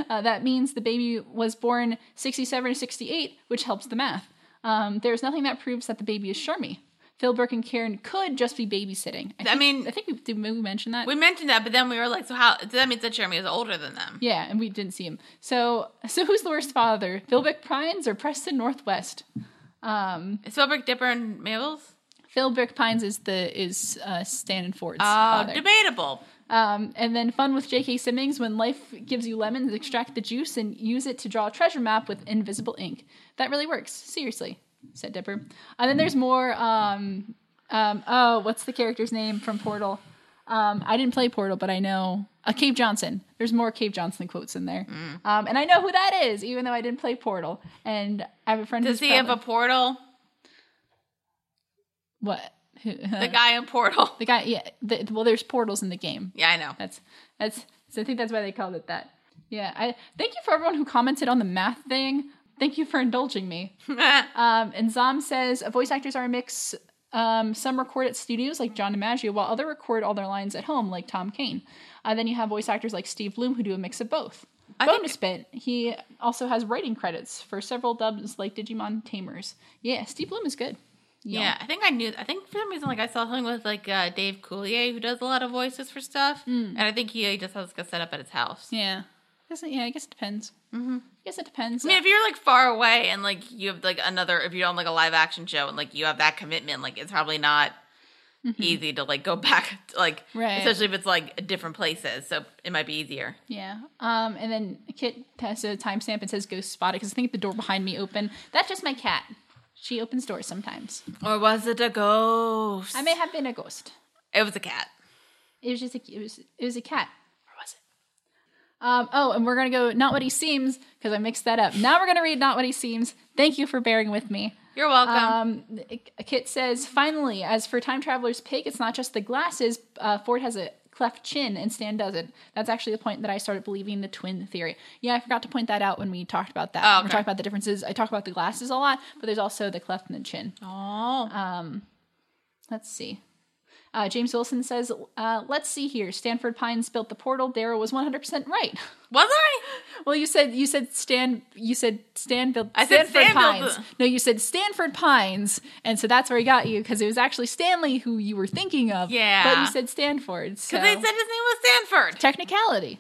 Speaker 1: [LAUGHS] uh, that means the baby was born 67 or 68, which helps the math. Um, there's nothing that proves that the baby is Shermie. Phil Burke and Karen could just be babysitting. I,
Speaker 2: I
Speaker 1: think- [LAUGHS]
Speaker 2: mean-
Speaker 1: I think we did we mention that.
Speaker 2: We mentioned that, but then we were like, so how? so That means that Jeremy is older than them.
Speaker 1: Yeah, and [LAUGHS] we didn't see him. So, so who's the worst father, Philbeck Pines or Preston Northwest? Um,
Speaker 2: Spielberg, Dipper, and Mabel's?
Speaker 1: Philbrick Pines is the is uh, Stan Ford's
Speaker 2: Oh,
Speaker 1: father.
Speaker 2: debatable.
Speaker 1: Um, and then fun with J.K. Simmons when life gives you lemons, extract the juice and use it to draw a treasure map with invisible ink. That really works. Seriously, said Dipper. And then there's more. Um, um, oh, what's the character's name from Portal? Um, I didn't play Portal, but I know uh, Cave Johnson. There's more Cave Johnson quotes in there,
Speaker 2: Mm.
Speaker 1: um, and I know who that is, even though I didn't play Portal. And I have a friend.
Speaker 2: Does
Speaker 1: who's
Speaker 2: he have a
Speaker 1: probably-
Speaker 2: portal?
Speaker 1: what? [LAUGHS] Uh.
Speaker 2: The guy in Portal. [LAUGHS]
Speaker 1: the guy? Yeah. The, well, there's portals in the game.
Speaker 2: Yeah, I know.
Speaker 1: That's that's. So I think that's why they called it that. Yeah. I thank you for everyone who commented on the math thing. Thank you for indulging
Speaker 2: [LAUGHS]
Speaker 1: me. [LAUGHS] Um, and Zom says voice actors are a mix. Um, some record at studios like John DiMaggio, while other record all their lines at home like Tom Kane. Uh, then you have voice actors like Steve Bloom who do a mix of both.
Speaker 2: I think-
Speaker 1: Bonus bit: He also has writing credits for several dubs like Digimon Tamers. Yeah, Steve Bloom is good.
Speaker 2: Yeah, I think I knew. I think for some reason, like I saw something with like uh, Dave Coulier, who does a lot of voices for stuff, and I think he just has like, set up at his house.
Speaker 1: yeah. Guess- yeah, I guess it depends. Mm-hmm. I guess it depends.
Speaker 2: I mean, if you're like far away and like you have like another, if you're on like a live action show and like you have that commitment, like it's probably not easy to like go [LAUGHS] back, to, like
Speaker 1: Right.
Speaker 2: especially if it's like different places. So it might be easier.
Speaker 1: Yeah. Um, and then Kit has a timestamp and says ghost spotted because I think the door behind me opened. That's just my cat. She opens doors sometimes.
Speaker 2: Or was it a ghost?
Speaker 1: I may have been a ghost.
Speaker 2: it was a cat.
Speaker 1: It was just a, it was it was a cat. Or was it? Um, oh, and we're gonna go not what he seems because I mixed that up. Now we're gonna read not what he seems. Thank you for bearing with me.
Speaker 2: You're welcome.
Speaker 1: Um, Kit says, finally, as for Time Traveler's Pig, it's not just the glasses. Uh, Ford has a cleft chin and Stan doesn't. That's actually the point that I started believing the twin theory. Yeah, I forgot to point that out when we talked about that.
Speaker 2: Oh,
Speaker 1: We're
Speaker 2: okay.
Speaker 1: talking about the differences. I talk about the glasses a lot, but there's also the cleft and the chin.
Speaker 2: oh,
Speaker 1: Let's see. Uh, James Wilson says, uh, let's see here. Stanford Pines built the portal. Darrow was 100% right. [LAUGHS]
Speaker 2: was I?
Speaker 1: Well, you said you said Stan you said Stanville
Speaker 2: I said
Speaker 1: Stanford
Speaker 2: Stanville-
Speaker 1: Pines. No, you said Stanford Pines, and so that's where he got you because it was actually Stanley who you were thinking of.
Speaker 2: Yeah.
Speaker 1: but you said Stanford. So
Speaker 2: Because they said his name was Stanford.
Speaker 1: technicality.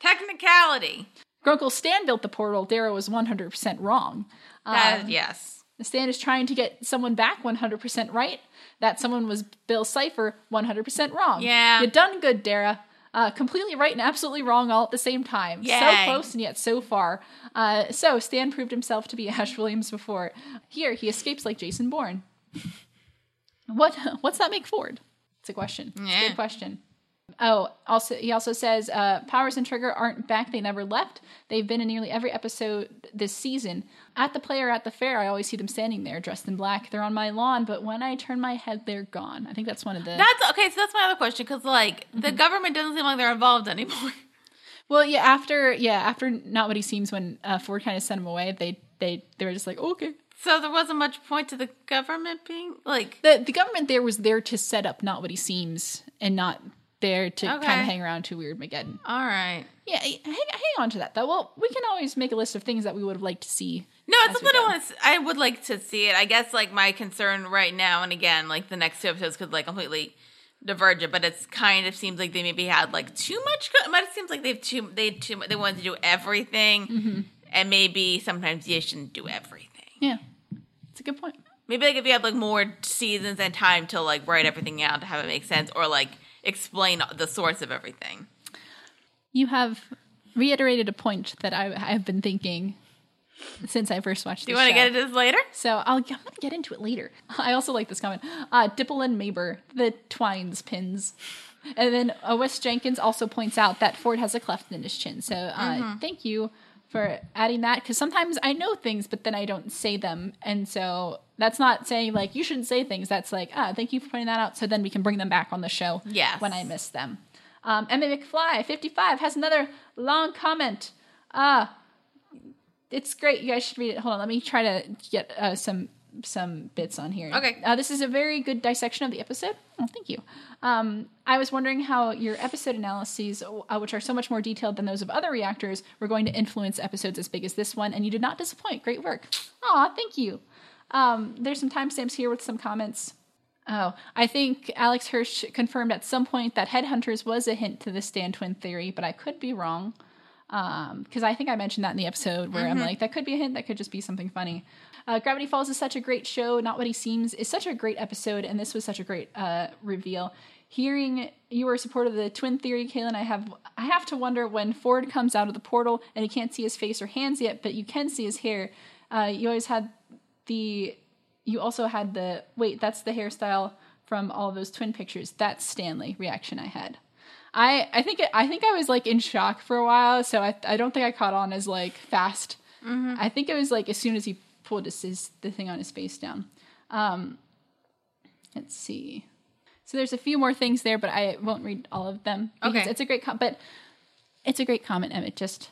Speaker 2: Technicality.
Speaker 1: Grunkle Stan built the portal. Darrow was one hundred percent wrong.
Speaker 2: That- yes.
Speaker 1: Stan is trying to get someone back one hundred percent right. That someone was Bill Cipher one hundred percent wrong.
Speaker 2: Yeah.
Speaker 1: you done good, Dara. Uh, completely right and absolutely wrong all at the same time.
Speaker 2: Yay.
Speaker 1: So close and yet so far. Uh, so Stan proved himself to be [LAUGHS] Ash Williams before. Here he escapes like Jason Bourne. [LAUGHS] What? What's that make Ford? It's a question. It's a
Speaker 2: Yeah.
Speaker 1: good question. Oh, also he also says uh, Powers and Trigger aren't back. They never left. They've been in nearly every episode this season. At the play or at the fair, I always see them standing there dressed in black. They're on my lawn, but when I turn my head, they're gone. I think that's one of the.
Speaker 2: That's okay. So that's my other question because like the
Speaker 1: Mm-hmm.
Speaker 2: government doesn't seem like they're involved anymore. [LAUGHS]
Speaker 1: well, yeah. After yeah, after not what he seems when uh, Ford kind of sent him away. They they they were just like "Oh, okay.
Speaker 2: So there wasn't much point to the government being like.
Speaker 1: The the government there was there to set up not what he seems and not there to
Speaker 2: Okay.
Speaker 1: kind of hang around to weird Mageddon.
Speaker 2: All right.
Speaker 1: Yeah, hang, hang on to that though. Well, we can always make a list of things that we would have liked to see.
Speaker 2: No,
Speaker 1: as
Speaker 2: it's
Speaker 1: we
Speaker 2: what I
Speaker 1: go.
Speaker 2: want to. I would like to see it. I guess like my concern right now, and again, like the next two episodes could like completely diverge it, but it's kind of seems like they maybe had like too much. go- But it seems like they've too they had too mu- they wanted to do everything,
Speaker 1: Mm-hmm.
Speaker 2: and maybe sometimes you shouldn't do everything.
Speaker 1: Yeah, it's a good point.
Speaker 2: Maybe like if you had like more seasons and time to like write everything out to have it make sense, or like explain the source of everything.
Speaker 1: You have reiterated a point that I, I have been thinking since I first watched.
Speaker 2: Do you want to get into this later?
Speaker 1: So I'll, I'm gonna get into it later. I also like this comment. Uh, Dipple and Maber, the twines pins. And then uh, Wes Jenkins also points out that Ford has a cleft in his chin. So uh, thank you for adding that because sometimes I know things, but then I don't say them. And so that's not saying like you shouldn't say things. That's like, ah, thank you for pointing that out. So then we can bring them back on the show
Speaker 2: Yes.
Speaker 1: when I miss them. Um, Emma McFly, 55, has another long comment. Uh, it's great. You guys should read it. Hold on, let me try to get uh, some some bits on here.
Speaker 2: Okay.
Speaker 1: Uh, this is a very good dissection of the episode. Oh, thank you. Um, I was wondering how your episode analyses, uh, which are so much more detailed than those of other reactors, were going to influence episodes as big as this one, and you did not disappoint. Great work. Aw, thank you. Um, there's some timestamps here with some comments. Oh, I think Alex Hirsch confirmed at some point that Headhunters was a hint to the Stan twin theory, but I could be wrong. because Um, I think I mentioned that in the episode where I'm like, that could be a hint, that could just be something funny. Uh, Gravity Falls is such a great show. Not What He Seems is such a great episode, and this was such a great uh, reveal. Hearing you were a supporter of the twin theory, Kaylin, I have I have to wonder when Ford comes out of the portal and you can't see his face or hands yet, but you can see his hair. Uh, you always had the you also had the wait that's the hairstyle from all those twin pictures that's stanley reaction i had i i think i think i was like in shock for a while so i i don't think i caught on as like fast i think it was like as soon as he pulled his, his the thing on his face down um let's see so there's a few more things there but i won't read all of them because
Speaker 2: Okay.
Speaker 1: it's a great com- but it's a great comment emmett just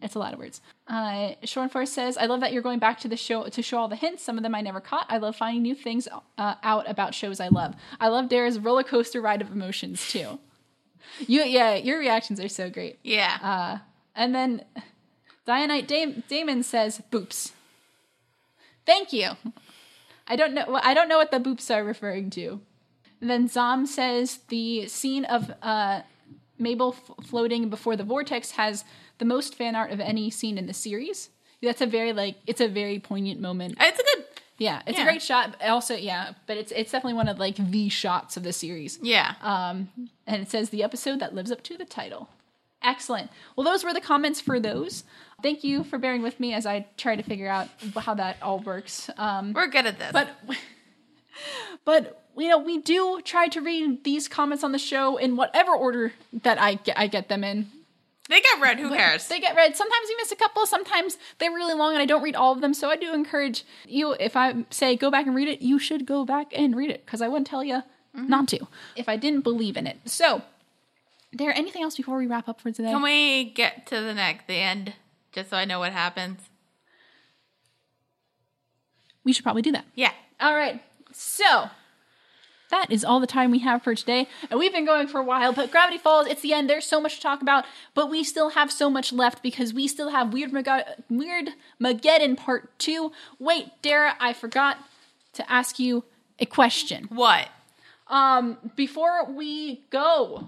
Speaker 1: it's a lot of words. Uh, Shornforce says, "I love that you're going back to the show to show all the hints. Some of them I never caught. I love finding new things uh, out about shows I love. I love Dara's roller coaster ride of emotions too. [LAUGHS] You, yeah, your reactions are so great.
Speaker 2: Yeah.
Speaker 1: Uh, And then Dionite Dam- Damon says, "Boops." Thank you. I don't know. well, I don't know what the boops are referring to. And then Zom says the scene of uh, Mabel f- floating before the vortex has the most fan art of any scene in the series. That's a very like it's a very poignant moment.
Speaker 2: it's a good.
Speaker 1: Yeah, it's
Speaker 2: Yeah.
Speaker 1: a great shot. but Also, yeah, but it's it's definitely one of like the shots of the series.
Speaker 2: Yeah.
Speaker 1: Um, and it says the episode that lives up to the title. Excellent. Well, those were the comments for those. Thank you for bearing with me as I try to figure out how that all works. Um,
Speaker 2: We're good at this.
Speaker 1: but [LAUGHS] but you know we do try to read these comments on the show in whatever order that I get, I get them in.
Speaker 2: they got red. Who cares?
Speaker 1: They get read. Sometimes you miss a couple. Sometimes they're really long, and I don't read all of them. So I do encourage you. If I say go back and read it, you should go back and read it because I wouldn't tell you not to if I didn't believe in it. So, there anything else before we wrap up for today?
Speaker 2: Can we get to the neck, the end, just so I know what happens?
Speaker 1: we should probably do that.
Speaker 2: Yeah.
Speaker 1: All right. So that is all the time we have for today. And we've been going for a while, but Gravity Falls, it's the end. There's so much to talk about, but we still have so much left because we still have Weird Maga- Weird Mageddon Part 2. Wait, Dara, I forgot to ask you a question.
Speaker 2: What?
Speaker 1: Um, before we go,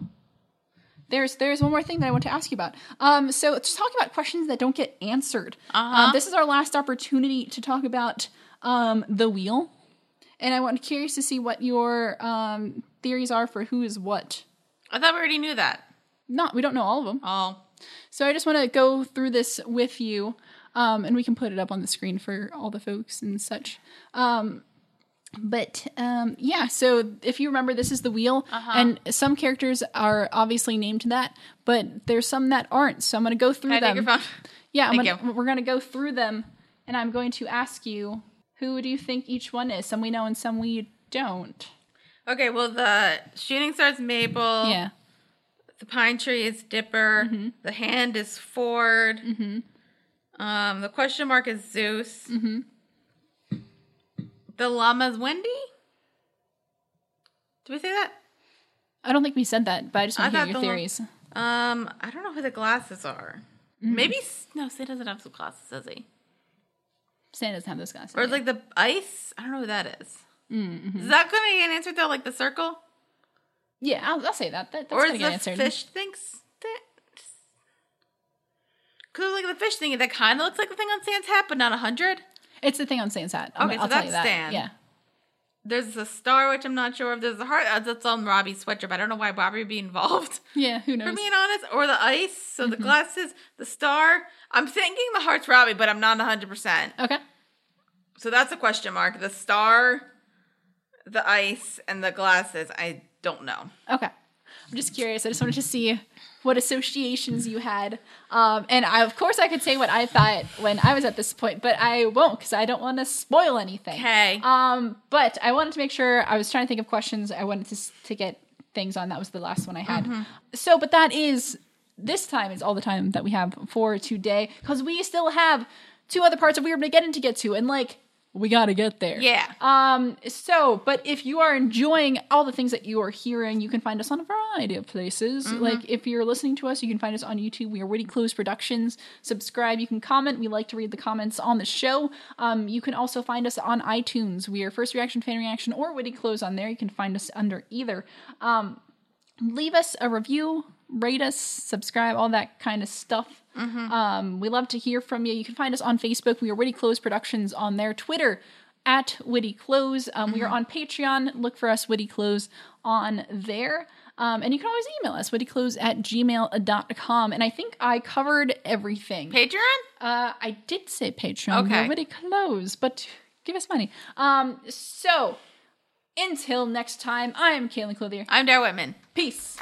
Speaker 1: there's there's one more thing that I want to ask you about. Um, so just talk about questions that don't get answered.
Speaker 2: Uh-huh.
Speaker 1: Um, this is our last opportunity to talk about um, the wheel, and I want curious to see what your um, theories are for who is what.
Speaker 2: I thought we already knew that.
Speaker 1: Not we don't know all of them,
Speaker 2: Oh.
Speaker 1: so I just want to go through this with you, um, and we can put it up on the screen for all the folks and such. Um, But um, yeah, so if you remember, this is the wheel,
Speaker 2: Uh-huh.
Speaker 1: and some characters are obviously named that, but there's some that aren't. So I'm going to go through
Speaker 2: Can I take
Speaker 1: them.
Speaker 2: your phone?
Speaker 1: Yeah, I'm
Speaker 2: Thank
Speaker 1: gonna, we're going to go through them, and I'm going to ask you who do you think each one is? Some we know and some we don't.
Speaker 2: [LAUGHS] Okay, well, the shooting star's Mabel.
Speaker 1: Yeah,
Speaker 2: The pine tree is Dipper. The hand is Ford. Um, the question mark is Zeus. The llama's Wendy? Did we say that?
Speaker 1: I don't think we said that, but I just want
Speaker 2: I
Speaker 1: to hear
Speaker 2: thought
Speaker 1: your
Speaker 2: the lo-
Speaker 1: theories.
Speaker 2: Um, I don't know who the glasses are. Maybe S- Mm-hmm. no, Sid doesn't have some glasses, does he?
Speaker 1: Santa doesn't have those glasses.
Speaker 2: Or like the ice? I don't know who that is. Is that gonna be an answer though? Like the circle,
Speaker 1: yeah, I'll, I'll say that. that that's
Speaker 2: or
Speaker 1: going to
Speaker 2: is
Speaker 1: get
Speaker 2: the
Speaker 1: answered.
Speaker 2: fish things? Because like the fish thing, that kind of looks like the thing on Sam's hat, but not a hundred.
Speaker 1: It's the thing on Santa's hat. I'm-
Speaker 2: Okay, so
Speaker 1: I'll tell you that.
Speaker 2: that's Stan.
Speaker 1: Yeah,
Speaker 2: There's a star, which I'm not sure of. There's a heart. uh, That's on Robbie's sweater, but I don't know why Robbie would be involved.
Speaker 1: yeah. Who knows?
Speaker 2: For being honest, or the ice, so the glasses, the star. I'm thinking the heart's Robbie, but I'm not 100. percent
Speaker 1: okay.
Speaker 2: So that's a question mark. The star, the ice, and the glasses. I don't know.
Speaker 1: Okay. I'm just curious. I just wanted to see what associations you had. Um, and I, of course, I could say what I thought when I was at this point, but I won't because I don't want to spoil anything.
Speaker 2: Okay.
Speaker 1: Um, but I wanted to make sure I was trying to think of questions I wanted to, s- to get things on. That was the last one I had.
Speaker 2: Mm-hmm.
Speaker 1: So, but that is this time is all the time that we have for today because we still have two other parts of Weird Mageddon to get to, and like we got to get there.
Speaker 2: Yeah.
Speaker 1: Um, so, but if you are enjoying all the things that you are hearing, you can find us on a variety of places. Like if you're listening to us, you can find us on YouTube. We are Witty Clues Productions. Subscribe. You can comment. We like to read the comments on the show. Um, you can also find us on iTunes. We are First Reaction, Fan Reaction, or Witty Clues on there. You can find us under either. Um, leave us a review, rate us, subscribe, all that kind of stuff. Um, we love to hear from you. You can find us on Facebook. We are Witty Close Productions on their Twitter at Witty Close. Um, We are on Patreon. Look for us, Witty Close, on there. Um, and you can always email us, wittyclose at gmail.com. And I think I covered everything.
Speaker 2: Patreon?
Speaker 1: Uh, I did say Patreon.
Speaker 2: Okay.
Speaker 1: We're already close, but give us money. Um, so until next time, I am Kaylin Clothier.
Speaker 2: I'm Dara Whitman.
Speaker 1: Peace.